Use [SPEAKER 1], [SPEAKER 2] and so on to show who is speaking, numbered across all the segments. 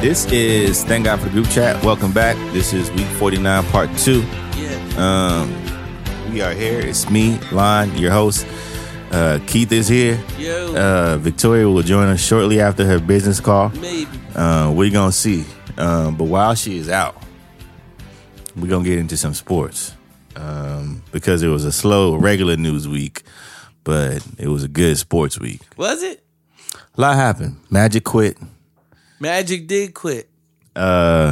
[SPEAKER 1] This is thank God for the group chat. Welcome back. This is week forty nine, part two. Um, we are here. It's me, Lon, your host. Uh, Keith is here.
[SPEAKER 2] Yo,
[SPEAKER 1] Uh, Victoria will join us shortly after her business call.
[SPEAKER 2] maybe.
[SPEAKER 1] Uh, we're gonna see. Um, but while she is out, we're gonna get into some sports um, because it was a slow regular news week, but it was a good sports week.
[SPEAKER 2] Was it?
[SPEAKER 1] A lot happened. Magic quit.
[SPEAKER 2] Magic did quit.
[SPEAKER 1] AB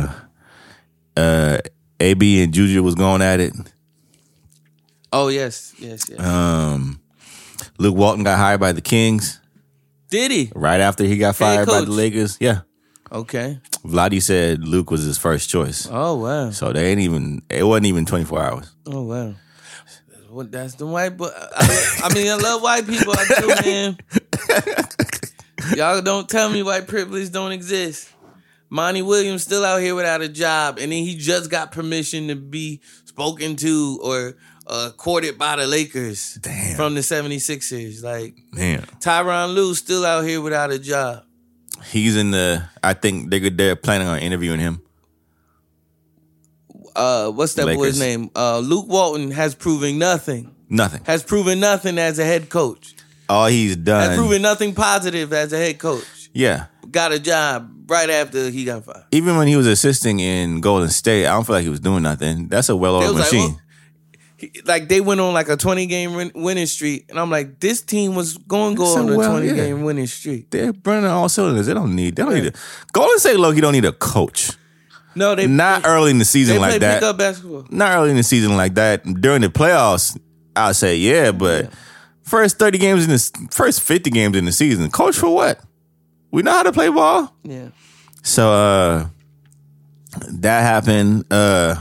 [SPEAKER 1] and Juju was going at it.
[SPEAKER 2] Oh yes, yes, yes.
[SPEAKER 1] Uh-huh. Luke Walton got hired by the Kings
[SPEAKER 2] did he?
[SPEAKER 1] right after he got fired by the
[SPEAKER 2] coach.
[SPEAKER 1] Lakers. Yeah.
[SPEAKER 2] Okay.
[SPEAKER 1] Vladdy said Luke was his first choice.
[SPEAKER 2] Oh wow.
[SPEAKER 1] So they ain't even it wasn't even 24 hours.
[SPEAKER 2] Oh wow. Well, that's the white boy. I, I mean, I love white people. I do, man. Y'all don't tell me white privilege don't exist. Monty Williams still out here without a job, and then he just got permission to be spoken to or uh, courted by the Lakers
[SPEAKER 1] Damn.
[SPEAKER 2] from the 76ers. Like
[SPEAKER 1] Man.
[SPEAKER 2] Tyron Lue still out here without a job.
[SPEAKER 1] He's in the I think they could they're planning on interviewing him.
[SPEAKER 2] uh, what's that
[SPEAKER 1] Lakers.
[SPEAKER 2] boy's name? Uh, Luke Walton has proven nothing.
[SPEAKER 1] Nothing.
[SPEAKER 2] Has proven nothing as a head coach.
[SPEAKER 1] All he's done.
[SPEAKER 2] Has proven nothing positive as a head coach.
[SPEAKER 1] yeah.
[SPEAKER 2] Got a job right after he got fired.
[SPEAKER 1] Even when he was assisting in Golden State, I don't feel like he was doing nothing. That's a well
[SPEAKER 2] They
[SPEAKER 1] oiled
[SPEAKER 2] was like,
[SPEAKER 1] machine.
[SPEAKER 2] oh, he- Like they went on like a twenty game win- winning streak, and I'm like, this team was going to go
[SPEAKER 1] It's a
[SPEAKER 2] on a
[SPEAKER 1] well-
[SPEAKER 2] twenty
[SPEAKER 1] yeah.
[SPEAKER 2] game winning streak.
[SPEAKER 1] they're burning all cylinders. They don't need. They don't need. A, Golden State Loki don't need a coach.
[SPEAKER 2] No, they
[SPEAKER 1] Not early in the
[SPEAKER 2] they
[SPEAKER 1] season like
[SPEAKER 2] play
[SPEAKER 1] that.
[SPEAKER 2] pickup basketball.
[SPEAKER 1] not early in the season like that. During the playoffs, I'd say yeah, but first thirty games in the s- first fifty games in the season, coach for what? We know how to play ball,
[SPEAKER 2] Yeah,
[SPEAKER 1] so uh, that happened. Uh,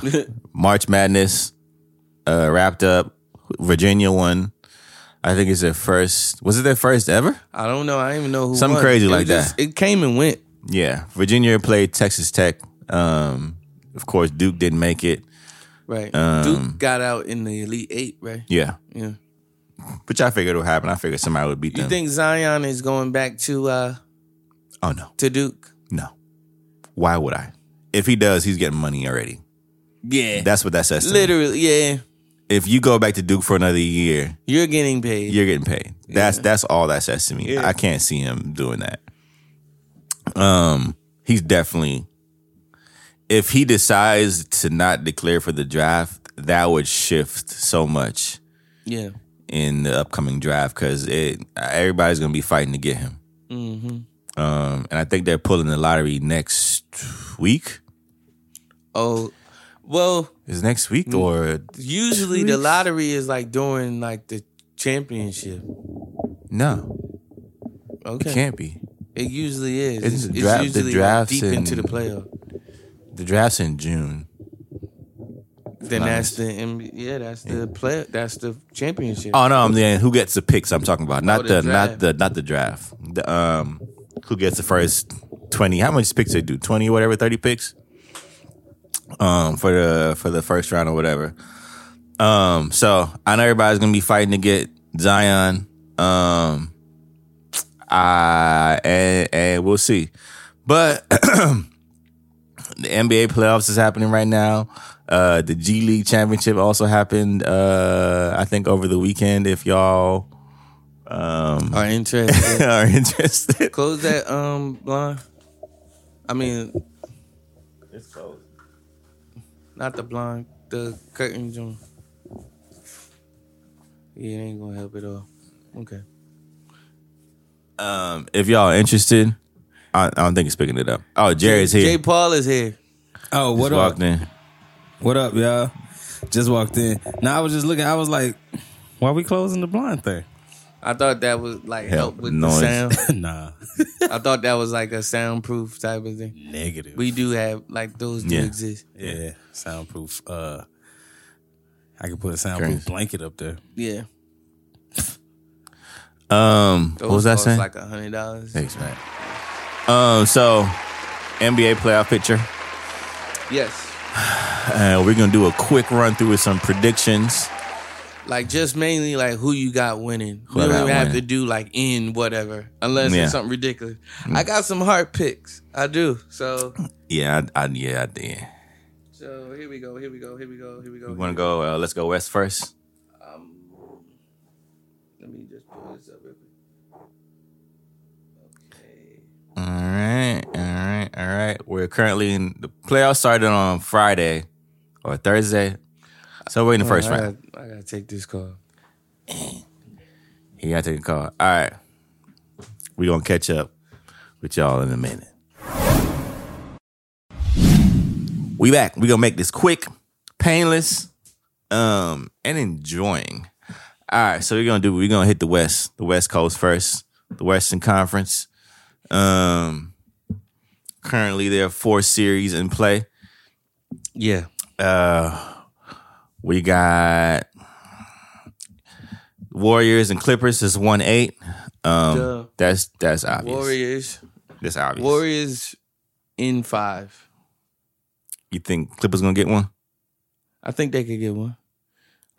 [SPEAKER 1] March Madness uh, wrapped up. Virginia won. I think it's their first. Was it their first ever?
[SPEAKER 2] I don't know. I don't even know who.
[SPEAKER 1] Something
[SPEAKER 2] won.
[SPEAKER 1] crazy
[SPEAKER 2] It was
[SPEAKER 1] like
[SPEAKER 2] just-
[SPEAKER 1] that.
[SPEAKER 2] It came and went.
[SPEAKER 1] Yeah, Virginia played Texas Tech. Um, of course, Duke didn't make it.
[SPEAKER 2] Right.
[SPEAKER 1] Um,
[SPEAKER 2] Duke got out in the elite eight. Right.
[SPEAKER 1] Yeah,
[SPEAKER 2] Yeah.
[SPEAKER 1] which I figured would happen. I figured somebody would beat
[SPEAKER 2] You
[SPEAKER 1] them.
[SPEAKER 2] think Zion is going back to uh
[SPEAKER 1] oh no.
[SPEAKER 2] to Duke?
[SPEAKER 1] No. Why would I? If he does, he's getting money already.
[SPEAKER 2] Yeah.
[SPEAKER 1] That's what that says. to me.
[SPEAKER 2] Literally, yeah.
[SPEAKER 1] If you go back to Duke for another year,
[SPEAKER 2] You're getting paid.
[SPEAKER 1] you're getting paid. That's that's all that says to me. I can't see him doing that. Um, he's definitely. If he decides to not declare for the draft, that would shift so much
[SPEAKER 2] yeah.
[SPEAKER 1] in the upcoming draft because it everybody's gonna be fighting to get him.
[SPEAKER 2] Mm-hmm.
[SPEAKER 1] Um, and I think they're pulling the lottery next week.
[SPEAKER 2] Oh, well,
[SPEAKER 1] Is it next
[SPEAKER 2] Mm.
[SPEAKER 1] week or
[SPEAKER 2] usually the lottery is like during like the championship.
[SPEAKER 1] no? It
[SPEAKER 2] Okay.
[SPEAKER 1] can't be.
[SPEAKER 2] It usually is.
[SPEAKER 1] It's the draft- the
[SPEAKER 2] usually like,
[SPEAKER 1] drafts
[SPEAKER 2] deep
[SPEAKER 1] and-
[SPEAKER 2] into the playoff.
[SPEAKER 1] The draft's in June.
[SPEAKER 2] Then that's the NBA, yeah, that's the play that's the championship.
[SPEAKER 1] Oh no, I'm saying who gets the picks. I'm talking about not
[SPEAKER 2] Oh,
[SPEAKER 1] the,
[SPEAKER 2] the
[SPEAKER 1] not
[SPEAKER 2] draft.
[SPEAKER 1] the not the draft. The, um, who gets the first twenty? How much picks they do? Twenty, whatever, thirty picks. Um, for the for the first round or whatever. Um, so I know everybody's gonna be fighting to get Zion. Um, I and, and we'll see, but the NBA playoffs is happening right now. Uh, the G League championship also happened. Uh, I think over the weekend. If y'all
[SPEAKER 2] Are interested.
[SPEAKER 1] are interested,
[SPEAKER 2] Close that um blind. I mean It's closed. Not the blind, the curtain joint. Yeah, it ain't gonna help at all. Okay.
[SPEAKER 1] um, if y'all are interested, I, I don't think he's picking it up. Oh, Jerry's here.
[SPEAKER 2] Jay Paul is here.
[SPEAKER 3] Oh, what
[SPEAKER 1] Just
[SPEAKER 3] up?
[SPEAKER 1] walked in.
[SPEAKER 3] What up, y'all? Just walked in. Now I was just looking. I was like, why we closing the blind thing?
[SPEAKER 2] I thought that was like help
[SPEAKER 1] Help
[SPEAKER 2] with
[SPEAKER 1] noise.
[SPEAKER 2] the sound.
[SPEAKER 3] nah,
[SPEAKER 2] I thought that was like a soundproof type of thing.
[SPEAKER 3] negative.
[SPEAKER 2] We do have like those do
[SPEAKER 1] Yeah.
[SPEAKER 2] exist.
[SPEAKER 3] yeah, soundproof. Uh, I could put a soundproof
[SPEAKER 1] Curtains.
[SPEAKER 3] blanket up there.
[SPEAKER 2] Yeah.
[SPEAKER 1] Um,
[SPEAKER 2] Those
[SPEAKER 1] what was that
[SPEAKER 2] cost
[SPEAKER 1] saying?
[SPEAKER 2] Like a hundred dollars.
[SPEAKER 1] Thanks, man. Um, so NBA playoff picture.
[SPEAKER 2] Yes.
[SPEAKER 1] Uh, we're gonna do a quick run through with some predictions.
[SPEAKER 2] Like just mainly like who you got winning.
[SPEAKER 1] Who
[SPEAKER 2] we
[SPEAKER 1] I
[SPEAKER 2] don't
[SPEAKER 1] got
[SPEAKER 2] even have to
[SPEAKER 1] winning.
[SPEAKER 2] do like in whatever, unless
[SPEAKER 1] Yeah. Mm.
[SPEAKER 2] it's something ridiculous. I got some hard picks. I do. So,
[SPEAKER 1] Yeah, I, I yeah, I did.
[SPEAKER 2] so here we go. Here we go. Here we go. Here we go.
[SPEAKER 1] We want to go. Uh, let's go west first.
[SPEAKER 2] Let me just pull this up real quick. Okay.
[SPEAKER 1] All right, all right, all right. We're currently in the playoffs started on Friday or Thursday, so we're in the first
[SPEAKER 2] I
[SPEAKER 1] round.
[SPEAKER 2] gotta- I gotta take this call.
[SPEAKER 1] You gotta take a call. All right, we gonna catch up with y'all in a minute. We back. We gonna make this quick, painless, um, and enjoying. All right, so we're gonna do. We're gonna hit the West, the West Coast first, the Western Conference. Um, currently there are four series in play. Uh,
[SPEAKER 2] Yeah.
[SPEAKER 1] We got Warriors and Clippers is one eight. Um,
[SPEAKER 2] Duh.
[SPEAKER 1] that's that's obvious.
[SPEAKER 2] Warriors.
[SPEAKER 1] That's obvious.
[SPEAKER 2] Warriors in five.
[SPEAKER 1] You think Clippers gonna get one?
[SPEAKER 2] I think they could get one.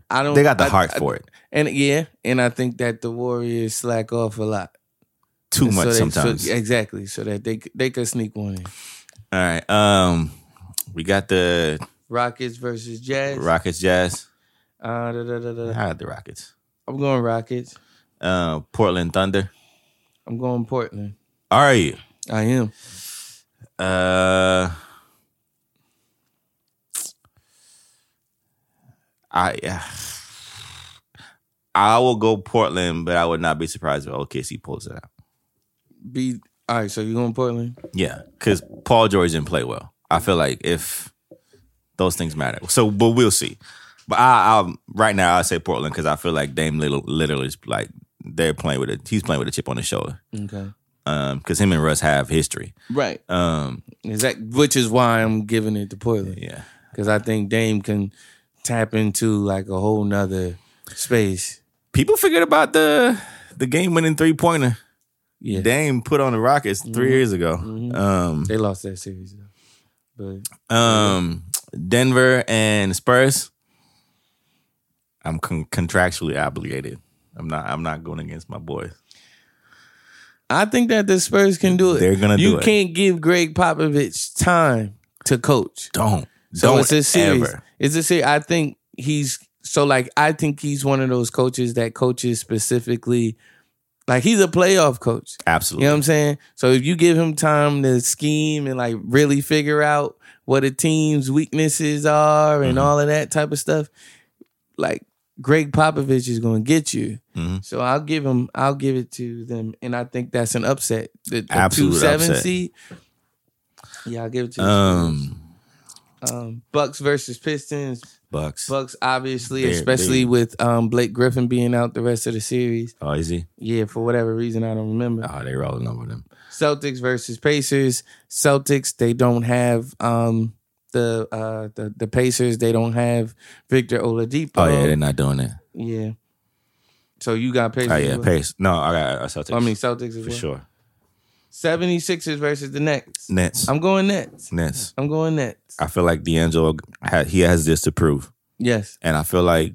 [SPEAKER 2] I don't.
[SPEAKER 1] They got the
[SPEAKER 2] I-
[SPEAKER 1] heart
[SPEAKER 2] I-
[SPEAKER 1] for it.
[SPEAKER 2] and yeah, and I think that the Warriors slack off a lot.
[SPEAKER 1] Too
[SPEAKER 2] And
[SPEAKER 1] much
[SPEAKER 2] so they- so-
[SPEAKER 1] sometimes.
[SPEAKER 2] exactly, so that they c- they could sneak one in.
[SPEAKER 1] All right. Um, we got the
[SPEAKER 2] Rockets versus Jazz.
[SPEAKER 1] Rockets, Jazz.
[SPEAKER 2] Uh, da, da, da,
[SPEAKER 1] I
[SPEAKER 2] da.
[SPEAKER 1] had the Rockets.
[SPEAKER 2] I'm going Rockets.
[SPEAKER 1] Uh, Portland Thunder.
[SPEAKER 2] I'm going Portland.
[SPEAKER 1] Are you?
[SPEAKER 2] I am.
[SPEAKER 1] Uh, I yeah. I will go Portland, but I would not be surprised if OKC pulls it out.
[SPEAKER 2] Be all right. So you going Portland?
[SPEAKER 1] Yeah, because Paul George didn't play well. I feel like if those things matter, so but we'll see. But I, I right now I say Portland because I feel like Dame Little literally is like they're playing with a he's playing with a chip on his shoulder
[SPEAKER 2] Okay.
[SPEAKER 1] because him and Russ have history.
[SPEAKER 2] Right.
[SPEAKER 1] Um,
[SPEAKER 2] Exact. Which is why I'm giving it to Portland.
[SPEAKER 1] yeah,
[SPEAKER 2] because I think Dame can tap into like a whole nother space.
[SPEAKER 1] people forget about the the game winning three pointer
[SPEAKER 2] Yeah,
[SPEAKER 1] Dame put on the Rockets 3 years ago. Um,
[SPEAKER 2] they lost that series, though. but
[SPEAKER 1] um, Denver and Spurs. I'm con- contractually obligated. I'm not. I'm not going against my boys.
[SPEAKER 2] I think that the Spurs can do it.
[SPEAKER 1] They're gonna
[SPEAKER 2] You
[SPEAKER 1] do it.
[SPEAKER 2] can't give Greg Popovich time to coach.
[SPEAKER 1] Don't.
[SPEAKER 2] So
[SPEAKER 1] don't
[SPEAKER 2] it's a series.
[SPEAKER 1] ever.
[SPEAKER 2] It's a series. I think he's so like I think he's one of those coaches that coaches specifically. Like he's a playoff coach. You
[SPEAKER 1] Absolutely.
[SPEAKER 2] know what I'm saying? So if you give him time to scheme and like really figure out what a team's weaknesses are and
[SPEAKER 1] Mm-hmm.
[SPEAKER 2] all of that type of stuff, like Greg Popovich is going to get you.
[SPEAKER 1] Mhm.
[SPEAKER 2] So I'll give him, I'll give it to them, and I think that's an upset. The, the
[SPEAKER 1] Absolute
[SPEAKER 2] two seven
[SPEAKER 1] upset.
[SPEAKER 2] seed. Yeah, I'll give it to the
[SPEAKER 1] um,
[SPEAKER 2] Spurs. um, Bucks versus Pistons.
[SPEAKER 1] Bucks.
[SPEAKER 2] Bucks, obviously,
[SPEAKER 1] They're
[SPEAKER 2] especially
[SPEAKER 1] big.
[SPEAKER 2] with um, Blake Griffin being out the rest of the series.
[SPEAKER 1] Oh, is he?
[SPEAKER 2] Yeah, for whatever reason, I don't remember.
[SPEAKER 1] Oh, they rolling over them.
[SPEAKER 2] Celtics versus Pacers. Celtics, they don't have um the uh the, the Pacers, they don't have Victor Oladipo.
[SPEAKER 1] Oh yeah, they're not doing that.
[SPEAKER 2] yeah. So you got Pacers.
[SPEAKER 1] Oh
[SPEAKER 2] as
[SPEAKER 1] yeah,
[SPEAKER 2] well?
[SPEAKER 1] Pace. No, I got I Celtics.
[SPEAKER 2] I mean Celtics as
[SPEAKER 1] for
[SPEAKER 2] well.
[SPEAKER 1] sure.
[SPEAKER 2] 76ers versus the Nets.
[SPEAKER 1] Nets.
[SPEAKER 2] I'm going Nets.
[SPEAKER 1] Nets.
[SPEAKER 2] I'm going Nets.
[SPEAKER 1] I feel like D'Angelo ha- he has this to prove,
[SPEAKER 2] Yes.
[SPEAKER 1] and I feel like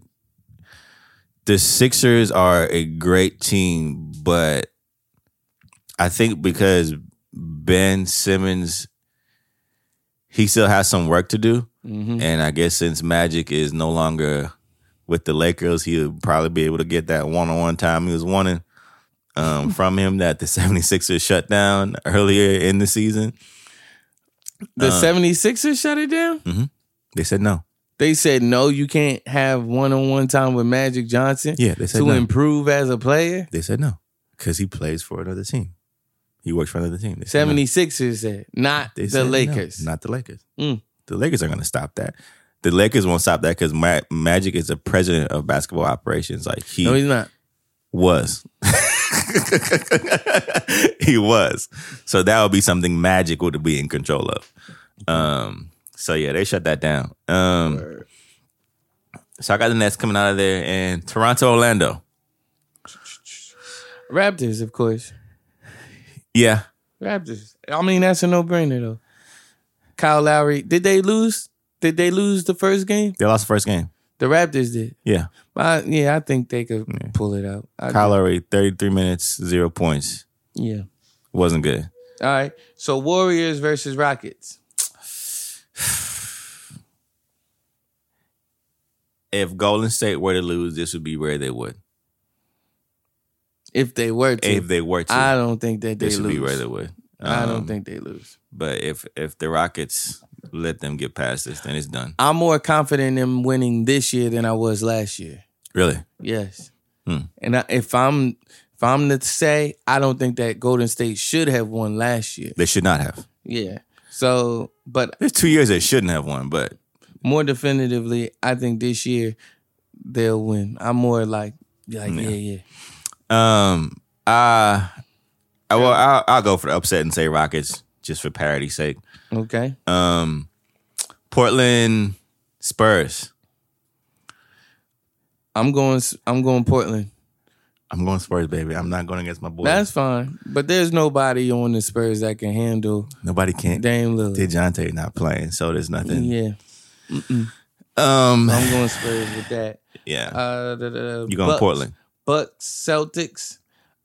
[SPEAKER 1] the Sixers are a great team, but I think because Ben Simmons he still has some work to do.
[SPEAKER 2] hmm
[SPEAKER 1] And I guess since Magic is no longer with the Lakers, he'll probably be able to get that one on one time he was wanting um, from him that the 76ers shut down earlier in the season.
[SPEAKER 2] The
[SPEAKER 1] uh,
[SPEAKER 2] 76ers shut it down.
[SPEAKER 1] They said no.
[SPEAKER 2] They said no, you can't have one-on-one time with Magic Johnson
[SPEAKER 1] Yeah, they said
[SPEAKER 2] to
[SPEAKER 1] no.
[SPEAKER 2] improve as a player.
[SPEAKER 1] They said no because he plays for another team. He works for another team. They said no.
[SPEAKER 2] 76ers said, not
[SPEAKER 1] They
[SPEAKER 2] the
[SPEAKER 1] said no,
[SPEAKER 2] Lakers.
[SPEAKER 1] not the Lakers.
[SPEAKER 2] Mm.
[SPEAKER 1] The Lakers are going to stop that. The Lakers won't stop that because Ma- Magic is the president of basketball operations. Like he
[SPEAKER 2] no, he's not.
[SPEAKER 1] was. he was. So that would be something Magic would be in control of. Um, so yeah, they shut that down. Um, so I got the Nets coming out of there and Toronto, Orlando.
[SPEAKER 2] Raptors, of course.
[SPEAKER 1] Yeah.
[SPEAKER 2] Raptors. I mean, that's a no brainer though. Kyle Lowry. Did they lose? Did they lose the first game?
[SPEAKER 1] They lost the first game.
[SPEAKER 2] The Raptors did.
[SPEAKER 1] Yeah.
[SPEAKER 2] But I- yeah, I think they could pull it out. I
[SPEAKER 1] Kyle Lowry, 33 minutes, zero points.
[SPEAKER 2] Yeah.
[SPEAKER 1] Wasn't good.
[SPEAKER 2] All right. So Warriors versus Rockets.
[SPEAKER 1] If Golden State were to lose, this would be where they would.
[SPEAKER 2] If they were to,
[SPEAKER 1] If they were to,
[SPEAKER 2] I don't think that they
[SPEAKER 1] this would
[SPEAKER 2] lose.
[SPEAKER 1] be where they would.
[SPEAKER 2] I
[SPEAKER 1] Um,
[SPEAKER 2] don't think they lose.
[SPEAKER 1] But if if the Rockets let them get past this, then it's done.
[SPEAKER 2] I'm more confident in winning this year than I was last year.
[SPEAKER 1] Really?
[SPEAKER 2] Yes.
[SPEAKER 1] Hmm.
[SPEAKER 2] And I, if I'm if I'm to say, I don't think that Golden State should have won last year.
[SPEAKER 1] They should not have.
[SPEAKER 2] Yeah. So, but
[SPEAKER 1] There's two years they shouldn't have won, but
[SPEAKER 2] more definitively, I think this year they'll win. I'm more like, like yeah, yeah.
[SPEAKER 1] um uh I, well I'll, I'll go for the upset and say Rockets just for parity's sake.
[SPEAKER 2] Okay.
[SPEAKER 1] Um Portland Spurs.
[SPEAKER 2] I'm going. I'm going Portland.
[SPEAKER 1] I'm going Spurs, baby. I'm not going against my boys.
[SPEAKER 2] That's fine. But there's nobody on the Spurs that can handle
[SPEAKER 1] Nobody can't.
[SPEAKER 2] Dame Lillard.
[SPEAKER 1] Dejounte not playing, so there's nothing.
[SPEAKER 2] Yeah.
[SPEAKER 1] Um,
[SPEAKER 2] I'm going Spurs with that.
[SPEAKER 1] yeah.
[SPEAKER 2] Uh, da, da, da.
[SPEAKER 1] you going
[SPEAKER 2] Bucks-
[SPEAKER 1] Portland
[SPEAKER 2] Bucks Celtics.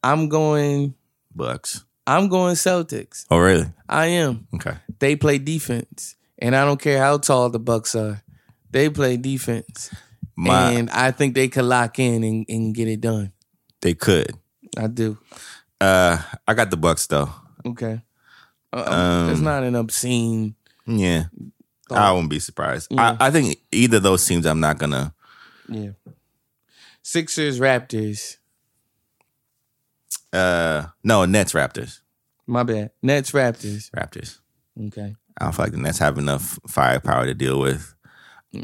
[SPEAKER 2] I'm going.
[SPEAKER 1] Bucks?
[SPEAKER 2] I'm going Celtics.
[SPEAKER 1] Oh, really?
[SPEAKER 2] I am.
[SPEAKER 1] Okay.
[SPEAKER 2] They play defense, and I don't care how tall the Bucks are. They play defense,
[SPEAKER 1] My
[SPEAKER 2] and I think they could lock in and, and get it done.
[SPEAKER 1] they could.
[SPEAKER 2] I do.
[SPEAKER 1] Uh, I got the Bucks though.
[SPEAKER 2] Okay. Uh,
[SPEAKER 1] Um,
[SPEAKER 2] it's not an obscene.
[SPEAKER 1] Yeah, I wouldn't be surprised.
[SPEAKER 2] Oh. Yeah.
[SPEAKER 1] I, I think either of those teams, I'm not gonna.
[SPEAKER 2] Yeah. Sixers Raptors.
[SPEAKER 1] Uh, no, Nets Raptors.
[SPEAKER 2] My bad. Nets Raptors.
[SPEAKER 1] Raptors.
[SPEAKER 2] Okay.
[SPEAKER 1] I don't feel like the Nets have enough firepower to deal with.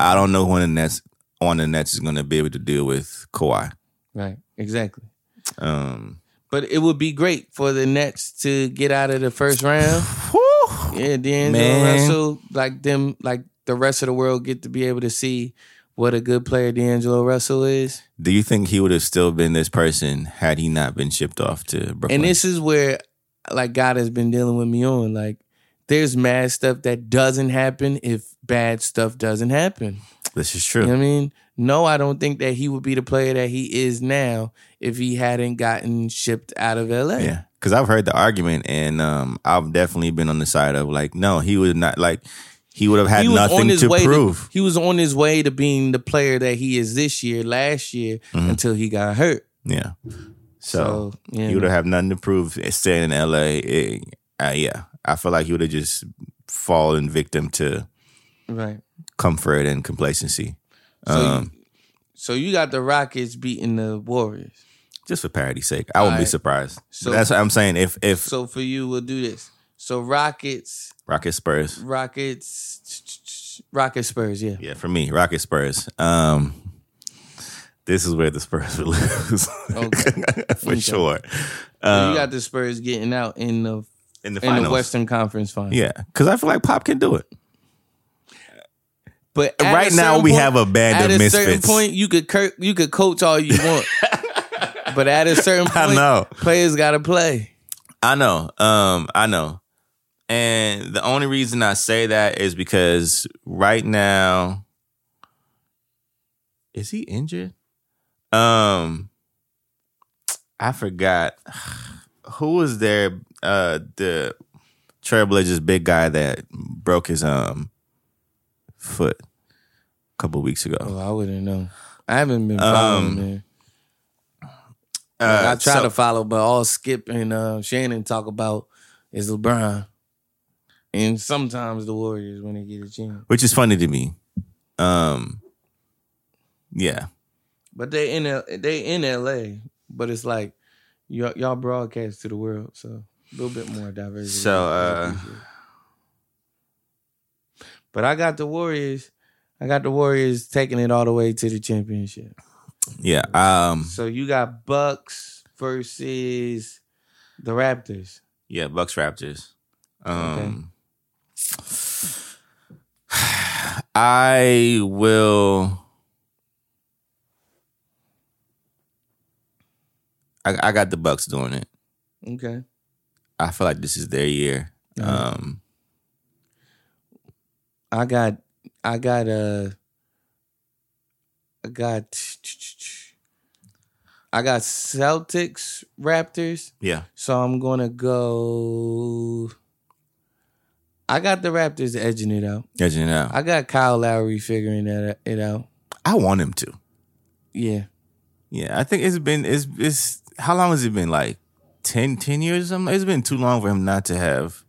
[SPEAKER 1] I don't know when the Nets on the Nets is gonna be able to deal with Kawhi.
[SPEAKER 2] Right. Exactly.
[SPEAKER 1] Um,
[SPEAKER 2] But it would be great for the Nets to get out of the first round. Yeah, D'Angelo
[SPEAKER 1] Man.
[SPEAKER 2] Russell, like them, like the rest of the world get to be able to see what a good player D'Angelo Russell is.
[SPEAKER 1] do you think he would have still been this person had he not been shipped off to Brooklyn?
[SPEAKER 2] And this is where, like, God has been dealing with me on. Like, there's mad stuff that doesn't happen if bad stuff doesn't happen.
[SPEAKER 1] this is
[SPEAKER 2] You know
[SPEAKER 1] true.
[SPEAKER 2] what I mean? No, I don't think that he would be the player that he is now if he hadn't gotten shipped out of LA.
[SPEAKER 1] Yeah, because I've heard the argument, and um, I've definitely been on the side of like, no, he would not like. He would have had
[SPEAKER 2] He was on
[SPEAKER 1] nothing
[SPEAKER 2] his
[SPEAKER 1] to
[SPEAKER 2] way
[SPEAKER 1] prove.
[SPEAKER 2] he was on his way to being the player that he is this year, last year, until he got hurt.
[SPEAKER 1] yeah, Mm-hmm. so,
[SPEAKER 2] So, yeah.
[SPEAKER 1] he would have had nothing to prove eh, staying in L.A. It- uh, yeah, I feel like he would have just fallen victim to
[SPEAKER 2] Right.
[SPEAKER 1] comfort and complacency,
[SPEAKER 2] So,
[SPEAKER 1] um,
[SPEAKER 2] you, so you got the Rockets beating the Warriors.
[SPEAKER 1] just for parity's sake. I wouldn't be
[SPEAKER 2] Alright.
[SPEAKER 1] surprised. So
[SPEAKER 2] So-
[SPEAKER 1] that's what I'm saying. If if
[SPEAKER 2] So for you, we'll do this. So Rockets,
[SPEAKER 1] Rocket Spurs,
[SPEAKER 2] Rockets, Rockets, Spurs. Yeah.
[SPEAKER 1] yeah, for me, Rocket Spurs. Um, this is where the Spurs will lose
[SPEAKER 2] Okay.
[SPEAKER 1] for
[SPEAKER 2] Okay.
[SPEAKER 1] sure.
[SPEAKER 2] So
[SPEAKER 1] Um,
[SPEAKER 2] you got the Spurs getting out in the
[SPEAKER 1] in the
[SPEAKER 2] in
[SPEAKER 1] finals.
[SPEAKER 2] the Western Conference final.
[SPEAKER 1] Yeah, because I feel like Pop can do it.
[SPEAKER 2] But at
[SPEAKER 1] right
[SPEAKER 2] a
[SPEAKER 1] now,
[SPEAKER 2] certain
[SPEAKER 1] we
[SPEAKER 2] point-
[SPEAKER 1] have a band
[SPEAKER 2] at
[SPEAKER 1] of
[SPEAKER 2] a
[SPEAKER 1] misfits.
[SPEAKER 2] certain point you could cur- you could coach all you want. but at a certain point,
[SPEAKER 1] I know.
[SPEAKER 2] players got to play.
[SPEAKER 1] I know. Um, I know. And the only reason I say that is because right now, is he injured? Um, I forgot who was there. Uh, the Trailblazers big guy that broke his um foot a couple weeks ago.
[SPEAKER 2] Oh, I wouldn't know. I haven't been following
[SPEAKER 1] Um,
[SPEAKER 2] man.
[SPEAKER 1] Uh,
[SPEAKER 2] I try
[SPEAKER 1] so-
[SPEAKER 2] to follow, but all Skip and uh, Shannon talk about is LeBron, and sometimes the Warriors when they get a chance.
[SPEAKER 1] which is funny to me. Um, yeah,
[SPEAKER 2] But they in L- they in L.A. But it's like y'all, y'all broadcast to the world, so A little bit more diversity.
[SPEAKER 1] So, uh,
[SPEAKER 2] but I got the Warriors. I got the Warriors taking it all the way to the championship.
[SPEAKER 1] Yeah. Um.
[SPEAKER 2] So you got Bucks versus the Raptors.
[SPEAKER 1] Yeah. Bucks Raptors. Um. I will. I, I got the Bucks doing it.
[SPEAKER 2] Okay.
[SPEAKER 1] I feel like this is their year. Um.
[SPEAKER 2] I got I got uh I got I got Celtics Raptors.
[SPEAKER 1] Yeah.
[SPEAKER 2] So I'm gonna go I got the Raptors edging it out.
[SPEAKER 1] As you know, I,
[SPEAKER 2] I got Kyle Lowry figuring that it out.
[SPEAKER 1] I want him to.
[SPEAKER 2] Yeah.
[SPEAKER 1] Yeah, I think it's been it's it's how long has it been like 10, 10 years? or something? It's been too long for him not to have.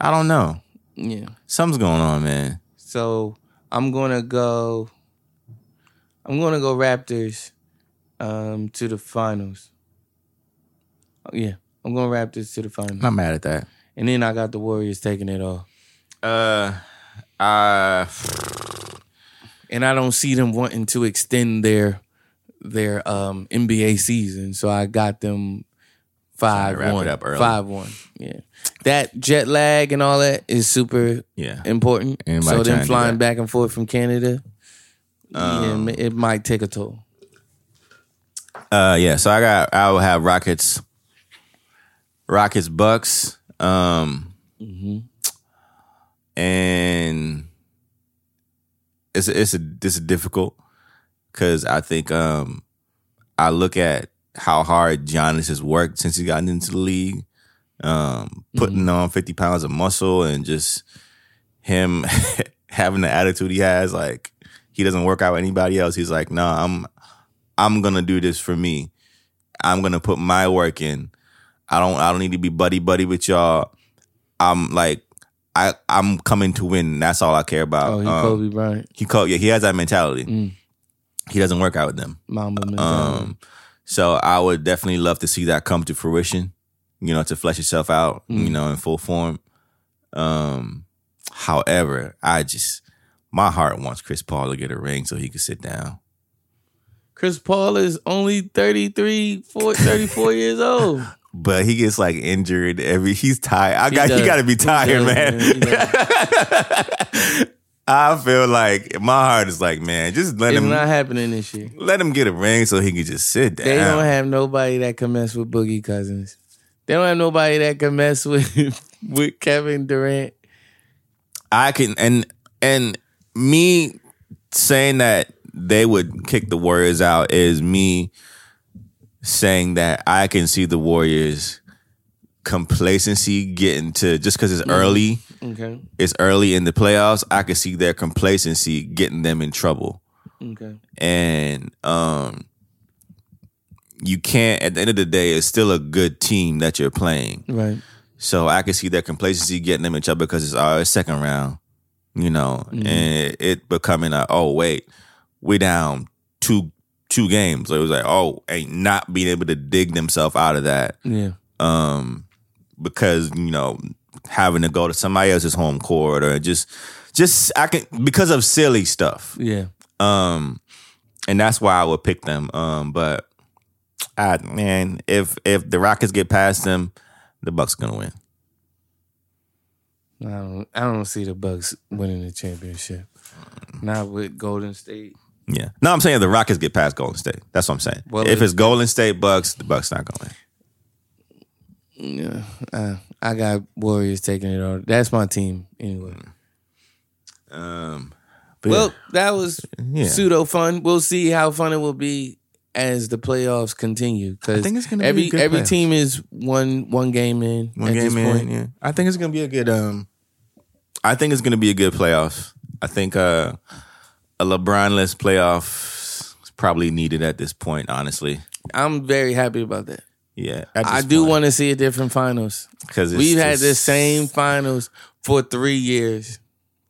[SPEAKER 1] I don't know.
[SPEAKER 2] Yeah.
[SPEAKER 1] Something's going on, man.
[SPEAKER 2] So I'm gonna go I'm gonna go Raptors um to the finals. Yeah, I'm going Raptors to the finals.
[SPEAKER 1] I'm not mad at that.
[SPEAKER 2] And then I got the Warriors taking it all.
[SPEAKER 1] Uh, uh,
[SPEAKER 2] And I don't see them wanting to extend their their um NBA season. So I got them five
[SPEAKER 1] wrap it
[SPEAKER 2] one.
[SPEAKER 1] up early.
[SPEAKER 2] Five one. Yeah. That jet lag and all that is super
[SPEAKER 1] yeah.
[SPEAKER 2] important.
[SPEAKER 1] Anybody
[SPEAKER 2] so
[SPEAKER 1] trying to
[SPEAKER 2] them
[SPEAKER 1] do
[SPEAKER 2] flying
[SPEAKER 1] that? Um,
[SPEAKER 2] back and forth from Canada, yeah, it might take a toll.
[SPEAKER 1] Uh, yeah. So I got I will have Rockets, Rockets, Bucks, um, and it's a, it's a this is difficult because I think um I look at how hard Giannis has worked since he gotten into the league, um, putting
[SPEAKER 2] Mm-hmm.
[SPEAKER 1] on fifty pounds of muscle and just him having the attitude he has, like he doesn't work out with anybody else. He's like, no, nah, I'm I'm gonna do this for me. I'm gonna put my work in. I don't I don't need to be buddy buddy with y'all. I'm like I I'm coming to win. That's all I care about.
[SPEAKER 2] Oh, he
[SPEAKER 1] Um,
[SPEAKER 2] Kobe Bryant,
[SPEAKER 1] he called yeah, he has that mentality.
[SPEAKER 2] Mm.
[SPEAKER 1] He doesn't work out with them.
[SPEAKER 2] Mamba mentality.
[SPEAKER 1] Um so I would definitely love to see that come to fruition, you know, to flesh itself out,
[SPEAKER 2] Mm.
[SPEAKER 1] you know, in full form. Um however, I just my heart wants Chris Paul to get a ring so he could sit down.
[SPEAKER 2] Chris Paul is only 33, four- 34 years old.
[SPEAKER 1] But he gets like injured every he's tired. I got
[SPEAKER 2] does.
[SPEAKER 1] he gotta be
[SPEAKER 2] He
[SPEAKER 1] tired,
[SPEAKER 2] does,
[SPEAKER 1] man.
[SPEAKER 2] man. He
[SPEAKER 1] I feel like my heart is like, man, just let
[SPEAKER 2] It's
[SPEAKER 1] him
[SPEAKER 2] not happening this year.
[SPEAKER 1] let him get a ring so he can just sit down.
[SPEAKER 2] They don't have nobody that can mess with Boogie Cousins. They don't have nobody that can mess with with Kevin Durant.
[SPEAKER 1] I can and and me saying that they would kick the Warriors out is me saying that I can see the Warriors complacency getting to just because it's early,
[SPEAKER 2] Okay.
[SPEAKER 1] it's early in the playoffs. I can see their complacency getting them in trouble
[SPEAKER 2] Okay.
[SPEAKER 1] and um you can't at the end of the day it's still a good team that you're playing
[SPEAKER 2] Right.
[SPEAKER 1] so i can see their complacency getting them in trouble because it's our second round you know and it becoming a oh wait we down two two games so it was like oh ain't not being able to dig themselves out of that
[SPEAKER 2] Yeah.
[SPEAKER 1] um, because you know having to go to somebody else's home court or just just I can because of silly stuff.
[SPEAKER 2] Yeah.
[SPEAKER 1] Um, and that's why I would pick them. Um, but I man, if if the Rockets get past them, the Bucks gonna win.
[SPEAKER 2] I don't. I don't see the Bucks winning the championship. Not with Golden State.
[SPEAKER 1] Yeah. No, I'm saying the Rockets get past Golden State. That's what I'm saying.
[SPEAKER 2] Well,
[SPEAKER 1] if
[SPEAKER 2] it-
[SPEAKER 1] it's Golden State Bucks, the Bucks not going.
[SPEAKER 2] Yeah. Uh, I got Warriors taking it all. That's my team anyway.
[SPEAKER 1] Um, but yeah.
[SPEAKER 2] Well, that was
[SPEAKER 1] Yeah.
[SPEAKER 2] pseudo fun. We'll see how fun it will be as the playoffs continue. Because
[SPEAKER 1] think it's gonna be
[SPEAKER 2] every
[SPEAKER 1] a good
[SPEAKER 2] every
[SPEAKER 1] playoffs.
[SPEAKER 2] team is one one game in.
[SPEAKER 1] One
[SPEAKER 2] at
[SPEAKER 1] game
[SPEAKER 2] this
[SPEAKER 1] in.
[SPEAKER 2] point.
[SPEAKER 1] Yeah. I think it's gonna be a good. Um, I think it's gonna be a good playoff. I think uh, a LeBron-less playoff is probably needed at this point. Honestly,
[SPEAKER 2] I'm very happy about that.
[SPEAKER 1] yeah.
[SPEAKER 2] I do want to see a different finals.
[SPEAKER 1] because
[SPEAKER 2] We've had the same finals for three years,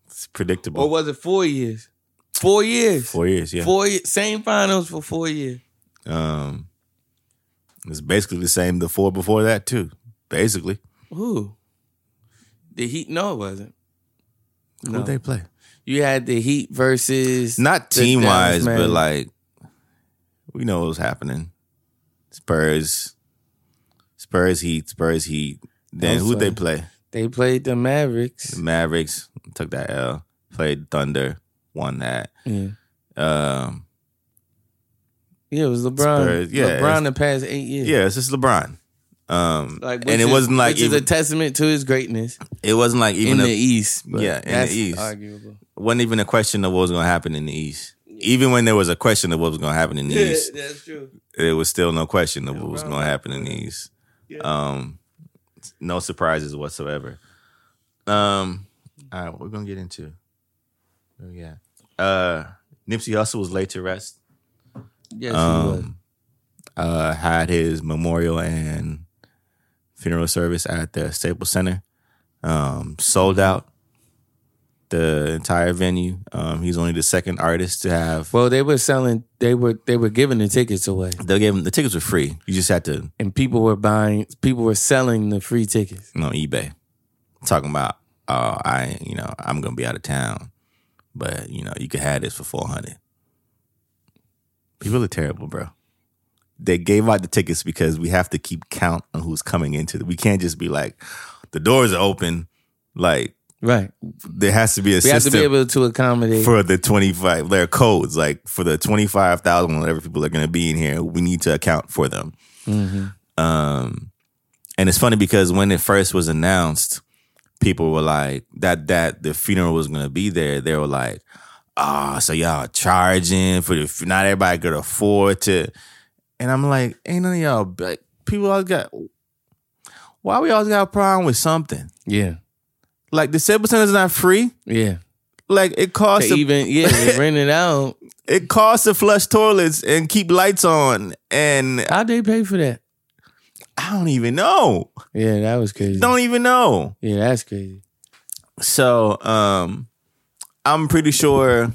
[SPEAKER 1] It's predictable.
[SPEAKER 2] or was it four years? Four years.
[SPEAKER 1] Four years. Yeah.
[SPEAKER 2] Four ye- same finals for four years.
[SPEAKER 1] Um, it's basically the same the four before that too. basically.
[SPEAKER 2] Who? The Heat? No, it wasn't.
[SPEAKER 1] Who
[SPEAKER 2] No.
[SPEAKER 1] they play?
[SPEAKER 2] You had the Heat versus
[SPEAKER 1] Not
[SPEAKER 2] the
[SPEAKER 1] team wise,
[SPEAKER 2] Dallas
[SPEAKER 1] but
[SPEAKER 2] Mavericks.
[SPEAKER 1] like we know what was happening. Spurs, Spurs Heat, Spurs Heat. Then
[SPEAKER 2] I'm
[SPEAKER 1] who they
[SPEAKER 2] sorry.
[SPEAKER 1] play?
[SPEAKER 2] they played the Mavericks.
[SPEAKER 1] Mavericks took that L. Played Thunder, won that.
[SPEAKER 2] Yeah,
[SPEAKER 1] Um,
[SPEAKER 2] yeah, it was LeBron.
[SPEAKER 1] Spurs, yeah,
[SPEAKER 2] LeBron the past eight years.
[SPEAKER 1] yeah, it's just LeBron. Um,
[SPEAKER 2] like which
[SPEAKER 1] and it
[SPEAKER 2] is-
[SPEAKER 1] wasn't like
[SPEAKER 2] which is a
[SPEAKER 1] even,
[SPEAKER 2] testament to his greatness
[SPEAKER 1] it wasn't like even
[SPEAKER 2] in
[SPEAKER 1] a,
[SPEAKER 2] the East. but
[SPEAKER 1] yeah, in the
[SPEAKER 2] that's
[SPEAKER 1] East.
[SPEAKER 2] arguable.
[SPEAKER 1] wasn't even a question of what was going to happen in the East. Even when there was a question of what was going to happen in the East,
[SPEAKER 2] that's true.
[SPEAKER 1] there was still no question of what was going to happen in these. Um, no surprises whatsoever. Um, all right, what we're gonna get into? Oh yeah. Uh, Nipsey Hussle was late to rest.
[SPEAKER 2] Yes, he was.
[SPEAKER 1] Um, uh, had his memorial and funeral service at the Staples Center. Um, sold out the entire venue. Um, he's only the second artist to have.
[SPEAKER 2] Well, they were selling. They were they were giving the tickets away,
[SPEAKER 1] They gave him the tickets were free. You just had to
[SPEAKER 2] and people were buying. People were selling the free tickets.
[SPEAKER 1] on eBay talking about, oh, I, you know, I'm gonna be out of town, but you know, you could have this for four hundred. People are terrible, bro. They gave out the tickets because we have to keep count on who's coming into it. We can't just be like, the doors are open. Like
[SPEAKER 2] Right.
[SPEAKER 1] there has to be a
[SPEAKER 2] We have to
[SPEAKER 1] system
[SPEAKER 2] be able to accommodate.
[SPEAKER 1] for the twenty five. There are codes like for the twenty five thousand whatever people are gonna be in here. We need to account for them.
[SPEAKER 2] Mhm.
[SPEAKER 1] Um, and it's funny because when it first was announced, people were like that that the funeral was gonna be there. They were like, "Ah, so y'all charging for the fu- not everybody could afford to." And I'm like, "Ain't none of y'all but people always got why we always got a problem with something
[SPEAKER 2] Yeah.
[SPEAKER 1] like the seven percent is not free.
[SPEAKER 2] Yeah.
[SPEAKER 1] Like it costs
[SPEAKER 2] To
[SPEAKER 1] a,
[SPEAKER 2] even yeah, they rent it out.
[SPEAKER 1] it costs to flush toilets and keep lights on, and
[SPEAKER 2] How'd they pay for that?
[SPEAKER 1] I don't even know.
[SPEAKER 2] Yeah, that was crazy.
[SPEAKER 1] Don't even know.
[SPEAKER 2] yeah, that's crazy.
[SPEAKER 1] So, um, I'm pretty sure.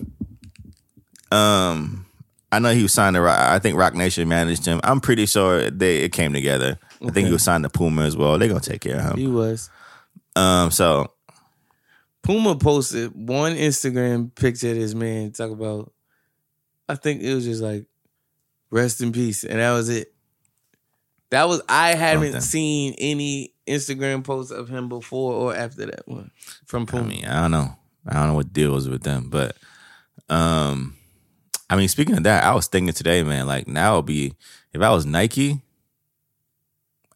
[SPEAKER 1] Um, I know he was signed to. Rock, I think Rock Nation managed him. I'm pretty sure they it came together. I think he was signed to Puma as well. They're gonna take care of
[SPEAKER 2] He
[SPEAKER 1] him.
[SPEAKER 2] was.
[SPEAKER 1] Um, so
[SPEAKER 2] Puma posted one Instagram picture of this man talk about I think it was just like rest in peace and that was it. That was I haven't
[SPEAKER 1] Something.
[SPEAKER 2] seen any Instagram posts of him before or after that one from
[SPEAKER 1] I
[SPEAKER 2] Puma.
[SPEAKER 1] mean, I don't know. I don't know what deal was with them, but um, I mean, speaking of that, I was thinking today, man. Like now, it'd be if I was Nike,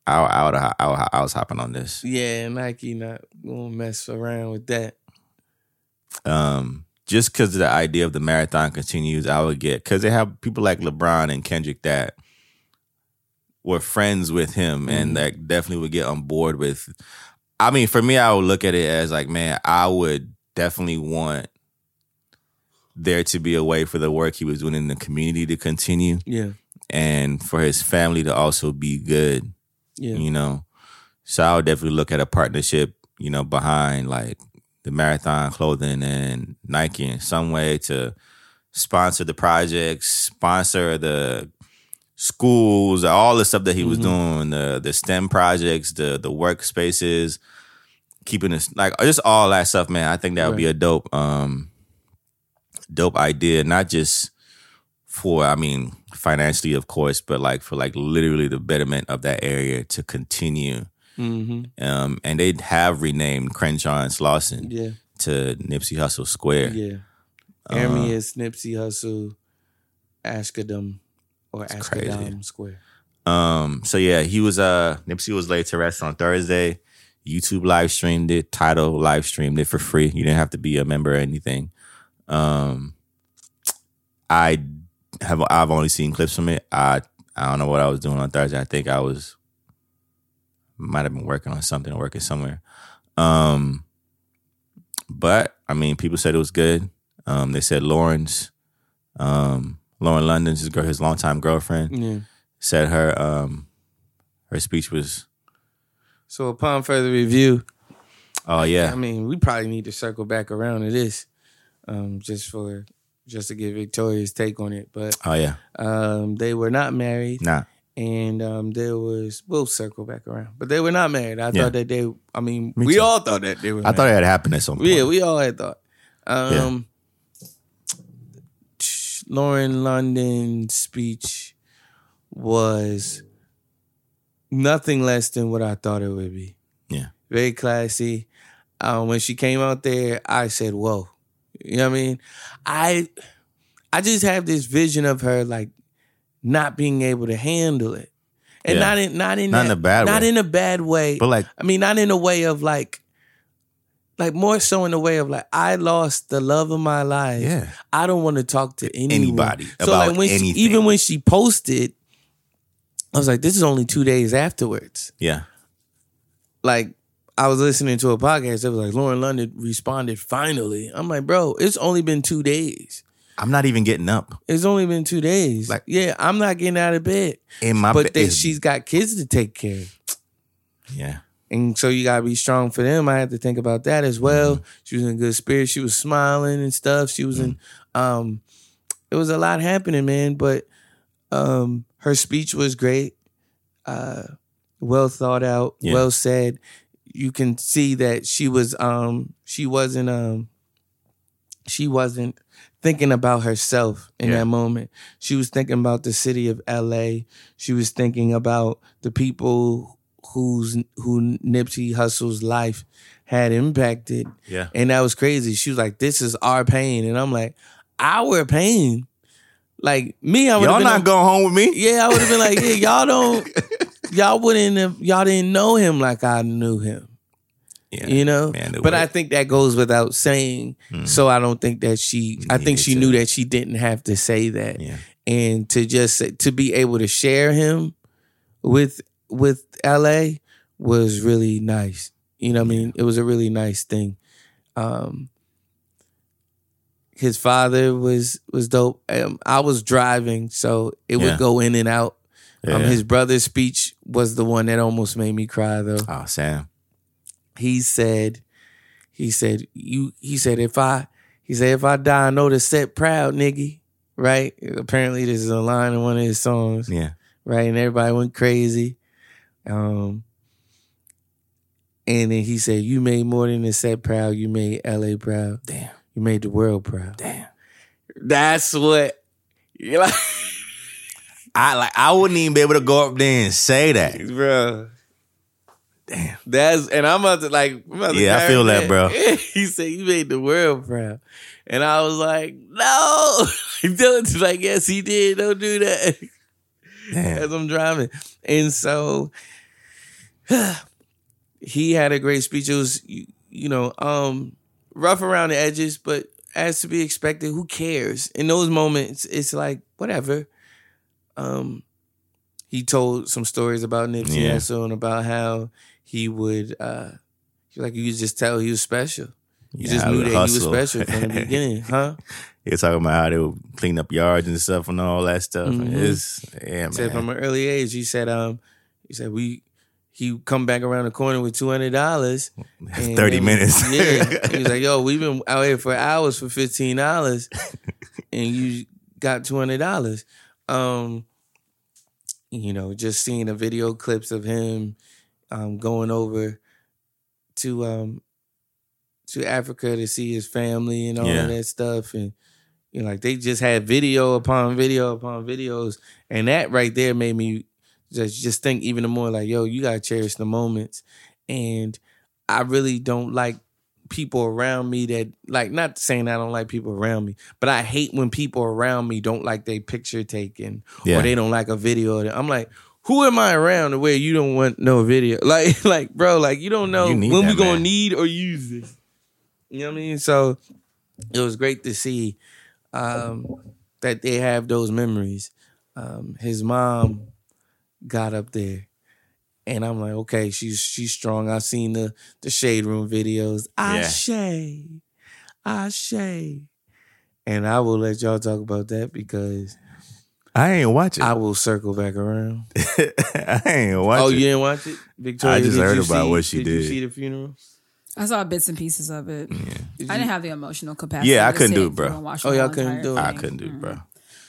[SPEAKER 1] I I would I, would- I was hopping on this.
[SPEAKER 2] yeah, Nike not gonna mess around with that.
[SPEAKER 1] um, just because the idea of the marathon continues, I would get because they have people like LeBron and Kendrick that were friends with him and that definitely would get on board with. I mean, for me, I would look at it as like, man, I would definitely want there to be a way for the work he was doing in the community to continue
[SPEAKER 2] Yeah.
[SPEAKER 1] and for his family to also be good
[SPEAKER 2] Yeah.
[SPEAKER 1] you know. So I would definitely look at a partnership, you know, behind like the marathon clothing and Nike in some way to sponsor the projects, sponsor the schools, all the stuff that he was doing, the the STEM projects, the the workspaces, keeping this like just all that stuff, man. I think that would be a dope um dope idea, not just for I mean financially of course, but like for like literally the betterment of that area to continue.
[SPEAKER 2] Mm-hmm.
[SPEAKER 1] Um, and they have renamed Crenshaw and Slauson
[SPEAKER 2] Yeah.
[SPEAKER 1] to Nipsey Hussle Square.
[SPEAKER 2] Yeah. Uh, Army is Nipsey Hussle, Ashkadum, or
[SPEAKER 1] crazy.
[SPEAKER 2] Ashkadum Square.
[SPEAKER 1] Um, so yeah, he was uh Nipsey was laid to rest on Thursday. YouTube live streamed it, title live streamed it for free. You didn't have to be a member or anything. Um I have I've only seen clips from it. I I don't know what I was doing on Thursday. I think I was might have been working on something or working somewhere. Um but I mean people said it was good. Um they said Lauren's um Lauren London's his girl his longtime girlfriend
[SPEAKER 2] Yeah.
[SPEAKER 1] said her um her speech was
[SPEAKER 2] So upon further review,
[SPEAKER 1] oh
[SPEAKER 2] I
[SPEAKER 1] yeah
[SPEAKER 2] mean, we probably need to circle back around to this, um, just for just to get Victoria's take on it. But
[SPEAKER 1] oh yeah
[SPEAKER 2] um, they were not married,
[SPEAKER 1] nah
[SPEAKER 2] and um, there was we'll circle back around, but they were not married. I
[SPEAKER 1] Yeah.
[SPEAKER 2] thought that they. I mean,
[SPEAKER 1] Me
[SPEAKER 2] we
[SPEAKER 1] too.
[SPEAKER 2] all thought that they were.
[SPEAKER 1] I thought I had happened at some point.
[SPEAKER 2] Yeah, we all had thought. Um, Lauren London's speech was nothing less than what I thought it would be.
[SPEAKER 1] Yeah.
[SPEAKER 2] Very classy. Um, when she came out there, I said, "Whoa!" You know what I mean? I, I just have this vision of her like not being able to handle it, and
[SPEAKER 1] Yeah.
[SPEAKER 2] not in not in
[SPEAKER 1] Not in
[SPEAKER 2] that-
[SPEAKER 1] a bad
[SPEAKER 2] not
[SPEAKER 1] way.
[SPEAKER 2] in a bad way,
[SPEAKER 1] but like,
[SPEAKER 2] I mean, not in a way of like, like more so in a way of like, I lost the love of my life.
[SPEAKER 1] yeah,
[SPEAKER 2] I don't want to talk to anyone.
[SPEAKER 1] Anybody about
[SPEAKER 2] when
[SPEAKER 1] anything.
[SPEAKER 2] She, even when she posted, I was like, this is only two days afterwards.
[SPEAKER 1] yeah,
[SPEAKER 2] Like, I was listening to a podcast. It was like Lauren London responded finally. I'm like, bro, it's only been two days.
[SPEAKER 1] I'm not even getting up
[SPEAKER 2] It's only been two days.
[SPEAKER 1] Like-
[SPEAKER 2] Like, yeah, I'm not getting out of bed,
[SPEAKER 1] in my.
[SPEAKER 2] but
[SPEAKER 1] bed.
[SPEAKER 2] then she's got kids to take care of.
[SPEAKER 1] yeah,
[SPEAKER 2] And so you gotta be strong for them. I had to think about that as well.
[SPEAKER 1] Mm-hmm.
[SPEAKER 2] She was in good spirit. She was smiling and stuff. She was in
[SPEAKER 1] Mm-hmm.
[SPEAKER 2] um it was a lot happening, man. But um her speech was great. Uh well thought out,
[SPEAKER 1] Yeah.
[SPEAKER 2] well said. You can see that she was um she wasn't um she wasn't thinking about herself in
[SPEAKER 1] Yeah.
[SPEAKER 2] that moment. She was thinking about the city of LA. She was thinking about the people whose who Nipsey Hussle's life had impacted.
[SPEAKER 1] yeah,
[SPEAKER 2] And that was crazy. She was like, This is our pain. And I'm like, Our pain. Like me, I would
[SPEAKER 1] y'all
[SPEAKER 2] have
[SPEAKER 1] not going home with me.
[SPEAKER 2] Yeah, I would have been like, Yeah, y'all don't y'all wouldn't have y'all didn't know him like I knew him.
[SPEAKER 1] Yeah,
[SPEAKER 2] You know?
[SPEAKER 1] man, it
[SPEAKER 2] but I
[SPEAKER 1] would.
[SPEAKER 2] think that goes without saying.
[SPEAKER 1] Mm.
[SPEAKER 2] So I don't think that she I think
[SPEAKER 1] Needed
[SPEAKER 2] she
[SPEAKER 1] to.
[SPEAKER 2] knew that she didn't have to say that
[SPEAKER 1] yeah,
[SPEAKER 2] and to just say- to be able to share him with with LA was really nice. You know what I mean? It was a really nice thing. Um his father was was dope. Um, I was driving, so it
[SPEAKER 1] Yeah.
[SPEAKER 2] would go in and out.
[SPEAKER 1] yeah.
[SPEAKER 2] Um, his brother's speech was the one that almost made me cry though
[SPEAKER 1] oh, Sam.
[SPEAKER 2] he said, he said, you, he said, if I, he said, if I die, I know to set proud, nigga. Right? Apparently, this is a line in one of his songs.
[SPEAKER 1] Yeah,
[SPEAKER 2] Right? And everybody went crazy. Um, and then he said, you made more than a set proud. You made LA proud.
[SPEAKER 1] Damn.
[SPEAKER 2] You made the world proud.
[SPEAKER 1] Damn.
[SPEAKER 2] That's what. you like,
[SPEAKER 1] I like. I wouldn't even be able to go up there and say that.
[SPEAKER 2] bro.
[SPEAKER 1] Damn.
[SPEAKER 2] That's and I'm about to like I'm about to
[SPEAKER 1] Yeah, I
[SPEAKER 2] carry
[SPEAKER 1] feel that, bro.
[SPEAKER 2] he said you made the world proud, and I was like, no, don't like yes he did. Don't do that
[SPEAKER 1] Damn.
[SPEAKER 2] as I'm driving, and so he had a great speech. It was you, you know um rough around the edges, but as to be expected. Who cares in those moments? It's like whatever. Um, he told some stories about Nipsey
[SPEAKER 1] Yeah.
[SPEAKER 2] Hussle and about how he would uh like you could just tell he was special. You just
[SPEAKER 1] Yeah, I
[SPEAKER 2] knew
[SPEAKER 1] would
[SPEAKER 2] that
[SPEAKER 1] hustle.
[SPEAKER 2] he was special from the beginning, huh?
[SPEAKER 1] You're talking about how they would clean up yards and stuff and all that stuff.
[SPEAKER 2] Mhm.
[SPEAKER 1] It's yeah,
[SPEAKER 2] He said
[SPEAKER 1] man.
[SPEAKER 2] from an early age, he said, um, he said we he would come back around the corner with two hundred dollars. and
[SPEAKER 1] Thirty
[SPEAKER 2] then-
[SPEAKER 1] minutes.
[SPEAKER 2] yeah. He was like, yo, we've been out here for hours for fifteen dollars and you got two hundred dollars. Um, you know, just seeing the video clips of him um going over to um to Africa to see his family and all
[SPEAKER 1] Yeah.
[SPEAKER 2] of that stuff and you know, like they just had video upon video upon videos and that right there made me just just think even more like yo you gotta cherish the moments and i really don't like people around me that like not saying i don't like people around me but i hate when people around me don't like they picture taken
[SPEAKER 1] Yeah.
[SPEAKER 2] or they don't like a video i'm like who am i around to where you don't want no video like like bro like you don't know
[SPEAKER 1] You need
[SPEAKER 2] when
[SPEAKER 1] that,
[SPEAKER 2] we gonna
[SPEAKER 1] man.
[SPEAKER 2] need or use this you know what i mean so it was great to see um, that they have those memories. Um, his mom got up there, and I'm like, okay, she's she's strong. I've seen the the shade room videos. I
[SPEAKER 1] Yeah.
[SPEAKER 2] shade, I shade, and I will let y'all talk about that because
[SPEAKER 1] I ain't watch it.
[SPEAKER 2] I
[SPEAKER 1] I,
[SPEAKER 2] will circle back around.
[SPEAKER 1] ain't watch
[SPEAKER 2] oh,
[SPEAKER 1] it.
[SPEAKER 2] you didn't watch it, Victoria?
[SPEAKER 1] just
[SPEAKER 2] did you
[SPEAKER 1] heard about
[SPEAKER 2] see-
[SPEAKER 1] what she
[SPEAKER 2] you
[SPEAKER 1] did.
[SPEAKER 2] see the funeral?
[SPEAKER 4] I saw bits and pieces of it.
[SPEAKER 2] Did
[SPEAKER 4] I
[SPEAKER 2] you-
[SPEAKER 4] didn't have the emotional capacity.
[SPEAKER 1] Yeah, I
[SPEAKER 4] to
[SPEAKER 1] couldn't
[SPEAKER 4] sit
[SPEAKER 1] do it, bro.
[SPEAKER 4] and watch
[SPEAKER 2] Oh,
[SPEAKER 4] the
[SPEAKER 2] y'all
[SPEAKER 4] whole
[SPEAKER 2] couldn't
[SPEAKER 4] entire
[SPEAKER 2] do it.
[SPEAKER 1] I
[SPEAKER 4] thing.
[SPEAKER 1] couldn't do, it, bro.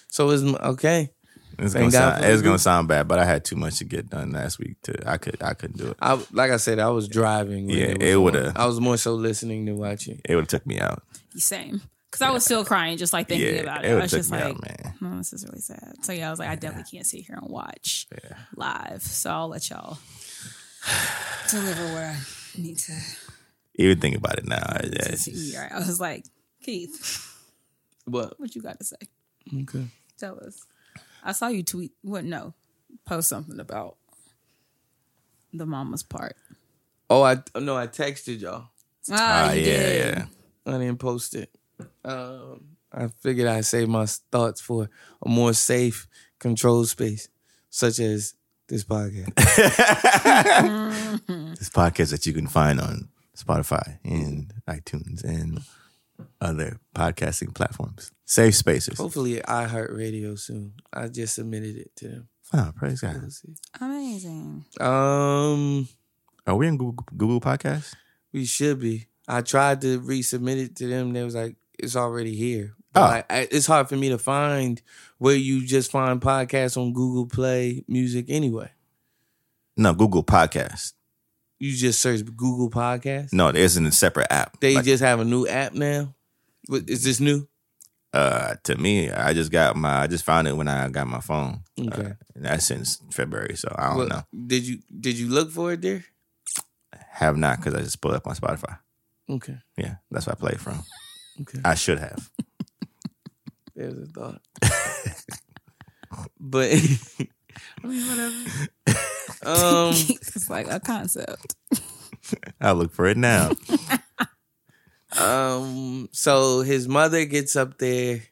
[SPEAKER 2] So is okay.
[SPEAKER 1] It's gonna,
[SPEAKER 2] Thank God
[SPEAKER 1] sound,
[SPEAKER 2] for the
[SPEAKER 1] it's gonna
[SPEAKER 2] group.
[SPEAKER 1] sound bad, but I had too much to get done last week. To I could I couldn't do it.
[SPEAKER 2] I like I said, I was driving. when
[SPEAKER 1] Yeah,
[SPEAKER 2] was
[SPEAKER 1] it would've-
[SPEAKER 2] on. I was more so listening than watching.
[SPEAKER 1] It would have took me out.
[SPEAKER 4] Same. Because I was still crying, just like thinking
[SPEAKER 1] Yeah,
[SPEAKER 4] about
[SPEAKER 1] it
[SPEAKER 4] it. I
[SPEAKER 1] would've
[SPEAKER 4] was
[SPEAKER 1] took
[SPEAKER 4] just
[SPEAKER 1] me
[SPEAKER 4] like,
[SPEAKER 1] out, man.
[SPEAKER 4] "Hmm, this is really sad. So yeah, I was like, I definitely can't sit here and watch live. So I'll let y'all deliver where I need to.
[SPEAKER 1] Even think about it now. I- I-
[SPEAKER 4] to eat. Right? I was like, Keith,
[SPEAKER 2] But
[SPEAKER 4] what you got to say?
[SPEAKER 2] okay.
[SPEAKER 4] Tell us. I saw you tweet. What? No, post something about the mama's part.
[SPEAKER 2] Oh, I no, I texted y'all.
[SPEAKER 4] Ah,
[SPEAKER 1] Ah,
[SPEAKER 4] you
[SPEAKER 1] yeah,
[SPEAKER 4] did.
[SPEAKER 1] yeah.
[SPEAKER 2] I didn't post it. Um, I figured I'd save my thoughts for a more safe control space, such as this podcast.
[SPEAKER 1] This podcast that you can find on Spotify and iTunes and other podcasting platforms. Safe spaces.
[SPEAKER 2] Hopefully, iHeartRadio soon. I just submitted it to them.
[SPEAKER 1] Oh, praise God.
[SPEAKER 2] We'll see.
[SPEAKER 4] Amazing.
[SPEAKER 2] Um,
[SPEAKER 1] Are we in Google, Google Podcasts?
[SPEAKER 2] we should be. I tried to resubmit it to them. They was like, "It's already here."
[SPEAKER 1] Oh.
[SPEAKER 2] Like, I, it's hard for me to find where you just find podcasts on Google Play Music anyway.
[SPEAKER 1] No, Google Podcasts.
[SPEAKER 2] You just search Google Podcasts.
[SPEAKER 1] No, there isn't a separate app.
[SPEAKER 2] They
[SPEAKER 1] Like,
[SPEAKER 2] just have a new app now. What- Is this new?
[SPEAKER 1] uh, to me, I just got my. I just found it when I got my phone.
[SPEAKER 2] Okay.
[SPEAKER 1] Uh, and that's since February, so I don't
[SPEAKER 2] Well,
[SPEAKER 1] know.
[SPEAKER 2] Did you did you look for it there?
[SPEAKER 1] Have not because I just pulled up on Spotify.
[SPEAKER 2] Okay.
[SPEAKER 1] Yeah, that's what I played from.
[SPEAKER 2] Okay.
[SPEAKER 1] I should have.
[SPEAKER 2] There's a thought. but I mean, whatever. Um,
[SPEAKER 4] it's like a concept.
[SPEAKER 1] I'll look for it now.
[SPEAKER 2] um. So his mother gets up there,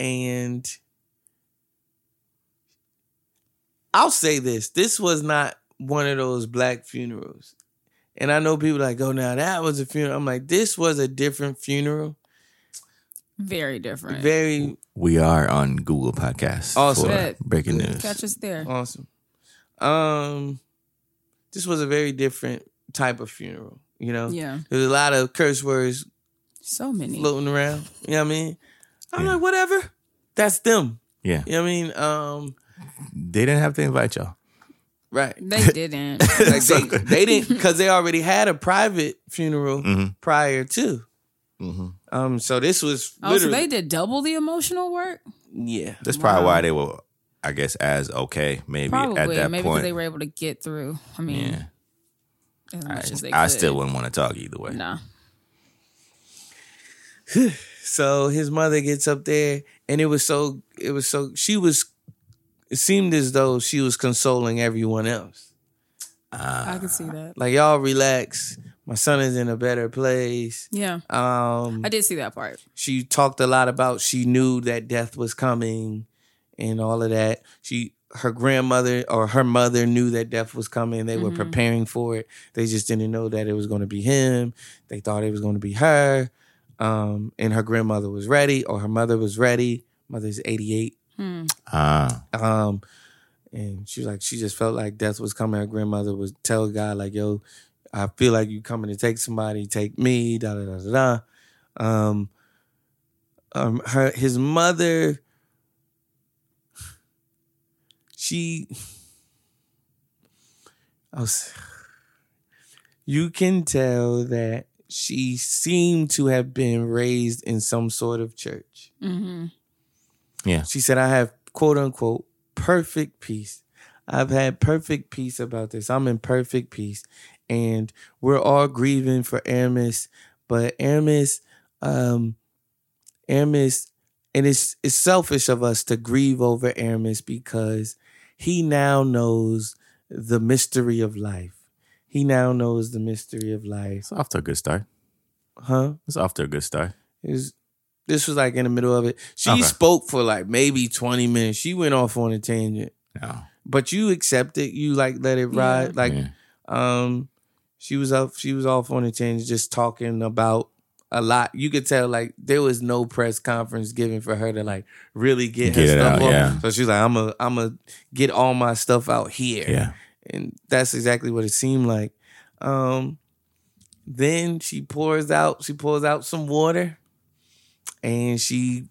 [SPEAKER 2] and I'll say this: this was not one of those black funerals. And I know people like, oh, now that was a funeral. I'm like, this was a different funeral.
[SPEAKER 4] Very different.
[SPEAKER 2] Very
[SPEAKER 1] we are on Google Podcasts.
[SPEAKER 2] Awesome.
[SPEAKER 4] Bet.
[SPEAKER 1] For breaking news.
[SPEAKER 4] Catch us there.
[SPEAKER 2] Awesome. Um, this was a very different type of funeral. You know,
[SPEAKER 4] Yeah.
[SPEAKER 2] there's a lot of curse words
[SPEAKER 4] So many.
[SPEAKER 2] floating around. You know what I mean? I'm like, whatever. That's them.
[SPEAKER 1] Yeah,
[SPEAKER 2] You know what I mean? Um,
[SPEAKER 1] they didn't have to invite y'all.
[SPEAKER 2] right.
[SPEAKER 4] They didn't.
[SPEAKER 2] Like they, they didn't because they already had a private funeral
[SPEAKER 1] Mhm.
[SPEAKER 2] prior to. Um, so this was
[SPEAKER 4] oh, so
[SPEAKER 2] literally
[SPEAKER 4] they did double the emotional work?
[SPEAKER 2] yeah.
[SPEAKER 1] That's probably why they were, I guess, as okay maybe at
[SPEAKER 4] Probably.
[SPEAKER 1] that
[SPEAKER 4] Maybe because
[SPEAKER 1] point.
[SPEAKER 4] they were able to get through. I mean,
[SPEAKER 1] yeah,
[SPEAKER 4] as much as they
[SPEAKER 1] I
[SPEAKER 4] could.
[SPEAKER 1] still wouldn't want to talk either way.
[SPEAKER 4] Nah.
[SPEAKER 2] So his mother gets up there, and it was so it was so she was. It seemed as though she was consoling everyone else.
[SPEAKER 1] Uh,
[SPEAKER 4] I can see that.
[SPEAKER 2] like y'all relax. My son is in a better place.
[SPEAKER 4] Yeah.
[SPEAKER 2] Um,
[SPEAKER 4] I did see that part.
[SPEAKER 2] she talked a lot about she knew that death was coming and all of that. She her grandmother or her mother knew that death was coming. They were preparing for it. They just didn't know that it was going to be him. They thought it was going to be her. Um, and her grandmother was ready, or her mother was ready. Mother's eighty eight.
[SPEAKER 4] Hmm.
[SPEAKER 1] Ah,
[SPEAKER 2] Um, and she was like, she just felt like death was coming. Her grandmother was tell God like, "Yo, I feel like you coming to take somebody, take me." Da da da da. da. Um, um, her his mother, she, I was, you can tell that she seemed to have been raised in some sort of church.
[SPEAKER 4] Mm-hmm.
[SPEAKER 2] She said, I have quote unquote perfect peace. I've had perfect peace about this. I'm in perfect peace. And we're all grieving for Aramis, but Aramis, um, Aramis, and it's it's selfish of us to grieve over Aramis because he now knows the mystery of life. He now knows the mystery of life.
[SPEAKER 1] it's off to a good start.
[SPEAKER 2] Huh?
[SPEAKER 1] It's off to a good start.
[SPEAKER 2] It was, this was like in the middle of it. She
[SPEAKER 1] Okay.
[SPEAKER 2] spoke for like maybe 20 minutes. She went off on a tangent,
[SPEAKER 1] No.
[SPEAKER 2] but you accept it. You like let it ride. Like,
[SPEAKER 1] Yeah.
[SPEAKER 2] um, she was up, she was off on a tangent, just talking about a lot. You could tell like there was no press conference given for her to like really get,
[SPEAKER 1] Get
[SPEAKER 2] her
[SPEAKER 1] it
[SPEAKER 2] stuff
[SPEAKER 1] out,
[SPEAKER 2] off.
[SPEAKER 1] yeah.
[SPEAKER 2] So she's like, I'm a, I'm a get all my stuff out here
[SPEAKER 1] yeah.
[SPEAKER 2] and that's exactly what it seemed like. Um, then she pours out, she pours out some water, and she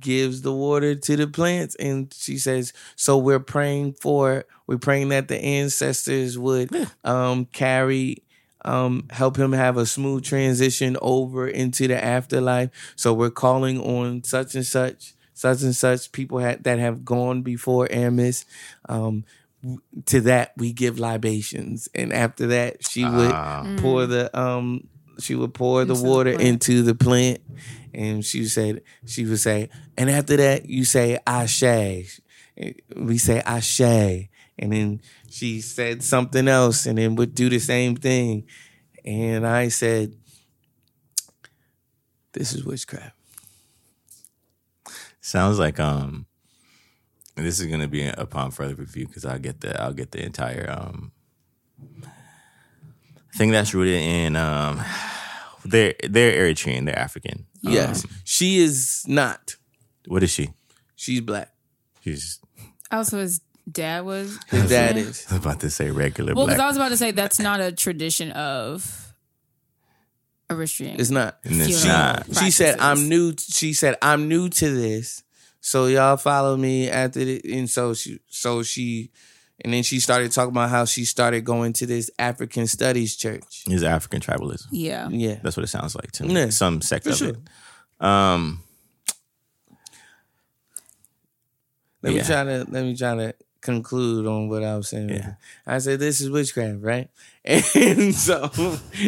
[SPEAKER 2] gives the water to the plants, and she says, "So we're praying for, we're praying that the ancestors would um, carry." Um, help him have a smooth transition over into the afterlife. So we're calling on such and such, such and such people ha- that have gone before Aramis. Um, to that we give libations and after that she would pour the um she would pour the
[SPEAKER 4] Mm. Into the
[SPEAKER 2] water
[SPEAKER 4] plant.
[SPEAKER 2] into the plant and she said she would say and after that you say ashe we say ashe and then she said something else and then would do the same thing and i said this is witchcraft
[SPEAKER 1] Sounds like um, and this is gonna be upon further review because I'll get the I'll get the entire um thing that's rooted in um they're they're Eritrean they're African Um,
[SPEAKER 2] yes she is not
[SPEAKER 1] what is she
[SPEAKER 2] she's black
[SPEAKER 1] she's
[SPEAKER 4] Also, his dad was.
[SPEAKER 2] his dad
[SPEAKER 4] Yeah.
[SPEAKER 2] is
[SPEAKER 1] I was about to say regular
[SPEAKER 4] Well,
[SPEAKER 1] black
[SPEAKER 4] because I was about to say that's not a tradition of Eritrean.
[SPEAKER 2] it's not
[SPEAKER 1] and then
[SPEAKER 4] Funeral.
[SPEAKER 1] she's not
[SPEAKER 4] Right.
[SPEAKER 2] She said, "I'm
[SPEAKER 4] practices.
[SPEAKER 2] new." She said, "I'm new to this, so y'all follow me after." The, and so she, so she, and then she started talking about how she started going to this African Studies Church.
[SPEAKER 1] is African tribalism
[SPEAKER 4] yeah.
[SPEAKER 2] Yeah,
[SPEAKER 1] that's what it sounds like to me
[SPEAKER 2] Yeah.
[SPEAKER 1] some sect
[SPEAKER 2] For
[SPEAKER 1] of
[SPEAKER 2] sure.
[SPEAKER 1] it um
[SPEAKER 2] let me
[SPEAKER 1] Yeah.
[SPEAKER 2] try to let me try to conclude on what I was saying.
[SPEAKER 1] Yeah.
[SPEAKER 2] I said this is witchcraft, right? And so,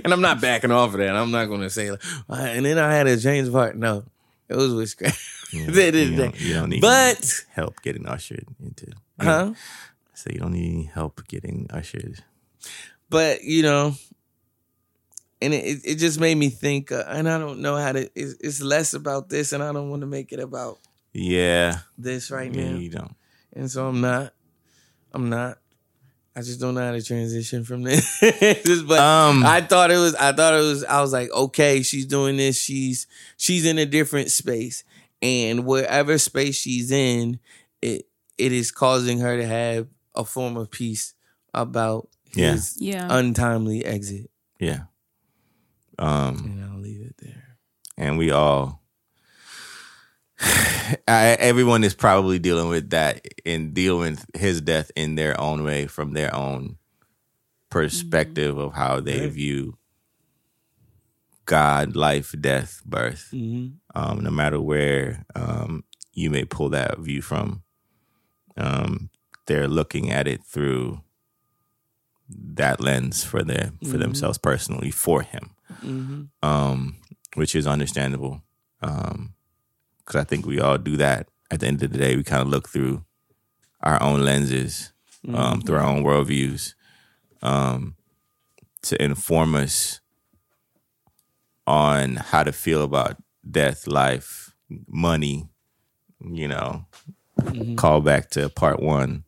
[SPEAKER 2] and I'm not backing off of that. I'm not going to say. Like, "Uh, and then I had a change of heart. No, it was witchcraft.
[SPEAKER 1] you,
[SPEAKER 2] At the end of the
[SPEAKER 1] you
[SPEAKER 2] day.
[SPEAKER 1] don't, you don't need
[SPEAKER 2] But-
[SPEAKER 1] help getting ushered into
[SPEAKER 2] Huh?
[SPEAKER 1] so you don't need any help getting ushered
[SPEAKER 2] but you know and it, it- it just made me think uh, and i don't know how to it's, it's less about this and i don't want to make it about
[SPEAKER 1] yeah
[SPEAKER 2] this right
[SPEAKER 1] yeah
[SPEAKER 2] now
[SPEAKER 1] you don't
[SPEAKER 2] and so i'm not i'm not i just don't know how to transition from this Just- but
[SPEAKER 1] Um,
[SPEAKER 2] i thought it was i thought it was i was like okay she's doing this she's she's in a different space and wherever space she's in it it is causing her to have a form of peace about
[SPEAKER 1] Yeah.
[SPEAKER 2] his
[SPEAKER 4] Yeah.
[SPEAKER 1] Uh,
[SPEAKER 2] untimely exit
[SPEAKER 1] Yeah. Um,
[SPEAKER 2] And I'll leave it there.
[SPEAKER 1] and we all, I, everyone is probably dealing with that and dealing with his death in their own way from their own perspective
[SPEAKER 2] Mm-hmm.
[SPEAKER 1] of how they
[SPEAKER 2] Yeah.
[SPEAKER 1] view God, life, death, birth.
[SPEAKER 2] Mm-hmm.
[SPEAKER 1] Um, no matter where um, you may pull that view from, um, they're looking at it through that lens for their for
[SPEAKER 2] Mhm.
[SPEAKER 1] themselves personally for him.
[SPEAKER 2] Mm-hmm.
[SPEAKER 1] um, which is understandable. Because I think we all do that. At the end of the day, we kind of look through our own lenses, um, through our own worldviews, um, to inform us on how to feel about death, life, money. You know, call back to part one.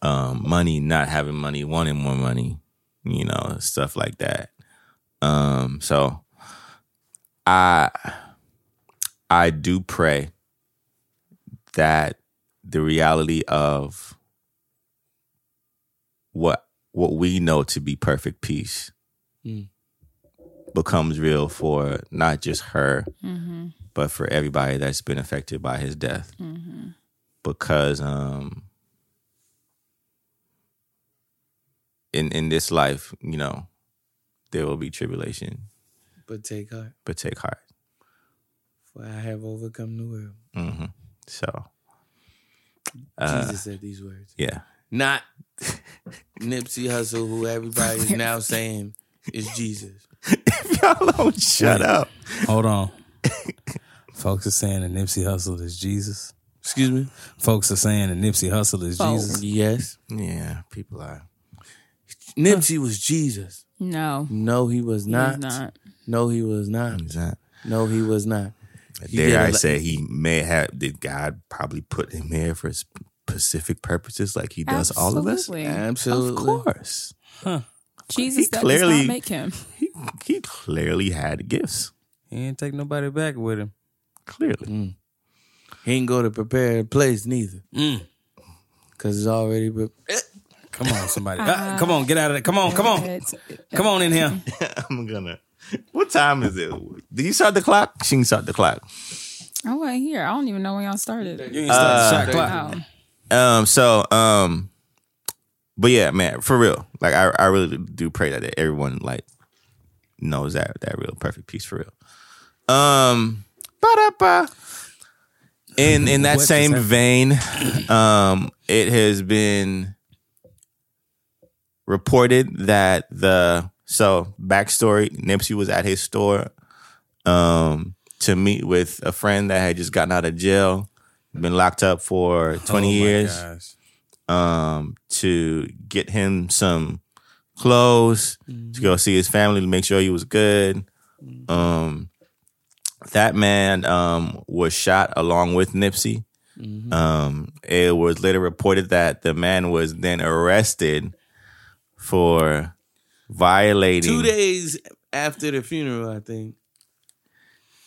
[SPEAKER 1] Um, money, not having money, wanting more money. You know, stuff like that. Um, so I I do pray that the reality of what what we know to be perfect peace
[SPEAKER 2] Mm.
[SPEAKER 1] becomes real for not just her,
[SPEAKER 4] Mm-hmm.
[SPEAKER 1] but for everybody that's been affected by his death
[SPEAKER 4] Mm-hmm.
[SPEAKER 1] because um in in this life, you know, there will be tribulation,
[SPEAKER 2] But take heart,
[SPEAKER 1] but take heart.
[SPEAKER 2] for I have overcome the world.
[SPEAKER 1] hmm So, uh,
[SPEAKER 2] Jesus said these words.
[SPEAKER 1] yeah,
[SPEAKER 2] Not Nipsey Hussle, who everybody is now saying is Jesus.
[SPEAKER 1] y'all don't shut up.
[SPEAKER 3] Hold on. Folks are saying that Nipsey Hussle is Jesus.
[SPEAKER 2] Excuse me?
[SPEAKER 3] Folks are saying that Nipsey Hussle is
[SPEAKER 4] Folks.
[SPEAKER 3] Jesus.
[SPEAKER 2] Yes.
[SPEAKER 1] Yeah, people are.
[SPEAKER 2] Nipsey was Jesus.
[SPEAKER 4] No.
[SPEAKER 2] No, he was
[SPEAKER 4] Not.
[SPEAKER 2] not.
[SPEAKER 4] He's not.
[SPEAKER 2] No, he was not.
[SPEAKER 1] Is that?
[SPEAKER 2] No, he was not. He did
[SPEAKER 1] Dare
[SPEAKER 2] a
[SPEAKER 1] I
[SPEAKER 2] lo-
[SPEAKER 1] say he may have? Did God probably put him there for specific purposes, like He does all of us?
[SPEAKER 4] Absolutely.
[SPEAKER 1] Of
[SPEAKER 2] Absolutely.
[SPEAKER 1] course, He
[SPEAKER 4] Jesus that does
[SPEAKER 1] clearly-
[SPEAKER 4] not make him.
[SPEAKER 1] he he clearly had gifts.
[SPEAKER 3] He ain't take nobody back with him.
[SPEAKER 1] Clearly,
[SPEAKER 2] He ain't go to prepare a place neither.
[SPEAKER 3] Mm.
[SPEAKER 2] Cause it's already pre-
[SPEAKER 3] Come on, somebody. Ah, come on, get out of there. Come on, come on.
[SPEAKER 4] It's-
[SPEAKER 3] Come on in here.
[SPEAKER 1] I'm gonna. What time is it? Do you start the clock? She can start the clock.
[SPEAKER 4] Oh, I wasn't here. I don't even know when y'all started.
[SPEAKER 3] You ain't starting shot clock.
[SPEAKER 4] Oh,
[SPEAKER 1] Um, so um, but yeah, man, for real. Like I, I really do pray that, that everyone like knows that that real perfect peace for real. Um, ba-da-ba. in in that
[SPEAKER 3] What
[SPEAKER 1] same
[SPEAKER 3] does
[SPEAKER 1] vein, um, it has been reported that the so backstory Nipsey was at his store um to meet with a friend that had just gotten out of jail, been locked up for
[SPEAKER 3] Oh
[SPEAKER 1] twenty
[SPEAKER 3] my
[SPEAKER 1] years
[SPEAKER 3] gosh.
[SPEAKER 1] um, to get him some clothes to go see his family to make sure he was good. Um, that man um, was shot along with Nipsey.
[SPEAKER 2] Mm-hmm.
[SPEAKER 1] Um, it was later reported that the man was then arrested for violating.
[SPEAKER 2] Two days after the funeral, I think,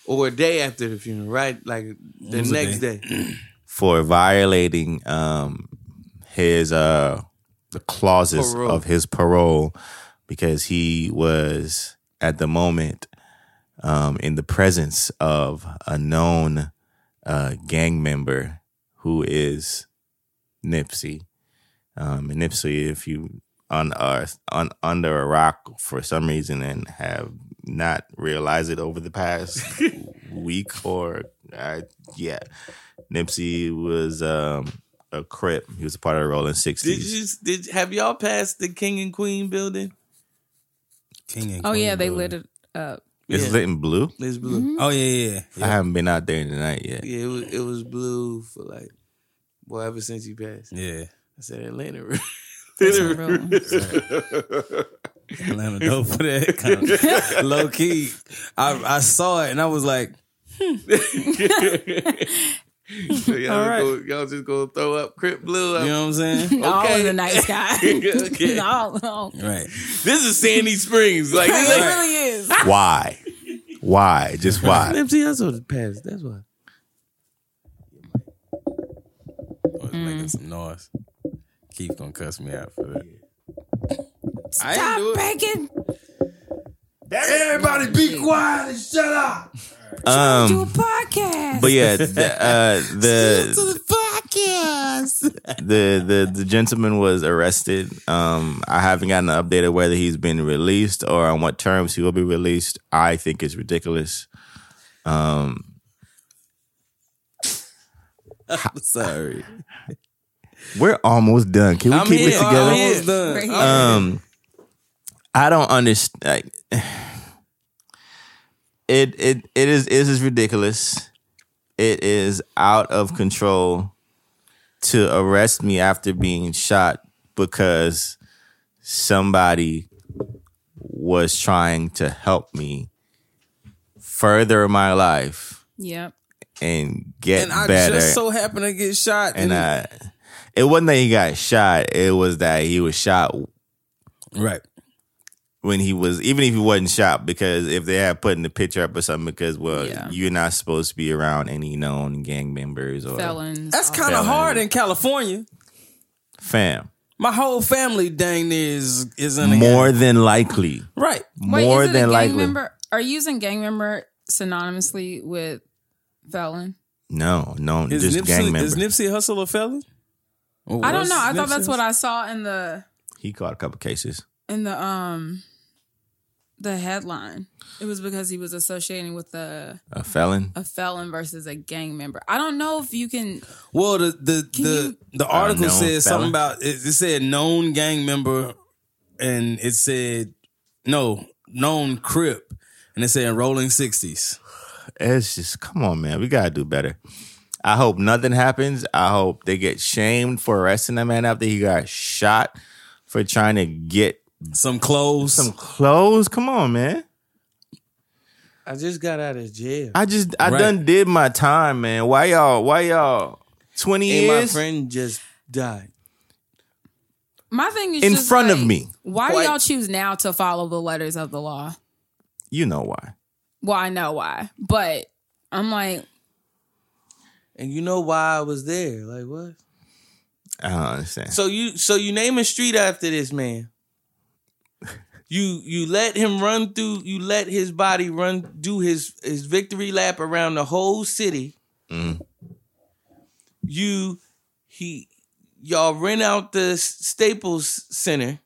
[SPEAKER 2] or a day after the funeral, right? Like the
[SPEAKER 3] was a
[SPEAKER 2] next day.
[SPEAKER 1] for violating um his uh the clauses
[SPEAKER 2] Parole.
[SPEAKER 1] of his parole because he was at the moment um in the presence of a known uh gang member who is Nipsey. Um and Nipsey if you on uh, on under a rock for some reason and have not realized it over the past week or uh, yeah Nipsey was um, a Crip. He was a part of the Rolling
[SPEAKER 2] Did
[SPEAKER 1] Sixties.
[SPEAKER 2] you did have y'all passed the King and Queen building?
[SPEAKER 3] King and
[SPEAKER 4] oh
[SPEAKER 3] Queen,
[SPEAKER 4] yeah, they
[SPEAKER 3] bro.
[SPEAKER 4] lit it up.
[SPEAKER 1] It's
[SPEAKER 2] Yeah.
[SPEAKER 1] lit in blue.
[SPEAKER 2] It's blue.
[SPEAKER 3] Oh yeah, yeah.
[SPEAKER 1] I
[SPEAKER 3] yeah.
[SPEAKER 1] haven't been out there tonight yet.
[SPEAKER 2] Yeah, it was, it was blue for like, well, ever since you passed.
[SPEAKER 3] Yeah.
[SPEAKER 2] I said Atlanta.
[SPEAKER 4] That's a real-
[SPEAKER 3] Atlanta dope for that kind of low key. I, I saw it and I was like,
[SPEAKER 2] y'all,
[SPEAKER 3] All right.
[SPEAKER 2] go, y'all just gonna throw up Crip Blue.
[SPEAKER 3] you know what I'm saying?
[SPEAKER 4] All
[SPEAKER 2] Okay.
[SPEAKER 4] in the night sky.
[SPEAKER 2] Okay.
[SPEAKER 4] all, all.
[SPEAKER 3] Right.
[SPEAKER 2] This is Sandy Springs. Like, this
[SPEAKER 4] It
[SPEAKER 2] ain't-
[SPEAKER 4] really is.
[SPEAKER 1] Why? Why? Just why?
[SPEAKER 2] Nipsey Hussle passed. That's why.
[SPEAKER 3] I was making some noise. Keith gonna cuss me out for that. I ain't do
[SPEAKER 4] Stop
[SPEAKER 3] it.
[SPEAKER 4] breaking.
[SPEAKER 3] Everybody be quiet and shut up.
[SPEAKER 4] Do a
[SPEAKER 1] Um,
[SPEAKER 4] podcast.
[SPEAKER 1] but yeah, the, uh, the
[SPEAKER 3] podcast.
[SPEAKER 1] the the the gentleman was arrested. Um, I haven't gotten an update of whether he's been released or on what terms he will be released. I think it's ridiculous.
[SPEAKER 3] I'm sorry.
[SPEAKER 1] We're almost done. Can we
[SPEAKER 2] I'm
[SPEAKER 1] keep
[SPEAKER 2] here.
[SPEAKER 1] it
[SPEAKER 2] I'm
[SPEAKER 1] together?
[SPEAKER 2] here.
[SPEAKER 3] Almost done.
[SPEAKER 4] Right here.
[SPEAKER 1] um i don't understand it it it is it is ridiculous it is out of control to arrest me after being shot because somebody was trying to help me further my life
[SPEAKER 4] Yep.
[SPEAKER 1] and get
[SPEAKER 3] And I
[SPEAKER 1] better
[SPEAKER 3] just so happened to get shot.
[SPEAKER 1] and
[SPEAKER 3] And,
[SPEAKER 1] I, it wasn't that he got shot it was that he was shot
[SPEAKER 3] right.
[SPEAKER 1] when he was even if he wasn't shot because if they had put in the picture up or something because well
[SPEAKER 4] Yeah.
[SPEAKER 1] you're not supposed to be around any known gang members or
[SPEAKER 4] Felons.
[SPEAKER 3] That's
[SPEAKER 4] all-
[SPEAKER 3] kind of hard in California.
[SPEAKER 1] fam
[SPEAKER 3] My whole family dang near is is in a
[SPEAKER 1] more
[SPEAKER 3] gang.
[SPEAKER 1] than likely
[SPEAKER 3] right.
[SPEAKER 4] Wait,
[SPEAKER 1] more
[SPEAKER 4] is it a
[SPEAKER 1] than
[SPEAKER 4] gang
[SPEAKER 1] likely
[SPEAKER 4] Member, are you using gang member synonymously with felon?
[SPEAKER 1] no no
[SPEAKER 3] Is
[SPEAKER 1] just
[SPEAKER 3] Nipsey
[SPEAKER 1] gang member
[SPEAKER 3] is Nipsey Hustle a felon? Or
[SPEAKER 4] I don't
[SPEAKER 3] was
[SPEAKER 4] know. I thought
[SPEAKER 3] Nipsey
[SPEAKER 4] that's what
[SPEAKER 3] Hussle-
[SPEAKER 4] I saw in the
[SPEAKER 1] he caught a couple cases
[SPEAKER 4] in the um the headline. It was because he was associating with a
[SPEAKER 1] a felon
[SPEAKER 4] a felon versus a gang member. I don't know if you can.
[SPEAKER 3] Well, the the the, the article
[SPEAKER 1] known
[SPEAKER 3] said something
[SPEAKER 1] felon?
[SPEAKER 3] about it, it said known gang member, and it said no known crip, and it said rolling sixties.
[SPEAKER 1] it's just come on man we gotta do better i hope nothing happens i hope they get shamed for arresting that man after he got shot for trying to get
[SPEAKER 3] Some clothes.
[SPEAKER 1] some clothes come on man
[SPEAKER 2] I just got out of jail.
[SPEAKER 1] I just I
[SPEAKER 3] Right.
[SPEAKER 1] done did my time, man. Why y'all? Why y'all? Twenty
[SPEAKER 2] and my
[SPEAKER 1] years
[SPEAKER 2] friend just died.
[SPEAKER 4] My thing is
[SPEAKER 1] in
[SPEAKER 4] just
[SPEAKER 1] front of
[SPEAKER 4] like,
[SPEAKER 1] me.
[SPEAKER 4] Why
[SPEAKER 2] Quite-
[SPEAKER 4] do y'all choose now to follow the letters of the law?
[SPEAKER 1] You know why?
[SPEAKER 4] Well, I know why, but I'm like,
[SPEAKER 2] And you know why I was there? Like what?
[SPEAKER 1] I don't understand.
[SPEAKER 2] So you so you name a street after this man. You you let him run through. You let his body run do his his victory lap around the whole city. You, he, y'all rent out the S- Staples Center.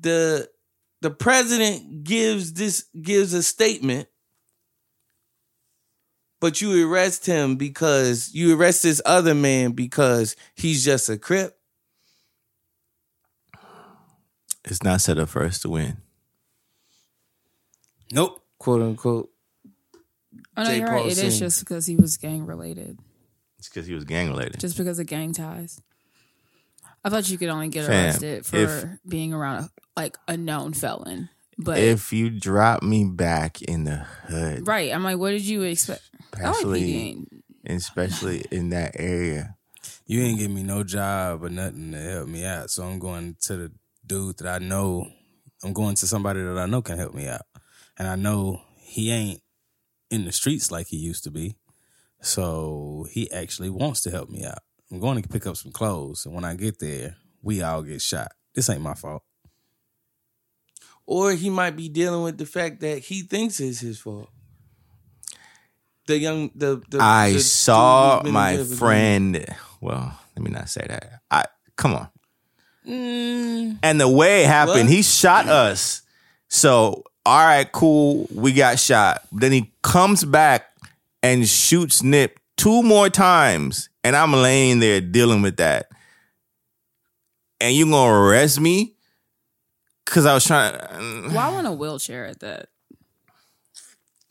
[SPEAKER 2] The the president gives this gives a statement, but you arrest him because you arrest this other man because he's just a crip.
[SPEAKER 1] It's not set up for us to win.
[SPEAKER 3] Nope.
[SPEAKER 2] quote unquote.
[SPEAKER 4] Oh, no,
[SPEAKER 2] J.
[SPEAKER 4] you're right.
[SPEAKER 2] Paul
[SPEAKER 4] It is
[SPEAKER 2] sing.
[SPEAKER 4] just because he was gang related,
[SPEAKER 1] It's because he was gang related.
[SPEAKER 4] just because of gang ties. I thought you could only get
[SPEAKER 1] Fam,
[SPEAKER 4] arrested for being around a, like a known felon. But
[SPEAKER 1] If you drop me back in the hood,
[SPEAKER 4] right, I'm like, what did you expect?
[SPEAKER 1] Especially-
[SPEAKER 4] Actually,
[SPEAKER 1] and especially in that area,
[SPEAKER 3] You ain't give me no job or nothing to help me out. So I'm going to the dude that I know. I'm going to somebody that I know can help me out. And I know he ain't in the streets like he used to be. So he actually wants to help me out. I'm going to pick up some clothes. And when I get there, we all get shot. This ain't my fault.
[SPEAKER 2] Or he might be dealing with the fact that he thinks it's his fault. The young the, the
[SPEAKER 1] I
[SPEAKER 2] the dude
[SPEAKER 1] saw
[SPEAKER 2] who's been in
[SPEAKER 1] my
[SPEAKER 2] jail for-
[SPEAKER 1] friend. Well, let me not say that. I come on. And the way it happened,
[SPEAKER 2] Mm. What?
[SPEAKER 1] he shot us. So all right, cool. We got shot. Then he comes back and shoots Nip two more times, and I'm laying there dealing with that. And you gonna arrest me? Cause I was trying, mm,
[SPEAKER 4] why want a wheelchair at that?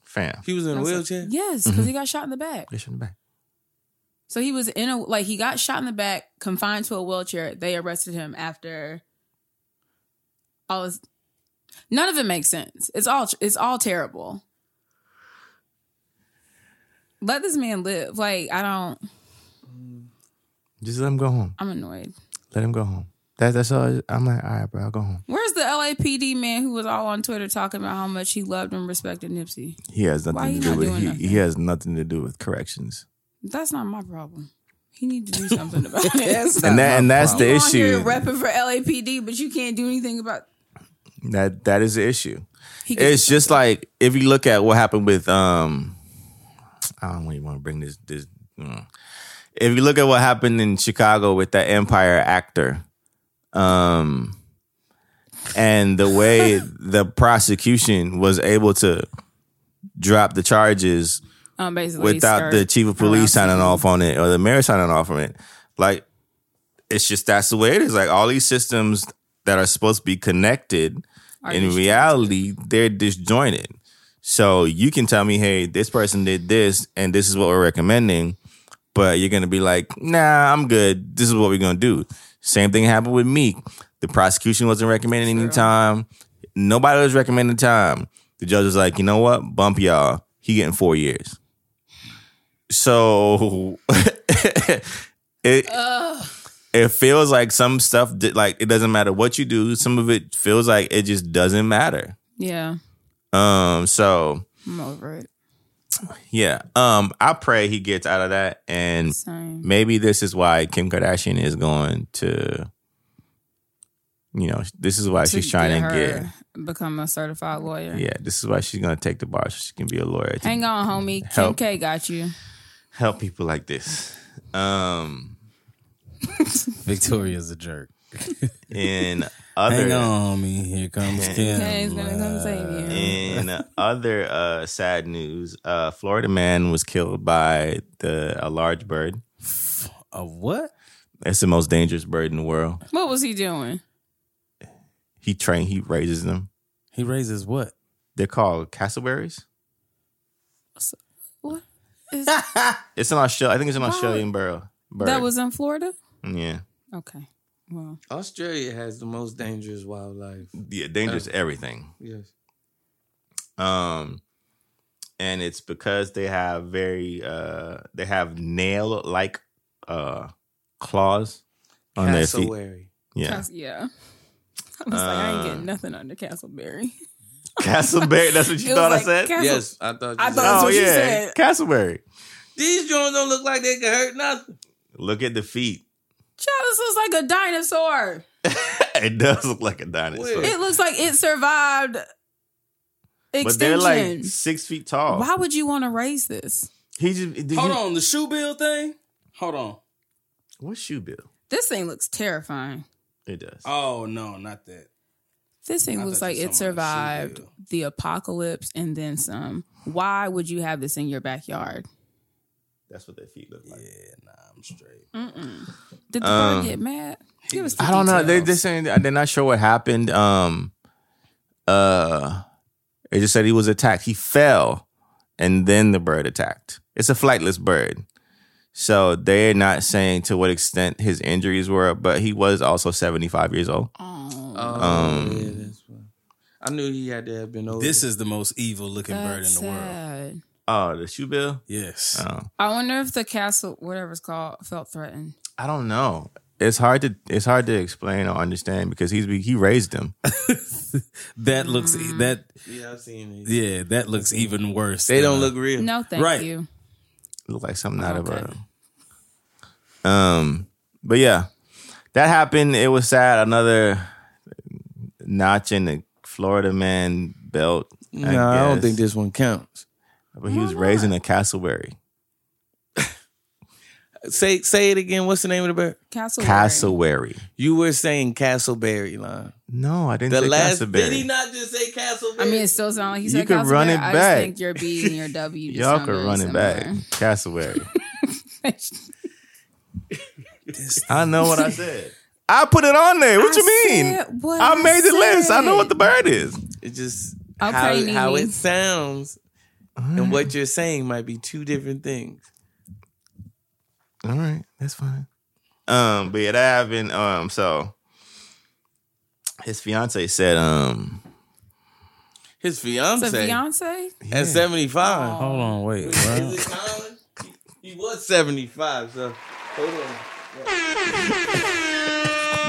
[SPEAKER 1] fam.
[SPEAKER 2] He was in a
[SPEAKER 4] I was like,
[SPEAKER 2] wheelchair.
[SPEAKER 4] yes, because he got shot in the back.
[SPEAKER 1] Get in the back.
[SPEAKER 4] So he was in a like he got shot in the back, confined to a wheelchair. They arrested him after all this. None of it makes sense. It's all it's all terrible. Let this man live. Like I don't.
[SPEAKER 1] Just let him go home.
[SPEAKER 4] I'm annoyed.
[SPEAKER 1] Let him go home. That, that's all. I'm like, all right, bro. I'll go home.
[SPEAKER 4] Where's the LAPD man who was all on Twitter talking about how much he loved and respected Nipsey?
[SPEAKER 1] He has
[SPEAKER 4] Why
[SPEAKER 1] nothing
[SPEAKER 4] he
[SPEAKER 1] to do
[SPEAKER 4] not
[SPEAKER 1] with
[SPEAKER 4] doing
[SPEAKER 1] he,
[SPEAKER 4] nothing?
[SPEAKER 1] he has nothing to do with corrections.
[SPEAKER 4] That's not my problem. He need to do something about it.
[SPEAKER 3] That's
[SPEAKER 1] And that and that's the
[SPEAKER 4] you on here
[SPEAKER 1] issue.
[SPEAKER 4] repping for LAPD, but you can't do anything about.
[SPEAKER 1] That that is the issue.
[SPEAKER 4] He could-
[SPEAKER 1] It's just like if you look at what happened with um I don't even want to bring this this mm. if you look at what happened in Chicago with that Empire actor, um and the way the prosecution was able to drop the charges
[SPEAKER 4] um, basically
[SPEAKER 1] without
[SPEAKER 4] skirt
[SPEAKER 1] the chief of police
[SPEAKER 4] around
[SPEAKER 1] signing off on it or the mayor signing off on it. Like, it's just that's the way it is. Like, all these systems that are supposed to be connected, in reality, they're disjointed. So you can tell me, hey, this person did this, and this is what we're recommending. But you're gonna be like, nah, I'm good. This is what we're gonna do. Same thing happened with Meek. The prosecution wasn't recommending any time. Nobody was recommending time. The judge was like, you know what? Bump y'all. He getting four years. So it it feels like some stuff did, like it doesn't matter what you do. Some of it feels like it just doesn't matter.
[SPEAKER 4] Yeah,
[SPEAKER 1] Um, so
[SPEAKER 4] I'm over it.
[SPEAKER 1] yeah. Um, I pray he gets out of that, and
[SPEAKER 4] Same.
[SPEAKER 1] maybe this is why Kim Kardashian is going to. You know, this is why she's trying to get.
[SPEAKER 4] become a certified lawyer.
[SPEAKER 1] Yeah, this is why she's gonna take the bar so she can be a lawyer. to
[SPEAKER 4] Hang on, homie.
[SPEAKER 1] Help.
[SPEAKER 4] Kim K got you.
[SPEAKER 1] help people like this. Um,
[SPEAKER 3] Victoria's a jerk.
[SPEAKER 1] in other
[SPEAKER 3] Hang on, me. Here comes Kim.
[SPEAKER 4] Kim's gonna come save you.
[SPEAKER 1] In other uh, sad news, uh, Florida man was killed by the a large bird.
[SPEAKER 3] A what?
[SPEAKER 1] It's the most dangerous bird in the world.
[SPEAKER 4] What was he doing?
[SPEAKER 1] He train he raises them.
[SPEAKER 3] He raises what?
[SPEAKER 1] They're called cassowaries.
[SPEAKER 4] What? Is,
[SPEAKER 1] It's in Australia. I think it's an
[SPEAKER 4] Wow.
[SPEAKER 1] Australian bird. bird.
[SPEAKER 4] that was in Florida.
[SPEAKER 1] yeah,
[SPEAKER 4] Okay. Well,
[SPEAKER 2] Australia has the most dangerous wildlife.
[SPEAKER 1] yeah, dangerous everything.
[SPEAKER 2] Yes.
[SPEAKER 1] Um, and it's because they have very uh they have nail like uh claws on their feet.
[SPEAKER 2] Cassowary.
[SPEAKER 1] Yeah, Uh.
[SPEAKER 4] Cas- yeah. I was like, I ain't getting nothing under Castleberry.
[SPEAKER 1] Castleberry. That's what
[SPEAKER 4] It
[SPEAKER 1] you
[SPEAKER 4] was
[SPEAKER 1] thought I
[SPEAKER 4] like
[SPEAKER 1] said. Oh,
[SPEAKER 4] Cas-
[SPEAKER 2] Yes, I thought. You
[SPEAKER 4] I
[SPEAKER 2] said-
[SPEAKER 4] thought- That's what she said.
[SPEAKER 1] Castleberry.
[SPEAKER 2] these drones don't look like they can hurt nothing.
[SPEAKER 1] Look at the feet.
[SPEAKER 4] Child, this looks like a dinosaur.
[SPEAKER 1] it does look like a dinosaur,
[SPEAKER 4] It looks like it survived
[SPEAKER 1] but
[SPEAKER 4] extinction.
[SPEAKER 1] they're like oh. six feet tall.
[SPEAKER 4] Why would you want to raise this?
[SPEAKER 1] He just did
[SPEAKER 3] Hold
[SPEAKER 1] he-
[SPEAKER 3] on, the shoe bill thing. Hold on.
[SPEAKER 1] What shoe bill?
[SPEAKER 4] This thing looks terrifying.
[SPEAKER 1] It does.
[SPEAKER 3] Oh no, not that.
[SPEAKER 4] This thing
[SPEAKER 3] I
[SPEAKER 4] looks
[SPEAKER 3] thought
[SPEAKER 4] like
[SPEAKER 3] you
[SPEAKER 4] it
[SPEAKER 3] was talking about the shoe
[SPEAKER 4] survived the apocalypse and then some. Why would you have this in your backyard?
[SPEAKER 1] That's what their feet look
[SPEAKER 3] Yeah, nah, I'm straight.
[SPEAKER 4] Mm-mm. Did the
[SPEAKER 1] Um,
[SPEAKER 4] bird get mad? Give us the
[SPEAKER 1] I don't know. They
[SPEAKER 4] details.
[SPEAKER 1] they saying they're not sure what happened. Um, uh, they just said he was attacked. He fell, and then the bird attacked. It's a flightless bird, so they're not saying to what extent his injuries were. But he was also seventy five years old.
[SPEAKER 4] Oh,
[SPEAKER 3] Uh,
[SPEAKER 2] Oh,
[SPEAKER 1] Um,
[SPEAKER 2] yeah, that's why. I knew he had to have been over.
[SPEAKER 3] This is the most evil looking bird in
[SPEAKER 4] that's
[SPEAKER 3] the world.
[SPEAKER 4] sad.
[SPEAKER 1] Oh, the shoe bill.
[SPEAKER 3] Yes.
[SPEAKER 1] Oh,
[SPEAKER 4] I wonder if the castle, whatever it's called, felt threatened.
[SPEAKER 1] I don't know. It's hard to it's hard to explain or understand because he's he raised them.
[SPEAKER 3] that looks e, that
[SPEAKER 2] yeah, I've seen it.
[SPEAKER 3] yeah, that looks even worse.
[SPEAKER 2] They don't
[SPEAKER 3] than a-
[SPEAKER 2] look real.
[SPEAKER 4] No, thank
[SPEAKER 3] Right.
[SPEAKER 4] you.
[SPEAKER 1] look like something out
[SPEAKER 4] Okay.
[SPEAKER 1] of a um but yeah that happened it was sad another notch in the florida man belt
[SPEAKER 2] No, I, don't
[SPEAKER 1] guess.
[SPEAKER 2] think this one counts.
[SPEAKER 1] but he was raising a cassowary
[SPEAKER 2] Say say it again. What's the name of the bird?
[SPEAKER 4] Castle.
[SPEAKER 1] cassowary
[SPEAKER 2] You were saying Castleberry line.
[SPEAKER 1] no i didn't
[SPEAKER 2] The
[SPEAKER 1] say
[SPEAKER 2] last did he
[SPEAKER 1] cassowberry
[SPEAKER 2] not just say Castleberry?
[SPEAKER 4] I mean, it still sounds like he
[SPEAKER 1] You
[SPEAKER 4] said
[SPEAKER 1] could
[SPEAKER 4] Castle
[SPEAKER 1] run
[SPEAKER 4] Bear.
[SPEAKER 1] it
[SPEAKER 4] I
[SPEAKER 1] back.
[SPEAKER 4] just think your B and your W. Just
[SPEAKER 1] y'all
[SPEAKER 4] sound
[SPEAKER 1] could
[SPEAKER 4] very
[SPEAKER 1] run it back
[SPEAKER 4] similar.
[SPEAKER 1] cassowary i know what i said i put it on there what
[SPEAKER 4] I
[SPEAKER 1] you mean
[SPEAKER 4] said what
[SPEAKER 1] i made the list i know what the
[SPEAKER 4] said.
[SPEAKER 1] bird is
[SPEAKER 2] it just
[SPEAKER 4] Okay,
[SPEAKER 2] how,
[SPEAKER 4] Nene.
[SPEAKER 2] how it sounds
[SPEAKER 4] Mm-hmm.
[SPEAKER 2] and what you're saying might be two different things.
[SPEAKER 1] All right, that's fine. Um, but yeah, that happened. Um, so his fiance said, um,
[SPEAKER 2] His fiance,
[SPEAKER 4] So Oh. Beyonce.
[SPEAKER 2] at 75.
[SPEAKER 3] Hold on, wait.
[SPEAKER 2] Is it Colin? He, he was 75, so hold on.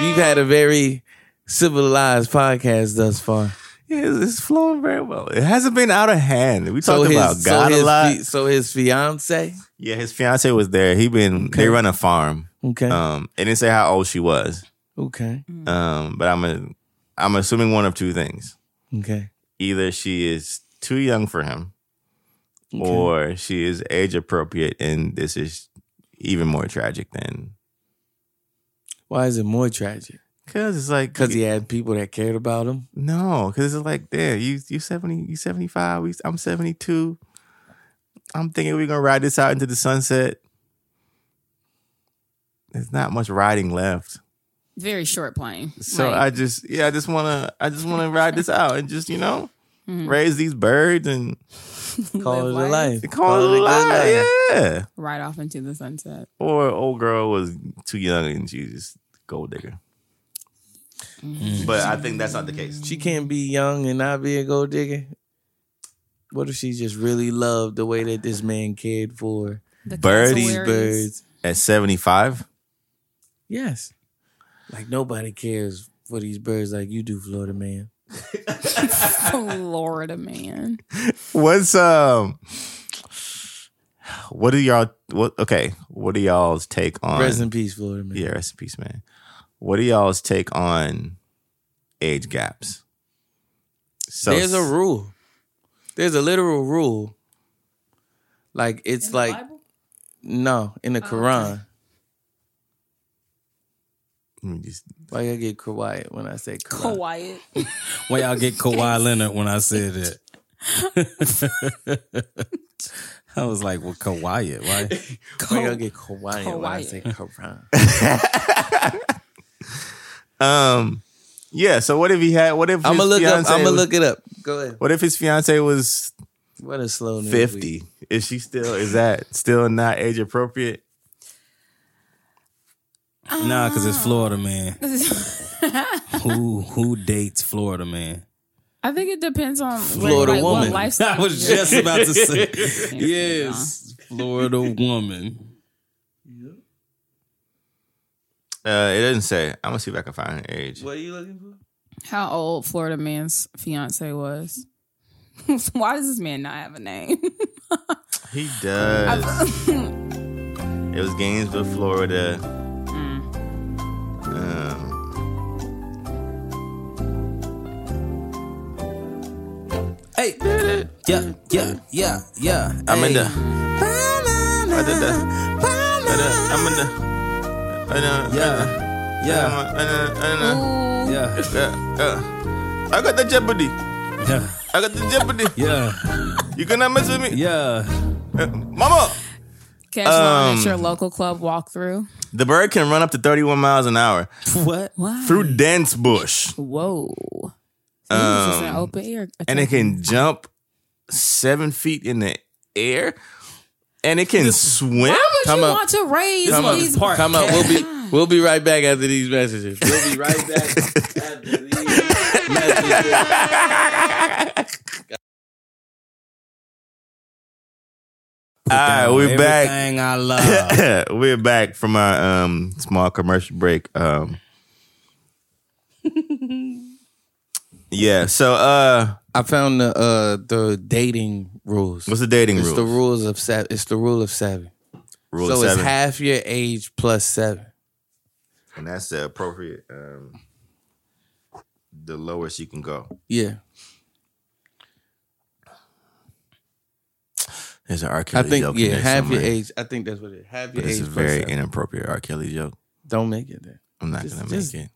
[SPEAKER 2] We've had a very civilized podcast thus far.
[SPEAKER 1] yeah, it's, it's flowing very well. It hasn't been out of hand. We
[SPEAKER 2] So
[SPEAKER 1] talked
[SPEAKER 2] his,
[SPEAKER 1] about
[SPEAKER 2] so
[SPEAKER 1] God
[SPEAKER 2] his
[SPEAKER 1] a lot.
[SPEAKER 2] fi- so his fiance.
[SPEAKER 1] yeah, his fiance was there. He been they run a farm.
[SPEAKER 2] Okay.
[SPEAKER 1] Um, it didn't say how old she was.
[SPEAKER 2] okay.
[SPEAKER 1] Um, but I'm a, I'm assuming one of two things:
[SPEAKER 2] Okay.
[SPEAKER 1] either she is too young for him,
[SPEAKER 2] Okay.
[SPEAKER 1] or she is age appropriate, and this is even more tragic than
[SPEAKER 2] Why is it more tragic?
[SPEAKER 1] because it's like
[SPEAKER 2] Because he had people that cared about him.
[SPEAKER 1] No, because it's like, there, you you seventy, you seventy five. We, I'm seventy two. I'm thinking we're gonna ride this out into the sunset. There's not much riding left,
[SPEAKER 4] Very short plane.
[SPEAKER 1] so
[SPEAKER 4] Like,
[SPEAKER 1] I just, yeah, I just wanna, I just wanna ride this out and just, you know,
[SPEAKER 4] Mhm.
[SPEAKER 1] raise these birds and
[SPEAKER 2] Call it a
[SPEAKER 4] live life.
[SPEAKER 2] life.
[SPEAKER 1] call it a life. Yeah.
[SPEAKER 4] right off into the sunset.
[SPEAKER 1] Or old girl was too young and she was just gold digger. But I think that's not the case.
[SPEAKER 2] She can't be young and not be a gold digger. What if she just really loved the way that this man cared for her?
[SPEAKER 4] The
[SPEAKER 1] Birdies,
[SPEAKER 2] these
[SPEAKER 4] cassowaries.
[SPEAKER 2] birds?
[SPEAKER 1] At seventy five.
[SPEAKER 2] Yes. Like nobody cares for these birds like you do, Florida man.
[SPEAKER 4] Florida man.
[SPEAKER 1] What's um? What do y'all? What okay? What do y'all's take on?
[SPEAKER 2] Rest in peace, Florida man.
[SPEAKER 1] yeah, rest in peace, man. What do y'all's take on age gaps? So
[SPEAKER 2] There's a rule. There's a literal rule. Like it's like no in the Quran.
[SPEAKER 1] Let me just-
[SPEAKER 2] Why I get quiet when I say Quran?
[SPEAKER 4] Quiet.
[SPEAKER 3] Why y'all get Kawhi Leonard when I said it? I was like, well, Kawhi, right?
[SPEAKER 2] Why y'all get quiet when I
[SPEAKER 4] Quiet.
[SPEAKER 2] say Quran?
[SPEAKER 1] um, yeah. So what if he had? What if
[SPEAKER 2] I'm
[SPEAKER 1] his
[SPEAKER 2] gonna look up.
[SPEAKER 1] fiance
[SPEAKER 2] I'm gonna
[SPEAKER 1] was-
[SPEAKER 2] look it up. Go ahead.
[SPEAKER 1] What if his fiance was
[SPEAKER 2] What a slow news week.
[SPEAKER 1] fifty? Is she still? Is that still not age appropriate?
[SPEAKER 3] Nah, because it's Florida man. Who who dates Florida man?
[SPEAKER 4] I think it depends on
[SPEAKER 2] Florida
[SPEAKER 4] like,
[SPEAKER 2] woman.
[SPEAKER 4] What lifestyle
[SPEAKER 3] I was
[SPEAKER 4] you're-
[SPEAKER 3] just about to say
[SPEAKER 4] Yeah,
[SPEAKER 3] yes, Florida woman.
[SPEAKER 1] Uh, it doesn't say. I'm gonna see if I can find her age.
[SPEAKER 2] What are you looking for?
[SPEAKER 4] How old Florida man's fiance was? Why does this man not have a name?
[SPEAKER 1] He does. it was Gainesville, Florida. Um,
[SPEAKER 3] Hey, yeah, yeah, yeah, yeah.
[SPEAKER 1] I'm in
[SPEAKER 3] Hey.
[SPEAKER 1] the. I did that. I did- I'm in the. I done-
[SPEAKER 3] Yeah.
[SPEAKER 1] I
[SPEAKER 3] Yeah.
[SPEAKER 1] done- I done- I done-
[SPEAKER 4] Ooh.
[SPEAKER 3] Yeah.
[SPEAKER 1] Yeah, yeah. I got the jeopardy.
[SPEAKER 3] Yeah.
[SPEAKER 1] I got the jeopardy.
[SPEAKER 3] Yeah.
[SPEAKER 1] You cannot mess with me,
[SPEAKER 3] Yeah.
[SPEAKER 1] Uh, Mama.
[SPEAKER 4] Catch one
[SPEAKER 1] Um,
[SPEAKER 4] at your local club walkthrough.
[SPEAKER 1] The bird can run up to 31 miles an hour
[SPEAKER 3] What?
[SPEAKER 4] Wow.
[SPEAKER 1] through dense bush,
[SPEAKER 4] Whoa. So you was just
[SPEAKER 2] um,
[SPEAKER 4] an open air.
[SPEAKER 1] and it can jump seven feet in the air, and it can swim.
[SPEAKER 4] Why would
[SPEAKER 2] Come
[SPEAKER 4] you
[SPEAKER 2] up.
[SPEAKER 4] want to raise
[SPEAKER 2] Come up.
[SPEAKER 4] these?
[SPEAKER 3] Park.
[SPEAKER 2] Come up. We'll be we'll be right back after these messages. We'll be right back after these messages.
[SPEAKER 1] All right, we're back.
[SPEAKER 3] Everything I love.
[SPEAKER 1] Uh, we're back from our um, small commercial break. Um, yeah. So, uh,
[SPEAKER 2] I found the uh the dating rules.
[SPEAKER 1] what's the dating
[SPEAKER 2] it's
[SPEAKER 1] rule?
[SPEAKER 2] the rules of seven. It's the rule of seven.
[SPEAKER 1] Rule
[SPEAKER 2] so
[SPEAKER 1] of seven,
[SPEAKER 2] it's half your age plus seven.
[SPEAKER 1] and that's the appropriate, um, the lowest you can go.
[SPEAKER 2] Yeah,
[SPEAKER 1] There's an R. Kelly
[SPEAKER 2] I think
[SPEAKER 1] joke in
[SPEAKER 2] yeah
[SPEAKER 1] there
[SPEAKER 2] half your
[SPEAKER 1] somewhere.
[SPEAKER 2] age. I think that's what it is. Half your
[SPEAKER 1] But this
[SPEAKER 2] age
[SPEAKER 1] is
[SPEAKER 2] plus
[SPEAKER 1] very
[SPEAKER 2] seven.
[SPEAKER 1] inappropriate R. Kelly joke.
[SPEAKER 2] Don't make it there.
[SPEAKER 1] I'm not
[SPEAKER 2] Just-
[SPEAKER 1] gonna
[SPEAKER 2] just-
[SPEAKER 1] make it.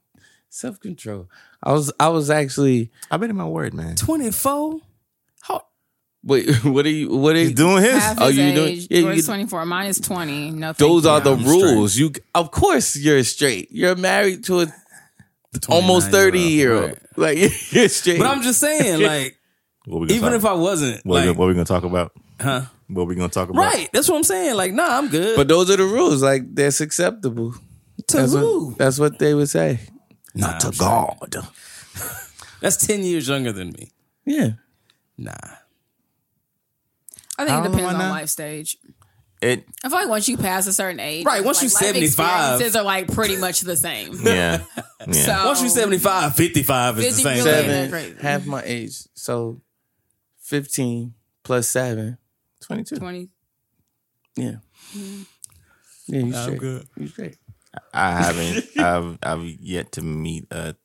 [SPEAKER 2] Self control. I was I was actually
[SPEAKER 1] I bet in my word, man.
[SPEAKER 3] 24?
[SPEAKER 2] wait. What are you? What are
[SPEAKER 1] He's
[SPEAKER 2] you?
[SPEAKER 1] doing his.
[SPEAKER 4] Half
[SPEAKER 2] Oh,
[SPEAKER 4] his
[SPEAKER 2] you doing-
[SPEAKER 4] age.
[SPEAKER 2] yeah,
[SPEAKER 4] yours
[SPEAKER 2] you-
[SPEAKER 4] 24. Mine is 20. No, thank
[SPEAKER 2] Those
[SPEAKER 4] you.
[SPEAKER 2] are the
[SPEAKER 3] I'm straight.
[SPEAKER 2] rules. You of course you're straight. You're married to a almost thirty year old. Like you're straight.
[SPEAKER 3] But I'm just saying, like,
[SPEAKER 1] What we gonna
[SPEAKER 3] even
[SPEAKER 1] talk-
[SPEAKER 3] if I wasn't,
[SPEAKER 1] what, we,
[SPEAKER 3] like,
[SPEAKER 1] what we gonna talk about?
[SPEAKER 3] huh?
[SPEAKER 1] What we gonna talk about?
[SPEAKER 3] Right. That's what I'm saying. Like, nah, I'm good.
[SPEAKER 2] But those are the rules. Like that's acceptable.
[SPEAKER 3] to
[SPEAKER 2] That's what, that's what they would say.
[SPEAKER 3] Not to God. That's 10 years younger than me.
[SPEAKER 2] Yeah.
[SPEAKER 3] Nah.
[SPEAKER 4] I think
[SPEAKER 1] How
[SPEAKER 4] it
[SPEAKER 1] old am
[SPEAKER 4] depends
[SPEAKER 1] I
[SPEAKER 4] on
[SPEAKER 1] now?
[SPEAKER 4] life stage.
[SPEAKER 1] It.
[SPEAKER 4] I feel like once you pass a certain age,
[SPEAKER 3] Right, once
[SPEAKER 4] like
[SPEAKER 3] you
[SPEAKER 4] life
[SPEAKER 3] 75.
[SPEAKER 4] experiences are like pretty much the same.
[SPEAKER 1] Yeah. yeah.
[SPEAKER 4] So
[SPEAKER 3] Once you're 75, 55 is the
[SPEAKER 4] 50
[SPEAKER 3] same
[SPEAKER 4] really
[SPEAKER 3] thing.
[SPEAKER 4] is.
[SPEAKER 2] Seven,
[SPEAKER 4] Right.
[SPEAKER 2] half my age. So fifteen plus seven.
[SPEAKER 1] 22.
[SPEAKER 4] 20.
[SPEAKER 2] Yeah. Yeah, you
[SPEAKER 3] Mm-hmm. I'm
[SPEAKER 2] straight.
[SPEAKER 3] good.
[SPEAKER 2] You straight.
[SPEAKER 1] I haven't. I've. I've yet to meet a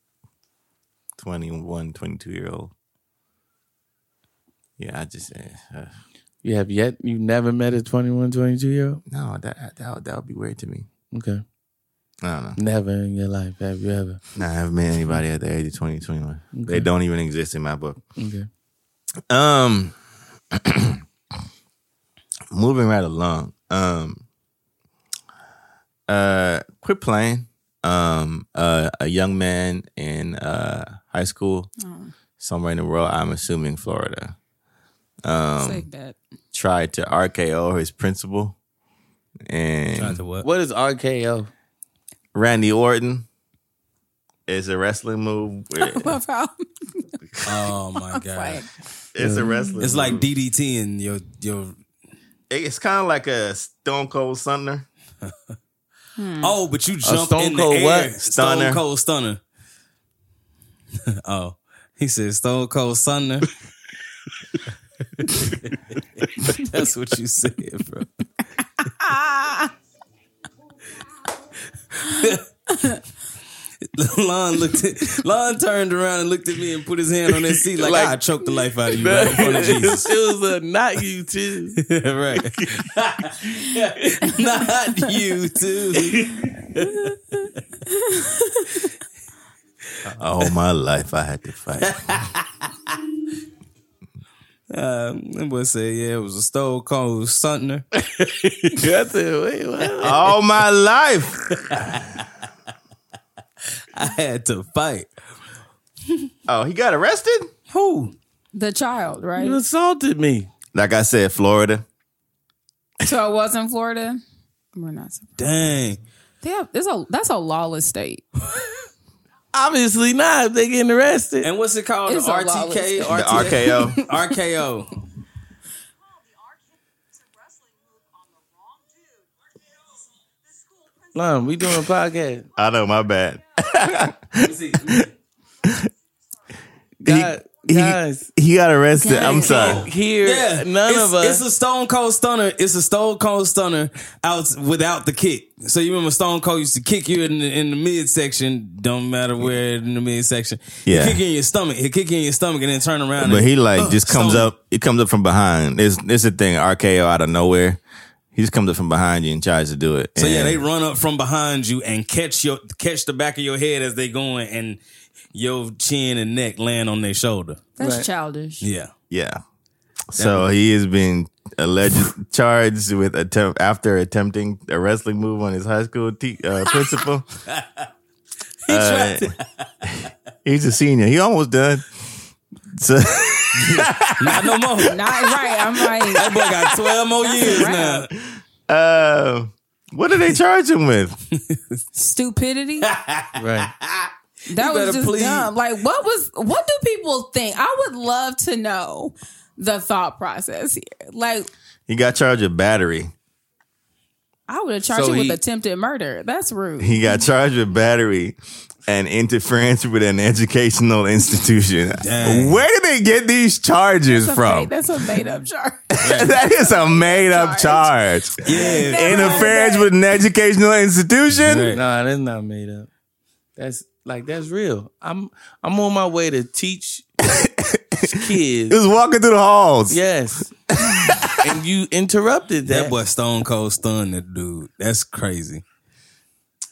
[SPEAKER 1] 21, 22 year old. Yeah, I just. eh, Uh,
[SPEAKER 2] You have yet you never met a 21, 22 year old?
[SPEAKER 1] no, that that would- that would be weird to me.
[SPEAKER 2] Okay.
[SPEAKER 1] I don't know.
[SPEAKER 2] Never in your life have you ever.
[SPEAKER 1] Nah, I haven't met anybody at the age of 20, 21. They
[SPEAKER 2] Okay.
[SPEAKER 1] don't even exist in my book.
[SPEAKER 2] Okay.
[SPEAKER 1] Um, moving right along. Um, uh, quit playing. Um, uh, a young man in uh high school, somewhere in the world, I'm assuming Florida,
[SPEAKER 4] Say
[SPEAKER 3] um,
[SPEAKER 4] that.
[SPEAKER 1] tried to RKO his principal
[SPEAKER 3] Tried to
[SPEAKER 1] and
[SPEAKER 3] what?
[SPEAKER 2] What is RKO?
[SPEAKER 1] Randy Orton. It's a wrestling move.
[SPEAKER 4] Love how
[SPEAKER 3] Oh my god!
[SPEAKER 4] like
[SPEAKER 1] It's a wrestling.
[SPEAKER 3] it's like
[SPEAKER 1] move.
[SPEAKER 3] DDT and your your
[SPEAKER 1] it's kind of like a Stone Cold Stunner.
[SPEAKER 3] oh, but you
[SPEAKER 2] Mm-hmm.
[SPEAKER 3] jump
[SPEAKER 2] Stone
[SPEAKER 3] in the
[SPEAKER 2] Cold
[SPEAKER 3] air.
[SPEAKER 2] what?
[SPEAKER 1] Stunner.
[SPEAKER 3] Stone Cold Stunner. oh, he said Stone Cold Stunner. That's what you said, bro. Lon looked. At, Lon turned around and looked at me and put his hand on his seat like,
[SPEAKER 2] Like-
[SPEAKER 3] I choked the life out of you right in front of Jesus.
[SPEAKER 2] it was a not you too.
[SPEAKER 3] right. Not you too.
[SPEAKER 1] All Oh my life, I had to fight.
[SPEAKER 3] Um, that boy said, yeah, it was a stone cold Sutner.
[SPEAKER 2] I said, wait, what?
[SPEAKER 1] all my life.
[SPEAKER 3] I had to fight.
[SPEAKER 1] Oh, he got arrested?
[SPEAKER 3] Who?
[SPEAKER 4] the child,
[SPEAKER 2] You
[SPEAKER 4] right?
[SPEAKER 2] assaulted me.
[SPEAKER 1] Like I said, Florida.
[SPEAKER 4] so it was in Florida. We're not. surprised.
[SPEAKER 3] Dang.
[SPEAKER 4] They have, there's a that's a lawless state.
[SPEAKER 2] Obviously not. if They getting arrested.
[SPEAKER 3] And what's it called?
[SPEAKER 4] It's
[SPEAKER 3] the
[SPEAKER 4] a
[SPEAKER 3] RTK?
[SPEAKER 1] The
[SPEAKER 3] RTK?
[SPEAKER 1] RKO.
[SPEAKER 3] RKO.
[SPEAKER 2] Lon, we doing a podcast.
[SPEAKER 1] I know, my bad.
[SPEAKER 2] God,
[SPEAKER 1] He-
[SPEAKER 2] guys,
[SPEAKER 1] He got arrested. I'm
[SPEAKER 4] Guys.
[SPEAKER 1] sorry.
[SPEAKER 2] here,
[SPEAKER 3] Yeah,
[SPEAKER 2] none
[SPEAKER 3] it's,
[SPEAKER 2] of us.
[SPEAKER 3] It's a Stone Cold Stunner. It's a Stone Cold Stunner out without the kick. So you remember Stone Cold used to kick you in the, in the midsection. Don't matter where in the midsection.
[SPEAKER 1] Yeah.
[SPEAKER 3] He kick you in your stomach. He kick you in your stomach and then turn around.
[SPEAKER 1] But
[SPEAKER 3] and,
[SPEAKER 1] he like
[SPEAKER 3] uh,
[SPEAKER 1] just comes
[SPEAKER 3] stone.
[SPEAKER 1] up. It comes up from behind. It's it's a thing. RKO out of nowhere. He just comes up from behind you and tries to do it.
[SPEAKER 3] So yeah,
[SPEAKER 1] And-
[SPEAKER 3] they run up from behind you and catch your catch the back of your head as they going, and your chin and neck land on their shoulder.
[SPEAKER 4] That's
[SPEAKER 2] Right.
[SPEAKER 4] childish.
[SPEAKER 3] Yeah,
[SPEAKER 1] Yeah. So he has been alleged charged with attempt after attempting a wrestling move on his high school te- uh, principal. Uh, he's a senior. He almost done. So
[SPEAKER 3] not no more. that
[SPEAKER 4] Not right. I'm like,
[SPEAKER 3] boy got twelve more years now.
[SPEAKER 1] uh, what did they charge him with?
[SPEAKER 4] stupidity.
[SPEAKER 2] Right.
[SPEAKER 4] That
[SPEAKER 3] better
[SPEAKER 4] was just
[SPEAKER 3] plead.
[SPEAKER 4] dumb. Like, what was? What do people think? I would love to know the thought process here. Like,
[SPEAKER 1] He got charged with battery.
[SPEAKER 4] I would have charged
[SPEAKER 2] So
[SPEAKER 4] you
[SPEAKER 2] he-
[SPEAKER 4] with attempted murder. That's rude.
[SPEAKER 1] He got charged with battery and interference with an educational institution.
[SPEAKER 3] Dang.
[SPEAKER 1] Where did they get these charges
[SPEAKER 4] that's, a
[SPEAKER 1] from?
[SPEAKER 4] made, that's a made up charge.
[SPEAKER 1] that is a made up charge.
[SPEAKER 3] Yeah,
[SPEAKER 1] Interference with an educational institution.
[SPEAKER 3] Right.
[SPEAKER 2] Nah, that's not made up. That's like that's real. I'm I'm on my way to teach
[SPEAKER 1] He
[SPEAKER 2] kids.
[SPEAKER 1] was walking through the halls.
[SPEAKER 2] Yes. and you interrupted that.
[SPEAKER 3] that boy Stone Cold stunned that dude. That's crazy.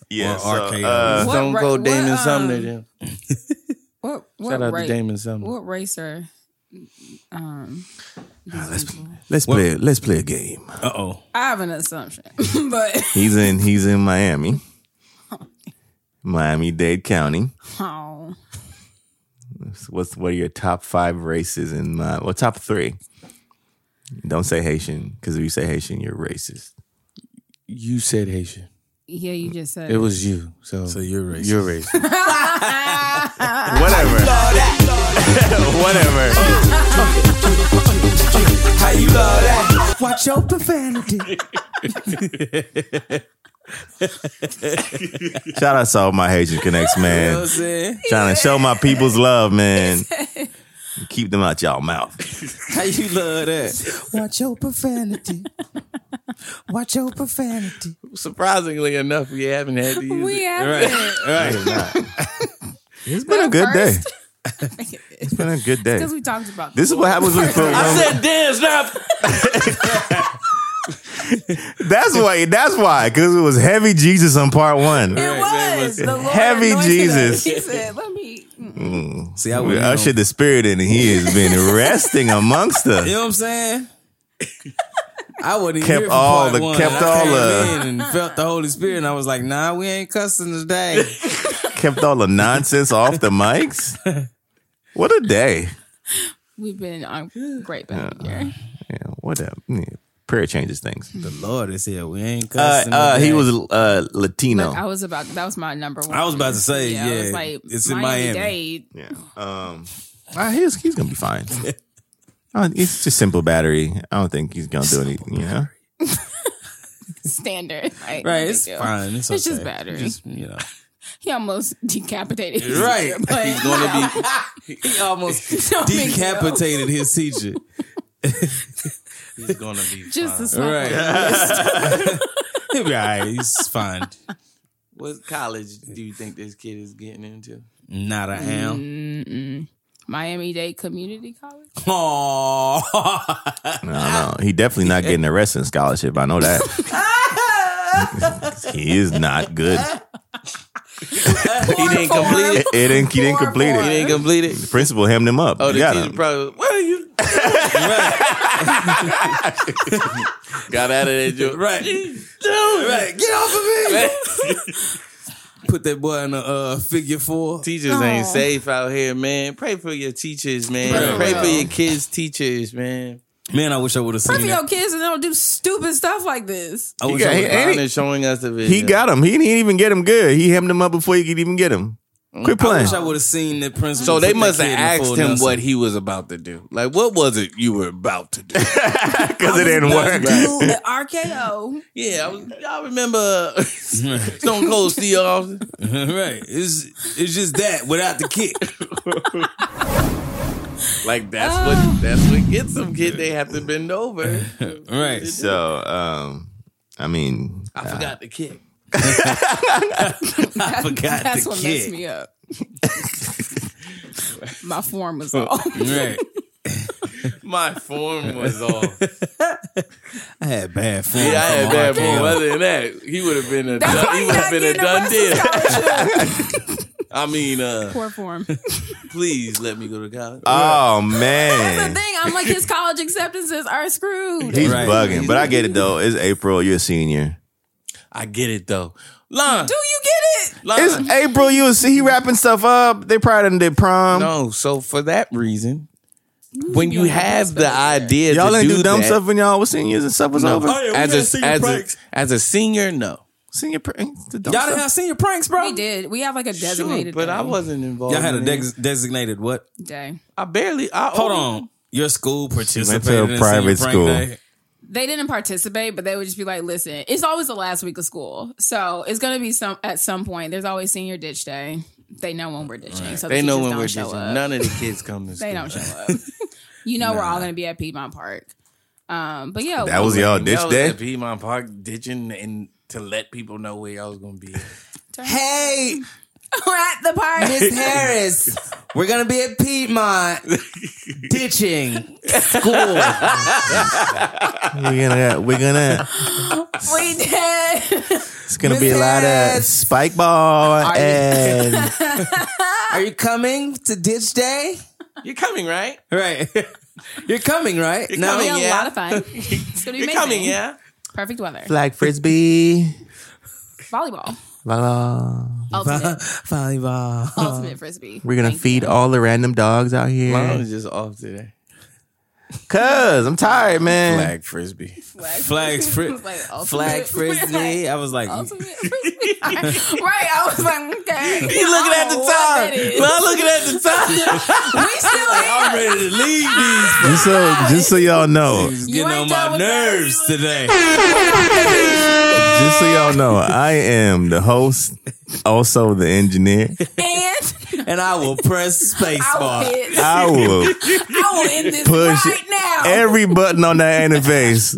[SPEAKER 1] yeah
[SPEAKER 3] Or
[SPEAKER 1] so,
[SPEAKER 3] RKO.
[SPEAKER 1] uh,
[SPEAKER 4] What
[SPEAKER 2] Don't
[SPEAKER 4] ra-
[SPEAKER 2] go
[SPEAKER 4] what,
[SPEAKER 2] Damon
[SPEAKER 4] um,
[SPEAKER 2] Sumner. Then.
[SPEAKER 4] What? What,
[SPEAKER 2] Shout out
[SPEAKER 4] ra-
[SPEAKER 2] to Damon Sumner.
[SPEAKER 4] what racer? Um,
[SPEAKER 1] let's play. Let's play a game.
[SPEAKER 3] Uh oh.
[SPEAKER 4] I have an assumption, but
[SPEAKER 1] He's in. He's in Miami. Miami Dade County.
[SPEAKER 4] oh,
[SPEAKER 1] What's what are your top five races in? My, well, top three. Don't say Haitian because if you say Haitian, you're racist.
[SPEAKER 2] You said Haitian.
[SPEAKER 4] yeah, you just said
[SPEAKER 2] It was you. So,
[SPEAKER 3] So you're racist.
[SPEAKER 2] you're racist.
[SPEAKER 1] Whatever. Whatever.
[SPEAKER 3] Watch out for vanity.
[SPEAKER 1] Shout out to all my Haitian connects,
[SPEAKER 3] You know what
[SPEAKER 1] man.
[SPEAKER 3] I'm saying?
[SPEAKER 1] Trying to show my people's love, man. Keep them out y'all mouth.
[SPEAKER 3] How you love that?
[SPEAKER 5] Watch your profanity. Watch your profanity.
[SPEAKER 2] Surprisingly enough, we haven't had to use
[SPEAKER 4] we
[SPEAKER 2] it.
[SPEAKER 4] have it.
[SPEAKER 1] It's been a good day. It's been a good day.
[SPEAKER 4] because we talked about
[SPEAKER 1] This is what happens when you put
[SPEAKER 2] I
[SPEAKER 1] one-
[SPEAKER 2] said dance now.
[SPEAKER 1] That's why. That's why. Because it was heavy Jesus on part one.
[SPEAKER 4] It
[SPEAKER 3] Right,
[SPEAKER 4] was the Lord
[SPEAKER 1] Heavy
[SPEAKER 4] anointed
[SPEAKER 1] Jesus.
[SPEAKER 4] us. He said, "Let me."
[SPEAKER 3] See, I
[SPEAKER 1] We
[SPEAKER 3] would
[SPEAKER 1] ushered the spirit in, and he has been resting amongst
[SPEAKER 3] You
[SPEAKER 1] us.
[SPEAKER 3] know what I'm saying? I wouldn't
[SPEAKER 1] Kept
[SPEAKER 3] hear from
[SPEAKER 1] all
[SPEAKER 3] part
[SPEAKER 1] the-
[SPEAKER 3] one.
[SPEAKER 1] kept
[SPEAKER 3] I
[SPEAKER 1] all
[SPEAKER 3] came
[SPEAKER 1] the-
[SPEAKER 3] in and felt the Holy Spirit, and I was like, "Nah, we ain't cussing today."
[SPEAKER 1] Kept all the nonsense off the mics. What a day.
[SPEAKER 4] We've been on great behavior.
[SPEAKER 1] Yeah, what a yeah, prayer changes things.
[SPEAKER 3] the Lord is here. We ain't
[SPEAKER 1] Uh,
[SPEAKER 3] cussing.
[SPEAKER 1] uh, he
[SPEAKER 3] today.
[SPEAKER 1] was uh, Latino.
[SPEAKER 4] Like, I was about that was my number one.
[SPEAKER 3] I was about to say, yeah,
[SPEAKER 4] I was like,
[SPEAKER 3] it's in
[SPEAKER 4] Miami
[SPEAKER 3] Miami.
[SPEAKER 4] Dade.
[SPEAKER 1] yeah. Um. uh, he's he's gonna be fine. Uh, it's just simple battery. I don't think he's gonna do anything. You know.
[SPEAKER 4] standard. Like, no
[SPEAKER 3] Right,
[SPEAKER 4] big
[SPEAKER 3] it's
[SPEAKER 4] deal.
[SPEAKER 3] fine. It's,
[SPEAKER 4] It's
[SPEAKER 3] okay.
[SPEAKER 4] just battery.
[SPEAKER 3] Just, you know,
[SPEAKER 4] He almost decapitated. His
[SPEAKER 3] right?
[SPEAKER 4] teacher, but
[SPEAKER 3] He's gonna be. He almost
[SPEAKER 4] No big deal.
[SPEAKER 3] decapitated his teacher.
[SPEAKER 2] He's gonna be
[SPEAKER 4] just a small.
[SPEAKER 3] Right. He'll be all right. He's fine.
[SPEAKER 2] What college do you think this kid is getting into?
[SPEAKER 3] Not a ham.
[SPEAKER 4] Miami Dade Community College.
[SPEAKER 3] Aw.
[SPEAKER 1] No, no, he definitely not getting a wrestling scholarship. I know that. he is not good.
[SPEAKER 2] He didn't
[SPEAKER 4] Four, four.
[SPEAKER 2] complete it.
[SPEAKER 1] It, it didn't. He didn't complete
[SPEAKER 2] He
[SPEAKER 1] it.
[SPEAKER 2] didn't complete it.
[SPEAKER 1] The principal hemmed him up.
[SPEAKER 2] Oh,
[SPEAKER 1] You
[SPEAKER 2] the
[SPEAKER 1] got
[SPEAKER 2] teacher
[SPEAKER 1] him.
[SPEAKER 2] probably. What are you? Got out of there, Joe.
[SPEAKER 3] Right. right. Get off of me. Put that boy in a uh, figure four.
[SPEAKER 2] Teachers ain't safe out here, man. Pray for your teachers, man. Pray for your kids' teachers, man.
[SPEAKER 3] Man, I wish I would have
[SPEAKER 4] Pray for
[SPEAKER 3] seen
[SPEAKER 4] your
[SPEAKER 3] that.
[SPEAKER 4] kids and they don't do stupid stuff like this.
[SPEAKER 3] I wish
[SPEAKER 1] got
[SPEAKER 3] I
[SPEAKER 1] hit.
[SPEAKER 3] would've-
[SPEAKER 1] And he-
[SPEAKER 2] Ron is showing us the video.
[SPEAKER 1] He got him. He didn't even get him good. He hemmed him up before he could even get him. Quit
[SPEAKER 3] I
[SPEAKER 1] playing.
[SPEAKER 3] wish I would have seen that principal.
[SPEAKER 2] So they
[SPEAKER 3] put that
[SPEAKER 2] must have
[SPEAKER 3] kid in a full
[SPEAKER 2] asked him
[SPEAKER 3] Nelson.
[SPEAKER 2] what he was about to do. Like, what was it you were about to do?
[SPEAKER 1] Because it didn't work.
[SPEAKER 4] Do the RKO.
[SPEAKER 2] yeah, I was, y'all remember uh, Stone Cold Steve Austin?
[SPEAKER 3] right. It's it's just that without the kick.
[SPEAKER 2] Like that's what that's what gets them. Kid, they have to bend over.
[SPEAKER 3] right.
[SPEAKER 1] So, um, I mean,
[SPEAKER 2] I forgot the kick.
[SPEAKER 3] I forgot
[SPEAKER 4] That's
[SPEAKER 3] the
[SPEAKER 4] what messed
[SPEAKER 3] kick.
[SPEAKER 4] me up. My form was off.
[SPEAKER 3] Right.
[SPEAKER 2] My form was off.
[SPEAKER 3] I had bad form.
[SPEAKER 2] Yeah, I had
[SPEAKER 3] from
[SPEAKER 2] bad
[SPEAKER 3] RKO.
[SPEAKER 2] form. Other than that, he would have been a
[SPEAKER 4] That's why
[SPEAKER 2] he
[SPEAKER 4] he
[SPEAKER 2] would have
[SPEAKER 4] not
[SPEAKER 2] been a
[SPEAKER 4] getting a
[SPEAKER 2] done
[SPEAKER 4] Russell
[SPEAKER 2] deal. I mean, uh,
[SPEAKER 4] Poor form.
[SPEAKER 2] please let me go to college.
[SPEAKER 1] Oh
[SPEAKER 4] That's the
[SPEAKER 1] man,
[SPEAKER 4] thing. I'm like his college acceptances are screwed.
[SPEAKER 1] he's
[SPEAKER 3] Right.
[SPEAKER 1] bugging. But I get it though. It's April. You're a senior.
[SPEAKER 2] I get it though. Lon,
[SPEAKER 4] Do you get it?
[SPEAKER 2] Lon.
[SPEAKER 1] It's April. You see, he wrapping stuff up. They probably done did prom.
[SPEAKER 2] no, so for that reason, when you
[SPEAKER 4] doing
[SPEAKER 2] have the idea
[SPEAKER 1] Y'all
[SPEAKER 2] to
[SPEAKER 1] ain't do, dumb
[SPEAKER 2] that,
[SPEAKER 1] stuff when y'all was seniors and stuff was over.
[SPEAKER 3] Oh, yeah, we had
[SPEAKER 2] as a
[SPEAKER 3] senior
[SPEAKER 2] as
[SPEAKER 3] pranks.
[SPEAKER 2] a, as a senior, no.
[SPEAKER 1] Senior pranks. the dumb
[SPEAKER 3] Y'all didn't
[SPEAKER 1] stuff.
[SPEAKER 3] have senior pranks, bro.
[SPEAKER 4] We did. We have like a designated
[SPEAKER 2] Sure, but I
[SPEAKER 4] day.
[SPEAKER 2] wasn't involved.
[SPEAKER 3] Y'all had a
[SPEAKER 2] in it.
[SPEAKER 3] dex- designated what?
[SPEAKER 4] day.
[SPEAKER 2] I barely. I
[SPEAKER 3] Hold on. Your school participated
[SPEAKER 1] went to a
[SPEAKER 3] in senior
[SPEAKER 1] private
[SPEAKER 3] prank
[SPEAKER 1] school.
[SPEAKER 3] day?
[SPEAKER 4] They didn't participate, but they would just be like, "Listen, it's always the last week of school, so it's gonna be some at some point. There's always senior ditch day. They know when we're ditching, so
[SPEAKER 2] They know when
[SPEAKER 4] don't
[SPEAKER 2] we're
[SPEAKER 4] show
[SPEAKER 2] ditching.
[SPEAKER 4] up.
[SPEAKER 2] None of the kids come to school.
[SPEAKER 4] they don't show up. you know, we're all gonna be at Piedmont Park. Um, but yeah,
[SPEAKER 1] That was
[SPEAKER 4] we-
[SPEAKER 1] y'all ditch
[SPEAKER 2] Y'all was
[SPEAKER 1] day.
[SPEAKER 2] at Piedmont Park ditching and to let people know where y'all was gonna be.
[SPEAKER 5] Hey,
[SPEAKER 4] we're at the park.
[SPEAKER 5] Miss Harris, we're gonna be at Piedmont ditching school.
[SPEAKER 1] We're gonna, we're gonna.
[SPEAKER 4] we did.
[SPEAKER 1] It's gonna be a lot of
[SPEAKER 5] Misses.
[SPEAKER 1] spike ball and
[SPEAKER 5] Are you coming to ditch day?
[SPEAKER 2] You're coming, right?
[SPEAKER 5] Right. You're coming, right?
[SPEAKER 2] You're
[SPEAKER 4] It'll
[SPEAKER 2] coming,
[SPEAKER 4] be a
[SPEAKER 2] yeah.
[SPEAKER 4] lot of fun. It's gonna be
[SPEAKER 2] You're
[SPEAKER 4] amazing.
[SPEAKER 2] coming, yeah.
[SPEAKER 4] Perfect weather.
[SPEAKER 1] flag frisbee.
[SPEAKER 4] Volleyball.
[SPEAKER 1] Blah, blah.
[SPEAKER 4] Ultimate.
[SPEAKER 5] Volleyball.
[SPEAKER 4] ultimate frisbee.
[SPEAKER 1] We're gonna feed all the random dogs out
[SPEAKER 2] Mine
[SPEAKER 1] here.
[SPEAKER 2] was just off today.
[SPEAKER 1] Cause I'm tired, man.
[SPEAKER 2] Flag frisbee.
[SPEAKER 4] flag.
[SPEAKER 3] Flags fri-
[SPEAKER 4] Like, ultimate-
[SPEAKER 3] flag frisbee. I was like,
[SPEAKER 4] ultimate frisbee. right. I was like, okay.
[SPEAKER 2] You looking at the
[SPEAKER 4] I
[SPEAKER 2] time?
[SPEAKER 4] don't know
[SPEAKER 2] Not looking at the time.
[SPEAKER 4] what that
[SPEAKER 2] I'm
[SPEAKER 4] is. we still here.
[SPEAKER 2] ready to leave these.
[SPEAKER 1] Just so, just so y'all know,
[SPEAKER 3] he's
[SPEAKER 4] You
[SPEAKER 3] getting
[SPEAKER 4] ain't
[SPEAKER 3] on
[SPEAKER 4] done
[SPEAKER 3] my
[SPEAKER 4] with that.
[SPEAKER 3] nerves today.
[SPEAKER 1] just so y'all know, I am the host, also the engineer.
[SPEAKER 4] And
[SPEAKER 3] and I will press space
[SPEAKER 4] I
[SPEAKER 3] bar.
[SPEAKER 4] will, end-
[SPEAKER 1] I will
[SPEAKER 4] I will end this
[SPEAKER 1] Push
[SPEAKER 4] right now.
[SPEAKER 1] every button on that interface,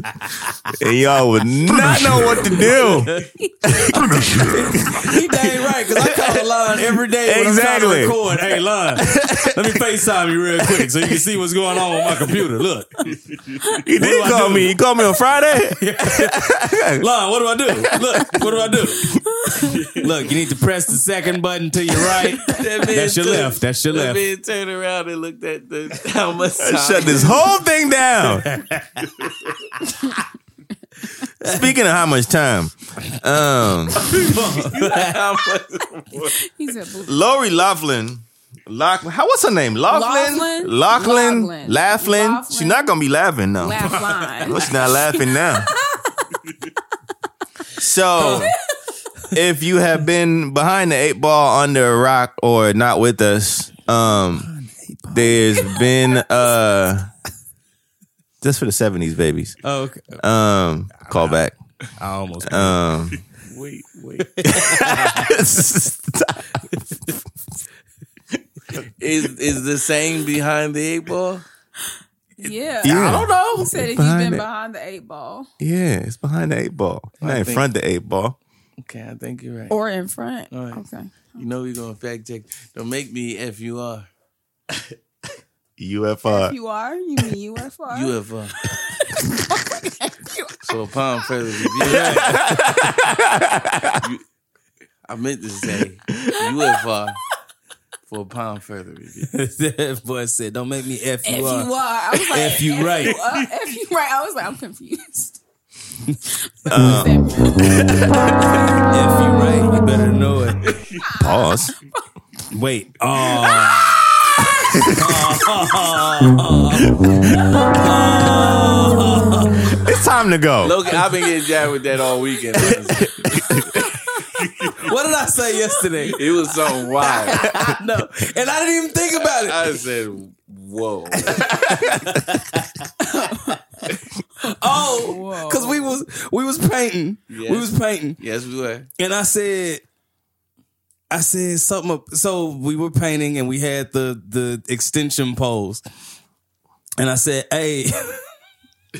[SPEAKER 1] and y'all would not know what to do.
[SPEAKER 3] He dang right, because I call Lon every day when
[SPEAKER 1] Exactly.
[SPEAKER 3] I'm trying to record. Hey, Lon, let me FaceTime you real quick so you can see what's going on with my computer. Look,
[SPEAKER 1] You did
[SPEAKER 3] do I
[SPEAKER 1] call
[SPEAKER 3] do?
[SPEAKER 1] me. You called me on Friday.
[SPEAKER 3] Lon, what do I do? Look, what do I do? Look, you need to press the second button to your right.
[SPEAKER 2] That man
[SPEAKER 3] That's your
[SPEAKER 2] took-
[SPEAKER 3] left. That's your
[SPEAKER 2] That
[SPEAKER 3] left.
[SPEAKER 2] man turned around and looked at the how much time.
[SPEAKER 1] Shut this whole thing down. Speaking of how much time, um,
[SPEAKER 2] How much-
[SPEAKER 4] He's a blue.
[SPEAKER 1] Lori Laughlin. Laughlin, how what's her name? Laughlin,
[SPEAKER 4] Laughlin?
[SPEAKER 1] Laughlin,
[SPEAKER 4] Laughlin.
[SPEAKER 1] Laughlin. She's
[SPEAKER 4] Laughlin.
[SPEAKER 1] not gonna be laughing now.
[SPEAKER 4] Laugh line.
[SPEAKER 1] Well, she's not laughing now. so, if you have been behind the eight ball, under a rock, or not with us, um, there's been uh, just for the '70s babies.
[SPEAKER 3] Oh, okay.
[SPEAKER 1] Um, call back.
[SPEAKER 3] I almost.
[SPEAKER 1] Um,
[SPEAKER 2] wait, wait. Is is the saying behind the eight ball?
[SPEAKER 4] Yeah.
[SPEAKER 1] Yeah.
[SPEAKER 4] know. He said if you've
[SPEAKER 1] Behind
[SPEAKER 4] been
[SPEAKER 1] it.
[SPEAKER 4] behind the eight ball
[SPEAKER 1] yeah, it's behind the eight ball. Not in
[SPEAKER 2] think-
[SPEAKER 1] front of the eight ball.
[SPEAKER 2] Okay, I think you're right.
[SPEAKER 4] or in front.
[SPEAKER 2] right.
[SPEAKER 4] Okay.
[SPEAKER 2] You know you're gonna fact check. Don't make me if you are
[SPEAKER 1] UFR.
[SPEAKER 4] You are. You mean UFR?
[SPEAKER 2] UFO.
[SPEAKER 4] You
[SPEAKER 2] So upon further review, you, I meant to say UFO for upon further review.
[SPEAKER 3] that boy said, "Don't make me f you
[SPEAKER 4] If you are,
[SPEAKER 3] up."
[SPEAKER 4] I was like,
[SPEAKER 3] If you right.
[SPEAKER 4] uh, if you right, I was like, I'm confused.
[SPEAKER 3] F you right. You better know it.
[SPEAKER 1] Pause.
[SPEAKER 3] Wait. Oh,
[SPEAKER 1] It's time to go.
[SPEAKER 2] Logan, I've been getting jabbed with that all weekend. honestly.
[SPEAKER 3] what did I say yesterday?
[SPEAKER 2] It was so wild.
[SPEAKER 3] No, and I didn't even think about it.
[SPEAKER 2] I said, "Whoa!"
[SPEAKER 3] Oh, because we was we was painting,
[SPEAKER 2] Yes.
[SPEAKER 3] we was painting,
[SPEAKER 2] Yes, we were.
[SPEAKER 3] and I said, I said something. up- So we were painting, and we had the the extension poles, and I said, "Hey,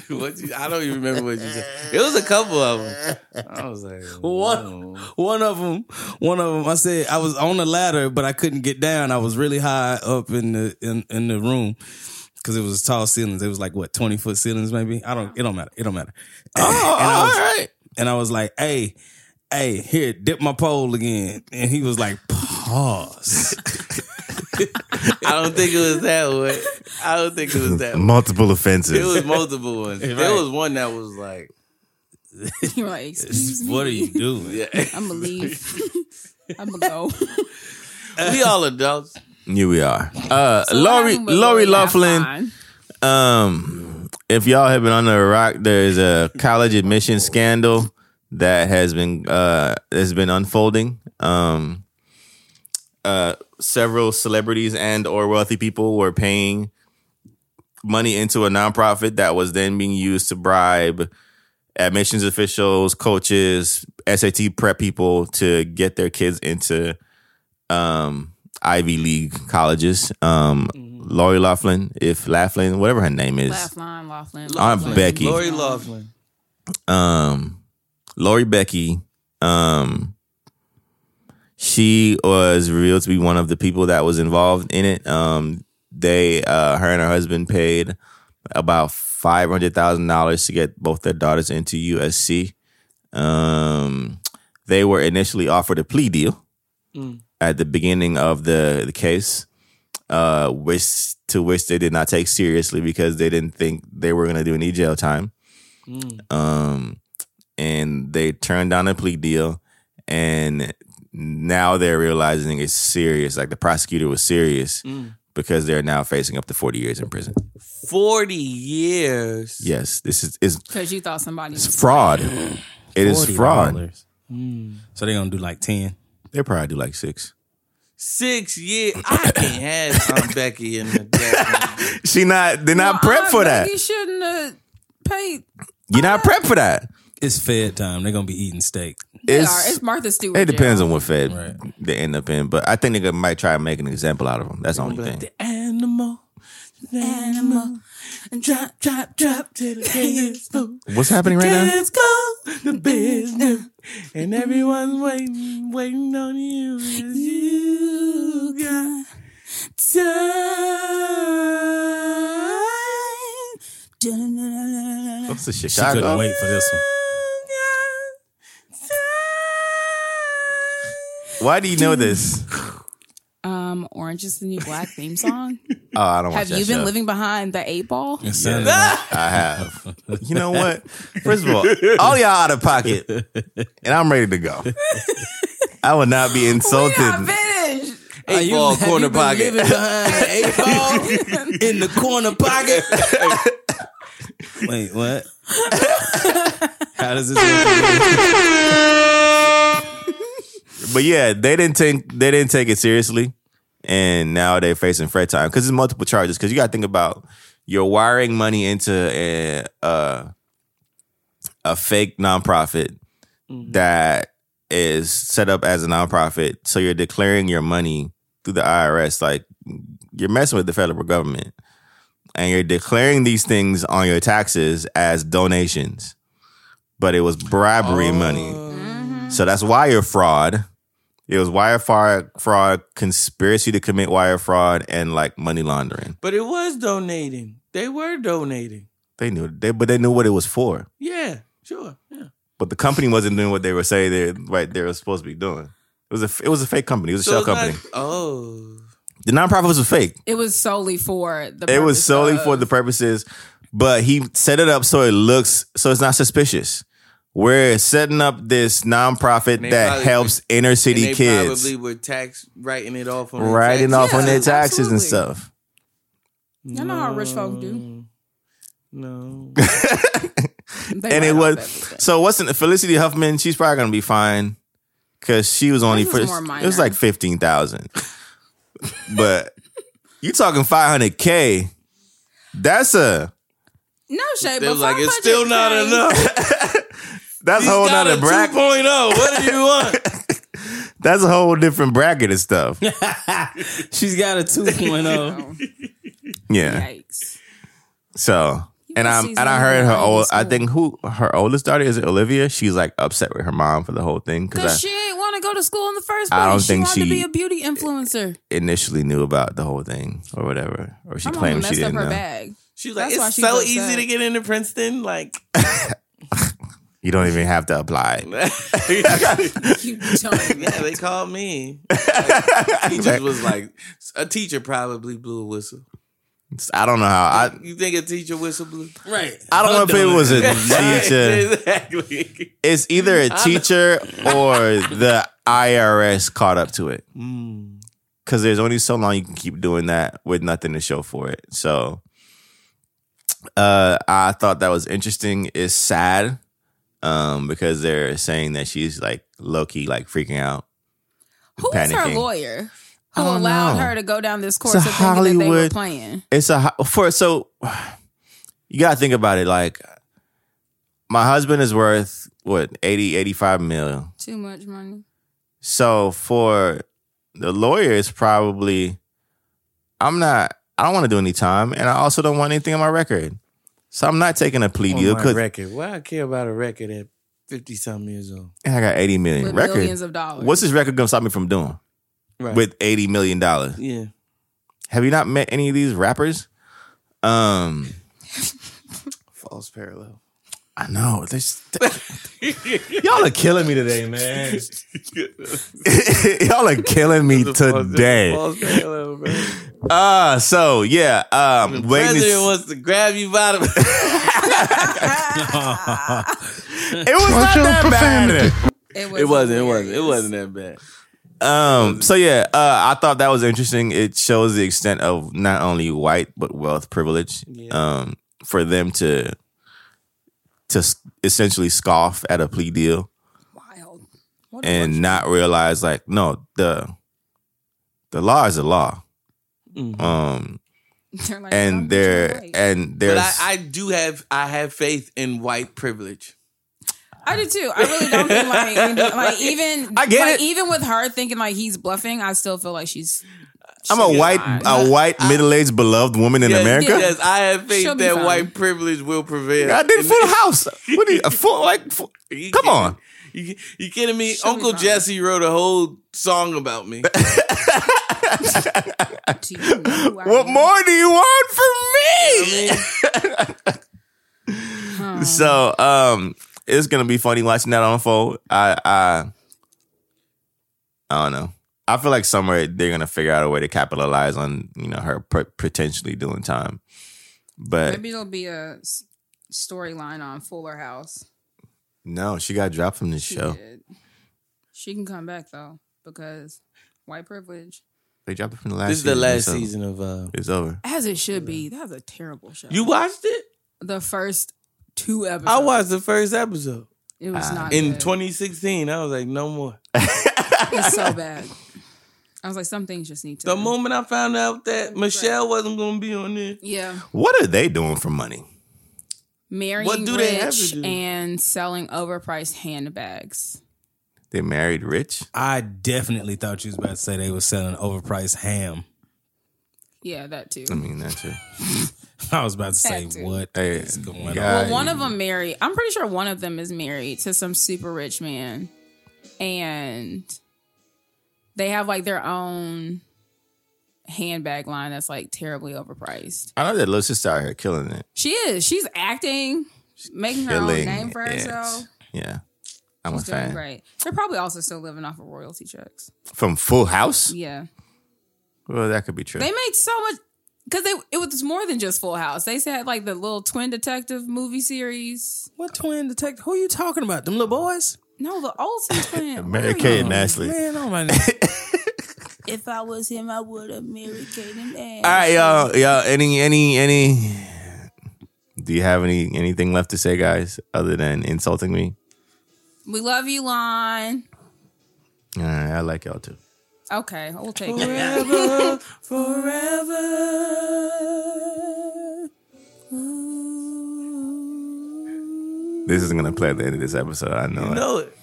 [SPEAKER 2] What you, I don't even remember what you said. It was a couple of them. I was like,
[SPEAKER 3] one one of them, one of them." I said I was on the ladder, but I couldn't get down. I was really high up in the in in the room. because it was tall ceilings. It was like what twenty foot ceilings, maybe. I don't. It don't matter. It don't matter. And,
[SPEAKER 2] Oh,
[SPEAKER 3] and I was,
[SPEAKER 1] Oh, all right.
[SPEAKER 3] And I was like, "Hey, hey, here, dip my pole again." And he was like, "Pause."
[SPEAKER 2] I don't think it was that one. I don't think it was that one.
[SPEAKER 1] Multiple
[SPEAKER 2] It
[SPEAKER 1] offenses.
[SPEAKER 2] was multiple ones. There was one that was like,
[SPEAKER 4] you were like, excuse me.
[SPEAKER 3] what are you doing?
[SPEAKER 2] yeah.
[SPEAKER 4] I'm gonna leave. I'm gonna go.
[SPEAKER 2] we all adults.
[SPEAKER 1] Here we are. Uh, Lori,
[SPEAKER 4] Lauren was
[SPEAKER 1] Lori
[SPEAKER 4] like, "I'm
[SPEAKER 1] Laughlin.
[SPEAKER 4] fine."
[SPEAKER 1] Um, if y'all have been under a rock, there's a college admission scandal that has been uh has been unfolding. Um, uh, several celebrities and or wealthy people were paying money into a nonprofit that was then being used to bribe admissions officials, coaches, SAT prep people to get their kids into um, Ivy League colleges. Um, Lori Laughlin, if Laughlin, whatever her name is,
[SPEAKER 4] Laughlin, Laughlin.
[SPEAKER 1] I'm
[SPEAKER 4] Laughlin.
[SPEAKER 1] Becky.
[SPEAKER 2] Lori Laughlin.
[SPEAKER 1] um, Lori Becky, um, she was revealed to be one of the people that was involved in it. Um, they, uh, her and her husband paid about five hundred thousand dollars to get both their daughters into USC. Um, they were initially offered a plea deal
[SPEAKER 2] Mm.
[SPEAKER 1] at the beginning of the the case, uh, which to which they did not take seriously because they didn't think they were going to do any jail time
[SPEAKER 2] Mm.
[SPEAKER 1] um, and they turned down a plea deal, and now they're realizing it's serious. Like the prosecutor was serious
[SPEAKER 2] Mm.
[SPEAKER 1] because they're now facing up to forty years in prison.
[SPEAKER 2] 40 years.
[SPEAKER 1] Yes, this is is
[SPEAKER 4] Because you thought somebody was
[SPEAKER 1] it's fraud. It is fraud.
[SPEAKER 3] $40.
[SPEAKER 2] Hmm.
[SPEAKER 3] So they gonna do like ten.
[SPEAKER 1] They probably do like six.
[SPEAKER 2] Six years. I can't have Aunt Becky in the death.
[SPEAKER 1] She not. They're not
[SPEAKER 4] Well,
[SPEAKER 1] prepped for that.
[SPEAKER 4] You shouldn't have paid.
[SPEAKER 1] You're not prepped for that.
[SPEAKER 3] It's fed time. They're gonna be eating steak.
[SPEAKER 4] They
[SPEAKER 1] It's-
[SPEAKER 4] are. It's Martha Stewart.
[SPEAKER 1] It depends
[SPEAKER 4] jail.
[SPEAKER 1] on what fed
[SPEAKER 3] Right.
[SPEAKER 1] they end up in, but I think they might try and make an example out of them. That's the only thing.
[SPEAKER 2] The animal.
[SPEAKER 4] Animal.
[SPEAKER 2] Drop, drop, drop to the dance floor.
[SPEAKER 1] What's happening right now?
[SPEAKER 2] Let's go the business. And everyone's waiting, waiting on you. You got time.
[SPEAKER 1] What's the
[SPEAKER 3] She couldn't
[SPEAKER 1] Chicago?
[SPEAKER 3] wait for this one.
[SPEAKER 1] Why do you know this?
[SPEAKER 4] Um, Orange is the New Black theme song.
[SPEAKER 1] Oh, I don't watch
[SPEAKER 4] have
[SPEAKER 1] that
[SPEAKER 4] you been
[SPEAKER 1] show.
[SPEAKER 4] living behind the eight ball?
[SPEAKER 3] It sounded like-
[SPEAKER 1] I have. You know what? First of all, all y'all out of pocket, and I'm ready to go. I will not be insulted.
[SPEAKER 4] finished.
[SPEAKER 2] Eight
[SPEAKER 3] you-
[SPEAKER 2] ball
[SPEAKER 3] have
[SPEAKER 2] corner
[SPEAKER 3] you been
[SPEAKER 2] pocket.
[SPEAKER 3] living behind an eight ball in the corner pocket. Wait, what? How does this work?
[SPEAKER 1] But yeah, they didn't take they didn't take it seriously, and now they're facing fret time because it's multiple charges. Because you got to think about you're wiring money into a a, a fake nonprofit that is set up as a nonprofit, so you're declaring your money through the IRS. Like you're messing with the federal government, and you're declaring these things on your taxes as donations, but it was bribery
[SPEAKER 2] Oh.
[SPEAKER 1] money.
[SPEAKER 2] Mm-hmm.
[SPEAKER 4] Mm-hmm.
[SPEAKER 1] So that's wire fraud. It was wire fraud, fraud, conspiracy to commit wire fraud, and like money laundering.
[SPEAKER 2] But it was donating. They were donating.
[SPEAKER 1] They knew, they, but they knew what it was for.
[SPEAKER 2] Yeah, sure. Yeah.
[SPEAKER 1] But the company wasn't doing what they were saying they right they were supposed to be doing. It was a it was a fake company. It was a
[SPEAKER 2] So
[SPEAKER 1] shell
[SPEAKER 2] it's
[SPEAKER 1] company.
[SPEAKER 2] like- oh.
[SPEAKER 1] the nonprofit was a fake.
[SPEAKER 4] It was solely for the.
[SPEAKER 1] It was
[SPEAKER 4] purpose
[SPEAKER 1] solely
[SPEAKER 4] of-
[SPEAKER 1] for the purposes, but he set it up so it looks so it's not suspicious. We're setting up this nonprofit
[SPEAKER 2] And they
[SPEAKER 1] that
[SPEAKER 2] probably-
[SPEAKER 1] helps inner
[SPEAKER 2] And
[SPEAKER 1] city
[SPEAKER 2] they
[SPEAKER 1] kids.
[SPEAKER 2] probably were tax writing it off on their
[SPEAKER 1] Writing
[SPEAKER 2] taxes.
[SPEAKER 1] off on their
[SPEAKER 4] Yeah,
[SPEAKER 1] taxes and
[SPEAKER 4] absolutely.
[SPEAKER 1] stuff.
[SPEAKER 4] You know how rich folk do.
[SPEAKER 2] No.
[SPEAKER 4] They
[SPEAKER 1] and
[SPEAKER 4] write
[SPEAKER 1] it
[SPEAKER 4] off
[SPEAKER 1] was
[SPEAKER 4] everything.
[SPEAKER 1] so what's in Felicity Huffman? She's probably gonna be fine because she was only
[SPEAKER 4] was
[SPEAKER 1] first.
[SPEAKER 4] more
[SPEAKER 1] It was like
[SPEAKER 4] minor.
[SPEAKER 1] fifteen thousand, but you talking five hundred k? That's a
[SPEAKER 4] no shade.
[SPEAKER 2] They
[SPEAKER 4] but
[SPEAKER 2] was like, it's still not
[SPEAKER 4] 500K
[SPEAKER 2] enough.
[SPEAKER 1] that's Oh, a whole
[SPEAKER 2] got
[SPEAKER 1] nother
[SPEAKER 2] a
[SPEAKER 1] bracket.
[SPEAKER 2] 2.0. What do you want?
[SPEAKER 1] That's a whole different bracket and stuff. Yeah,
[SPEAKER 3] She's got a 2.0.
[SPEAKER 4] Oh, Yikes.
[SPEAKER 1] so. And
[SPEAKER 4] must
[SPEAKER 1] I'm
[SPEAKER 4] see
[SPEAKER 1] and I heard
[SPEAKER 4] something
[SPEAKER 1] her
[SPEAKER 4] wrong with
[SPEAKER 1] old. I
[SPEAKER 4] school.
[SPEAKER 1] think who her oldest daughter is it Olivia. She's like upset with her mom for the whole thing because
[SPEAKER 4] Cause she ain't want to to go to school in the first place.
[SPEAKER 1] I don't
[SPEAKER 4] she
[SPEAKER 1] think
[SPEAKER 4] wanted
[SPEAKER 1] she-
[SPEAKER 4] to be a beauty influencer.
[SPEAKER 1] initially knew about the whole thing or whatever, or she
[SPEAKER 4] My mama
[SPEAKER 1] claimed
[SPEAKER 4] messed
[SPEAKER 1] she
[SPEAKER 4] up
[SPEAKER 1] didn't
[SPEAKER 4] her
[SPEAKER 1] know.
[SPEAKER 4] bag.
[SPEAKER 2] She was like,
[SPEAKER 4] That's why
[SPEAKER 2] it's
[SPEAKER 4] she's
[SPEAKER 2] so
[SPEAKER 4] upset.
[SPEAKER 2] easy to get into Princeton. Like,
[SPEAKER 1] You don't even have to apply.
[SPEAKER 4] You don't.
[SPEAKER 2] yeah, they called me. Teacher was like, a teacher probably blew a whistle.
[SPEAKER 1] I don't know how. I
[SPEAKER 2] You think a teacher whistle blew?
[SPEAKER 3] Right.
[SPEAKER 1] I don't know if it was a teacher.
[SPEAKER 2] exactly.
[SPEAKER 1] It's either a teacher or the IRS caught up to it. Because there's only so long you can keep doing that with nothing to show for it. So uh, I thought that was interesting. It's sad um, because they're saying that she's like low key, like freaking out.
[SPEAKER 4] Who was her
[SPEAKER 1] Panicking.
[SPEAKER 4] lawyer
[SPEAKER 1] I
[SPEAKER 4] who
[SPEAKER 1] don't
[SPEAKER 4] allowed
[SPEAKER 1] know.
[SPEAKER 4] her to go down this course
[SPEAKER 1] a
[SPEAKER 4] of thinking that they were
[SPEAKER 1] Hollywood-
[SPEAKER 4] playing?
[SPEAKER 1] it's a hi- for so you gotta think about it like my husband is worth what 80 85 mil
[SPEAKER 4] Too much money.
[SPEAKER 1] so for the lawyer it's probably i'm not i don't want to do any time and i also don't want anything on my record so i'm not taking a plea deal
[SPEAKER 2] On my
[SPEAKER 1] because
[SPEAKER 2] record. Why I care about a record at 50 something years old?
[SPEAKER 1] i got 80
[SPEAKER 4] With
[SPEAKER 1] million
[SPEAKER 4] millions
[SPEAKER 1] record
[SPEAKER 4] of dollars.
[SPEAKER 1] what's this record gonna stop me from doing
[SPEAKER 2] Right.
[SPEAKER 1] with 80 million dollars
[SPEAKER 2] yeah.
[SPEAKER 1] have you not met any of these rappers um
[SPEAKER 2] False parallel.
[SPEAKER 1] I know. There's, y'all are killing me today, man. y'all are killing me today.
[SPEAKER 2] False parallel, bro.
[SPEAKER 1] Uh, so yeah, um, waiting. to-
[SPEAKER 2] President wants to grab you by the.
[SPEAKER 1] it was not that bad.
[SPEAKER 2] it wasn't. It wasn't. It wasn't that bad.
[SPEAKER 1] Um, so yeah, uh, I thought that was interesting. It shows the extent of not only white but wealth privilege. Um, for them to to s- essentially scoff at a plea deal.
[SPEAKER 4] Wild. What a
[SPEAKER 1] and not realize like no the the law is a law um
[SPEAKER 4] bunch. They're like, "Y'all
[SPEAKER 1] and
[SPEAKER 4] bitch,
[SPEAKER 1] there
[SPEAKER 4] you're right."
[SPEAKER 1] and
[SPEAKER 2] Mm-hmm. But
[SPEAKER 1] there's
[SPEAKER 2] I, I do have I have faith in white privilege.
[SPEAKER 4] I do too. I really don't think like, any- like even
[SPEAKER 1] I get
[SPEAKER 4] like,
[SPEAKER 1] it.
[SPEAKER 4] even with her thinking like he's bluffing, I still feel like she's
[SPEAKER 1] i'm a white a white middle-aged beloved woman in
[SPEAKER 2] Yes,
[SPEAKER 1] america
[SPEAKER 2] Yes, I have faith
[SPEAKER 4] She'll be
[SPEAKER 2] that
[SPEAKER 4] fine.
[SPEAKER 2] white privilege will prevail.
[SPEAKER 1] i did
[SPEAKER 2] And-
[SPEAKER 1] full house what do you a full like full,
[SPEAKER 2] You
[SPEAKER 1] come
[SPEAKER 2] kidding-
[SPEAKER 1] on
[SPEAKER 2] You, you kidding me?
[SPEAKER 4] She'll be
[SPEAKER 2] Uncle
[SPEAKER 4] fine.
[SPEAKER 2] Jesse wrote a whole song about me.
[SPEAKER 4] do you know who I
[SPEAKER 1] what
[SPEAKER 4] am?
[SPEAKER 1] more do you want from me so um it's gonna be funny watching that unfold i i i don't know i feel like somewhere they're gonna figure out a way to capitalize on you know her per- potentially doing time but
[SPEAKER 4] Maybe there'll be a s- storyline on Fuller House.
[SPEAKER 1] no she got dropped from this
[SPEAKER 4] She
[SPEAKER 1] show
[SPEAKER 4] did. She can come back though because white privilege,
[SPEAKER 1] they dropped it from the last
[SPEAKER 2] this is the last
[SPEAKER 1] so
[SPEAKER 2] season of. uh
[SPEAKER 1] it's over
[SPEAKER 4] as it should be. That was a terrible show.
[SPEAKER 2] You watched it?
[SPEAKER 4] the first two episodes.
[SPEAKER 2] I watched the first episode
[SPEAKER 4] It was not
[SPEAKER 2] in
[SPEAKER 4] good.
[SPEAKER 2] 2016. I was like, no more.
[SPEAKER 4] It's so bad. I was like, some things just need to.
[SPEAKER 2] The moment I found out that Michelle wasn't going to be on there,
[SPEAKER 4] yeah,
[SPEAKER 1] what are they doing for money
[SPEAKER 4] marrying
[SPEAKER 2] What do
[SPEAKER 4] rich
[SPEAKER 2] they have to do?
[SPEAKER 4] and selling overpriced handbags.
[SPEAKER 1] they married rich
[SPEAKER 3] I definitely thought you was about to say they were selling overpriced ham.
[SPEAKER 4] Yeah, that too.
[SPEAKER 1] i
[SPEAKER 2] Mm.
[SPEAKER 1] mean that's it
[SPEAKER 3] I was about to say
[SPEAKER 4] That too.
[SPEAKER 3] what
[SPEAKER 1] Hey,
[SPEAKER 3] is going
[SPEAKER 1] you
[SPEAKER 3] on.
[SPEAKER 4] Well,
[SPEAKER 1] I-
[SPEAKER 4] one of them married. I'm pretty sure one of them is married to some super rich man, and they have like their own handbag line that's like terribly overpriced.
[SPEAKER 1] i know that little sister out here killing it
[SPEAKER 4] She is. She's acting, making her own
[SPEAKER 1] killing
[SPEAKER 4] name for
[SPEAKER 1] it.
[SPEAKER 4] herself.
[SPEAKER 1] yeah i'm
[SPEAKER 4] She's
[SPEAKER 1] a
[SPEAKER 4] doing
[SPEAKER 1] fan
[SPEAKER 4] great. They're probably also still living off of royalty checks.
[SPEAKER 1] from full house
[SPEAKER 4] Yeah,
[SPEAKER 1] well that could be true
[SPEAKER 4] they made so much because they it was more than just Full House. They had like the little twin detective movie series.
[SPEAKER 3] What twin detective? Who are you talking about? Them little boys?
[SPEAKER 4] No, the Olsen twin.
[SPEAKER 1] mary kay and ashley
[SPEAKER 3] Man, oh my
[SPEAKER 4] If I was him, I would have married Kate and
[SPEAKER 1] All
[SPEAKER 4] Ash.
[SPEAKER 1] right, y'all. Y'all, any, any, any. Do you have any anything left to say, guys, other than insulting me?
[SPEAKER 4] We love you, Lon.
[SPEAKER 1] All right, I like y'all too.
[SPEAKER 4] Okay, we'll take it.
[SPEAKER 1] This isn't gonna play at the end of this episode. I know.
[SPEAKER 2] you
[SPEAKER 1] it.
[SPEAKER 2] know it.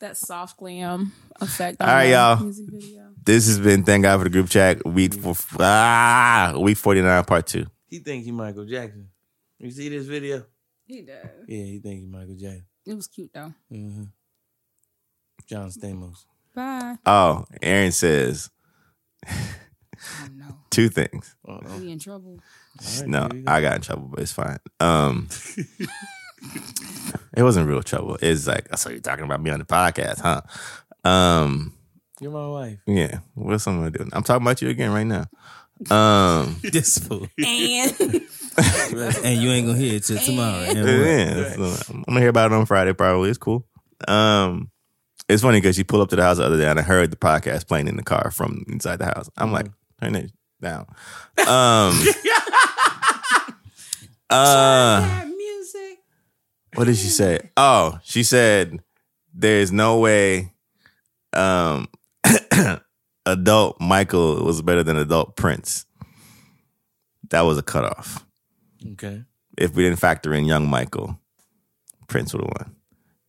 [SPEAKER 4] That soft glam effect. on
[SPEAKER 1] All right,
[SPEAKER 4] the
[SPEAKER 1] y'all.
[SPEAKER 4] music video.
[SPEAKER 1] This has been thank God for the group chat week for, ah week forty nine part two.
[SPEAKER 2] He think he Michael Jackson. You see this video?
[SPEAKER 4] He does.
[SPEAKER 2] Yeah, he think he Michael Jackson.
[SPEAKER 4] It was cute though.
[SPEAKER 2] John Stamos.
[SPEAKER 4] Bye.
[SPEAKER 1] Oh, Aaron says
[SPEAKER 4] Oh no,
[SPEAKER 1] two things.
[SPEAKER 2] Uh-oh.
[SPEAKER 4] we in trouble.
[SPEAKER 1] no, I got in trouble, but it's fine. Um, it wasn't real trouble. It's like I saw you talking about me on the podcast, huh? Um,
[SPEAKER 2] You're my wife.
[SPEAKER 1] yeah. What else am I doing? I'm talking about you again right now. Um,
[SPEAKER 3] This fool.
[SPEAKER 4] And
[SPEAKER 3] and you ain't gonna hear it till tomorrow. And what?
[SPEAKER 1] yeah, so I'm gonna hear about it on Friday. Probably it's cool. Um, it's funny because she pulled up to the house the other day and I heard the podcast playing in the car from inside the house. I'm like, turn it down. Um, uh,
[SPEAKER 4] that music.
[SPEAKER 1] what did she say? Oh, she said there's no way um adult Michael was better than adult Prince. That was a cutoff.
[SPEAKER 2] Okay.
[SPEAKER 1] If we didn't factor in young Michael, Prince would have won.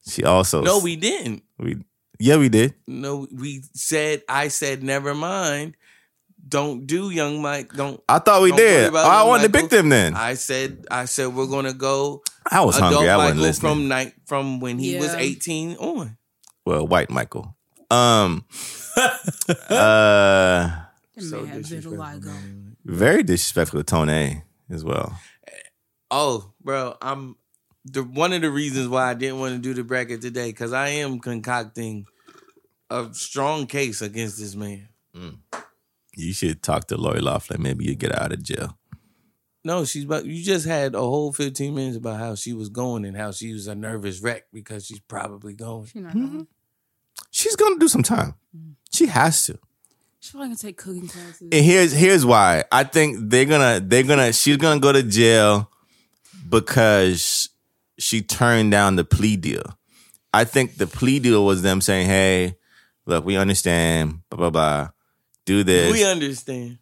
[SPEAKER 1] She also
[SPEAKER 2] No, we didn't.
[SPEAKER 1] we yeah we did.
[SPEAKER 2] No, we said I said never mind. Don't do young Mike. Don't.
[SPEAKER 1] I thought we
[SPEAKER 2] Don't worry
[SPEAKER 1] did. Oh,
[SPEAKER 2] about
[SPEAKER 1] I
[SPEAKER 2] young
[SPEAKER 1] wanted to
[SPEAKER 2] Michael.
[SPEAKER 1] pick them then. I,
[SPEAKER 2] I said I said we're gonna go
[SPEAKER 1] was
[SPEAKER 2] adult
[SPEAKER 1] hungry. I wasn't
[SPEAKER 2] Michael
[SPEAKER 1] listening.
[SPEAKER 2] from night from when he was
[SPEAKER 4] Yeah.
[SPEAKER 2] eighteen on.
[SPEAKER 1] well, white Michael. Um. uh.
[SPEAKER 4] That man had vitiligo.
[SPEAKER 1] Very disrespectful to Tone as well.
[SPEAKER 2] Oh, bro, I'm the one of the reasons why I didn't want to do the bracket today because I am concocting a strong case against this man.
[SPEAKER 1] You should talk to Lori Laughlin. Maybe you get out of jail.
[SPEAKER 2] No, she's about. You just had a whole fifteen minutes about how she was going and how she was a nervous wreck because she's probably going.
[SPEAKER 4] She not
[SPEAKER 1] Hmm?
[SPEAKER 4] gonna.
[SPEAKER 1] She's gonna do some time. She has to.
[SPEAKER 4] She's probably gonna take cooking classes.
[SPEAKER 1] And here's here's why. I think they're gonna they're gonna she's gonna go to jail because she turned down the plea deal. I think the plea deal was them saying, "Hey, look, we understand, blah blah blah, do this."
[SPEAKER 2] We understand.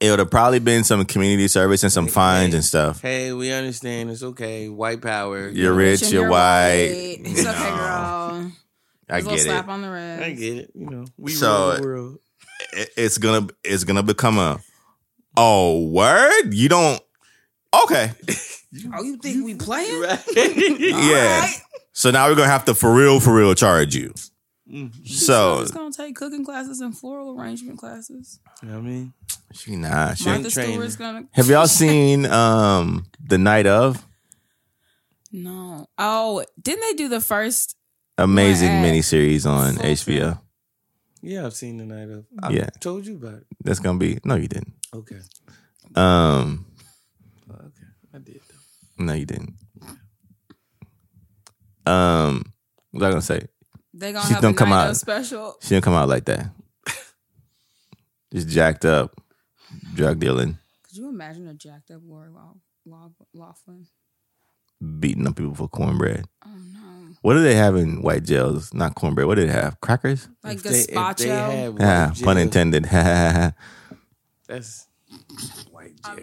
[SPEAKER 1] it would have probably been some community service and some fines and stuff.
[SPEAKER 2] Hey, we understand. It's okay. White power.
[SPEAKER 1] You're rich, you're white.
[SPEAKER 4] It's okay, girl.
[SPEAKER 1] I
[SPEAKER 4] Just a little
[SPEAKER 1] get it.
[SPEAKER 4] slap on the wrist.
[SPEAKER 2] I get it. You know, we
[SPEAKER 1] So- uh,
[SPEAKER 2] rule the world.
[SPEAKER 1] it- it's gonna it's gonna become a oh word you don't okay
[SPEAKER 4] Oh, you think we playing?
[SPEAKER 2] Right.
[SPEAKER 1] yeah
[SPEAKER 4] right.
[SPEAKER 1] so now we're gonna have to for real for real charge you
[SPEAKER 4] I'm
[SPEAKER 2] Mm-hmm.
[SPEAKER 1] so
[SPEAKER 4] just gonna take cooking classes and floral arrangement classes.
[SPEAKER 2] you know what I mean,
[SPEAKER 1] she nah she
[SPEAKER 4] Martha
[SPEAKER 2] training.
[SPEAKER 4] Stewart's gonna
[SPEAKER 1] have y'all seen um the night of
[SPEAKER 4] no. Oh, didn't they do the first?
[SPEAKER 1] amazing
[SPEAKER 4] We're at
[SPEAKER 1] miniseries on
[SPEAKER 4] Full
[SPEAKER 1] HBO
[SPEAKER 2] yeah, I've seen the night of. I
[SPEAKER 1] Yeah.
[SPEAKER 2] told you about it.
[SPEAKER 1] that's gonna be no you didn't
[SPEAKER 2] Okay,
[SPEAKER 1] um
[SPEAKER 2] okay, I did. Though.
[SPEAKER 1] no you didn't um what was I gonna say
[SPEAKER 4] They gonna
[SPEAKER 1] She's
[SPEAKER 4] have
[SPEAKER 1] gonna
[SPEAKER 4] a
[SPEAKER 1] come
[SPEAKER 4] come
[SPEAKER 1] out.
[SPEAKER 4] special.
[SPEAKER 1] she didn't come out like that just jacked up drug dealing
[SPEAKER 4] Could you imagine a jacked up Lori Laugh- Laugh- Laughlin?
[SPEAKER 1] beating up people for cornbread
[SPEAKER 4] Oh no,
[SPEAKER 1] What do they have in white jails? Not cornbread. What do they have? Crackers?
[SPEAKER 4] like
[SPEAKER 2] They- if
[SPEAKER 4] gazpacho.
[SPEAKER 2] they had white
[SPEAKER 1] Yeah, pun
[SPEAKER 2] jail,
[SPEAKER 1] intended. That's
[SPEAKER 2] That's white jail.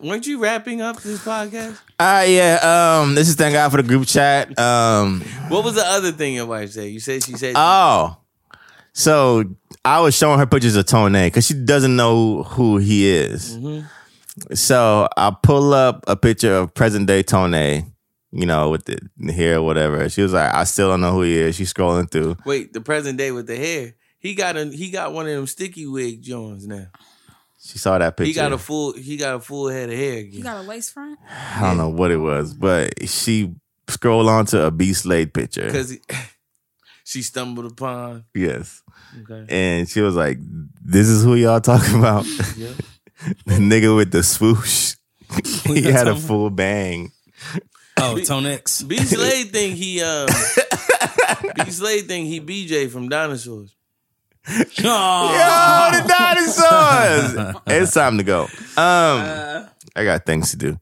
[SPEAKER 2] Weren't you wrapping up this podcast?
[SPEAKER 1] uh, yeah. Um, this is thank God for the group chat. Um,
[SPEAKER 2] What was the other thing your wife said? You said she said
[SPEAKER 1] oh, so I was showing her pictures of Tone because she doesn't know who he is.
[SPEAKER 2] Mm-hmm.
[SPEAKER 1] So I pull up a picture of present day Tone, you know, with the hair or whatever. She was like, I still don't know who he is. She's scrolling through.
[SPEAKER 2] wait the present day with the hair. He got a he got one of them sticky wig Jones now.
[SPEAKER 1] She saw that picture.
[SPEAKER 2] He got a full he got a full head of hair
[SPEAKER 4] you
[SPEAKER 2] again.
[SPEAKER 4] got a lace front?
[SPEAKER 1] I don't know what it was, but she scrolled on to a B Slade picture.
[SPEAKER 2] Cause he- she stumbled upon.
[SPEAKER 1] Yes.
[SPEAKER 2] Okay.
[SPEAKER 1] And she was like, This is who y'all talking about?
[SPEAKER 2] Yeah.
[SPEAKER 1] the nigga with the swoosh. he
[SPEAKER 3] y'all
[SPEAKER 1] had a
[SPEAKER 3] talking
[SPEAKER 1] full bang.
[SPEAKER 3] Oh, Tone X.
[SPEAKER 2] B Slade think he um B Slade think he BJ from Dinosaurs.
[SPEAKER 1] Yo,
[SPEAKER 3] Oh,
[SPEAKER 1] the dinosaurs. it's time to go. Um I got things to do.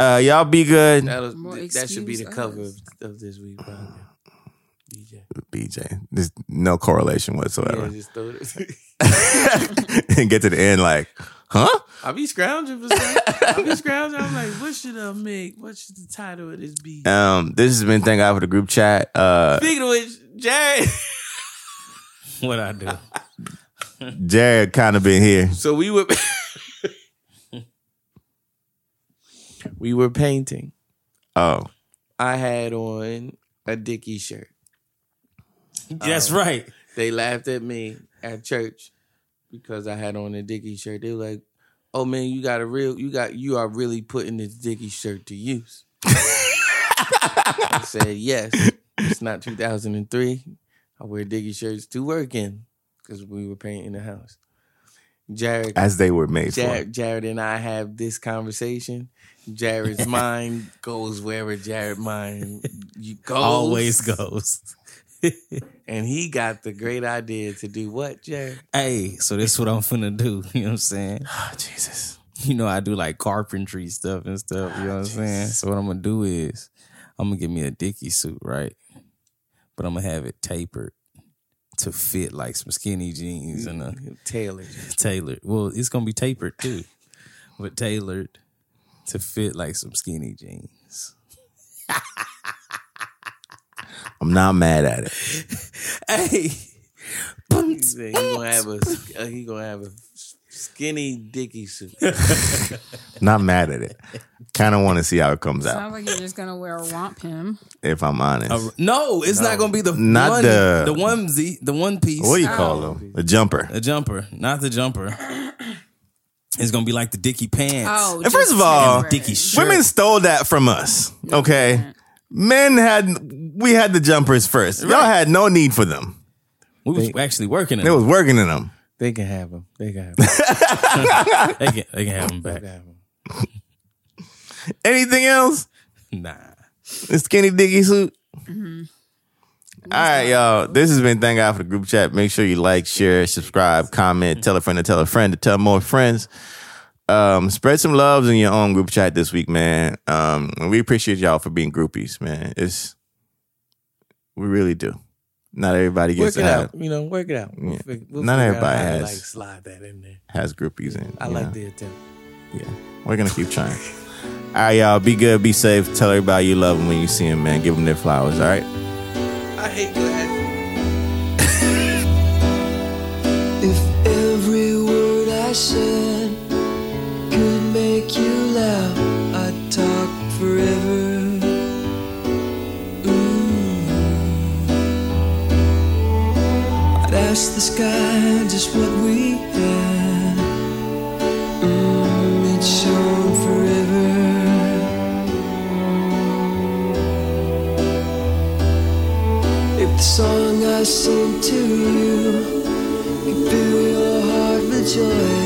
[SPEAKER 1] Uh y'all be good.
[SPEAKER 2] That'll,
[SPEAKER 4] More
[SPEAKER 2] th- that should be the
[SPEAKER 4] excuse
[SPEAKER 2] cover of,
[SPEAKER 4] us.
[SPEAKER 2] of this week. probably. BJ.
[SPEAKER 1] BJ. There's no correlation
[SPEAKER 2] Yeah,
[SPEAKER 1] whatsoever.
[SPEAKER 2] just throw it.
[SPEAKER 1] and get to the end like, huh?
[SPEAKER 2] I be scrounging for stuff. I be scrounging. I'm like, what should I make? What should the title of this be?
[SPEAKER 1] Um, this has been thank God for the group chat. Uh
[SPEAKER 2] Speaking of which, Jared.
[SPEAKER 3] what I do?
[SPEAKER 1] Jared kinda been here.
[SPEAKER 2] So we were we were painting
[SPEAKER 1] Oh.
[SPEAKER 2] I had on a Dickie shirt.
[SPEAKER 3] That's right.
[SPEAKER 2] They laughed at me at church because I had on a Dickie shirt. They were like, "Oh man, you got a real, you got, you are really putting this Dickie shirt to use." I said, "Yes, it's not 2003. I wear Dickie shirts to work in because we were painting the house." Jared
[SPEAKER 1] As they were made
[SPEAKER 2] Jared, Jared and I have this conversation. Jared's mind goes wherever Jared mind you goes.
[SPEAKER 3] Always goes.
[SPEAKER 2] And he got the great idea to do what, Jared?
[SPEAKER 3] Hey, so this what I'm finna do. You know what I'm saying? Ah, Jesus. Ah, You know I do like carpentry stuff and stuff. You know what I'm saying? So what I'm gonna do is I'm gonna get me a dicky suit, right? But I'm gonna have it tapered to fit like some skinny jeans and a
[SPEAKER 2] Taylor.
[SPEAKER 3] tailored. Well, it's gonna be tapered too, but tailored to fit like some skinny jeans.
[SPEAKER 1] for. I'm not mad at it.
[SPEAKER 3] Hey,
[SPEAKER 2] He said he gonna have a uh, he gonna have a skinny dicky suit.
[SPEAKER 1] Not mad at it. Kind of want to see how it comes out.
[SPEAKER 4] Sounds like you're just gonna wear a romp him.
[SPEAKER 1] If I'm honest,
[SPEAKER 3] no, it's not gonna be the
[SPEAKER 1] Not
[SPEAKER 3] one,
[SPEAKER 1] the-
[SPEAKER 3] the onesie, the one piece.
[SPEAKER 1] what do you call them? A jumper.
[SPEAKER 3] A jumper, not the jumper. It's gonna be like the dicky pants.
[SPEAKER 4] Oh,
[SPEAKER 1] And first of all,
[SPEAKER 3] Dickie shirt.
[SPEAKER 1] Women stole that from us. Okay, men had we had the jumpers first. Y'all had no need for them.
[SPEAKER 3] we was actually working it.
[SPEAKER 1] They was working in them.
[SPEAKER 2] They can have him. They can have him.
[SPEAKER 3] They can, they can have them back.
[SPEAKER 2] They can have him.
[SPEAKER 1] Anything else?
[SPEAKER 3] Nah,
[SPEAKER 1] The skinny diggy suit. All right, y'all. This has been Thank God for the group chat. Make sure you like, share, subscribe, comment, tell a friend to tell a friend to tell more friends. Um, spread some loves in your own group chat this week, man. Um, and we appreciate y'all for being groupies, man. It's we really do. Not everybody
[SPEAKER 2] Work
[SPEAKER 1] gets
[SPEAKER 2] it
[SPEAKER 1] to have,
[SPEAKER 2] out. You know, work it out.
[SPEAKER 1] Yeah.
[SPEAKER 2] fi-
[SPEAKER 1] Not
[SPEAKER 2] figure out
[SPEAKER 1] everybody
[SPEAKER 2] how to,
[SPEAKER 1] has-
[SPEAKER 2] like slide that in there.
[SPEAKER 1] has groupies in.
[SPEAKER 2] I
[SPEAKER 1] you
[SPEAKER 2] like
[SPEAKER 1] know?
[SPEAKER 2] the attempt.
[SPEAKER 1] Yeah. We're gonna keep trying. All right, y'all. Be good, be safe. Tell everybody you love them when you see them, man. Give them their flowers. All right.
[SPEAKER 2] I hate glass.
[SPEAKER 6] If every word I said could make you laugh, I'd talk forever. Ooh. I'd ask the sky just what we had. Mm, it shone forever. If the song I sing to you could fill your heart with joy,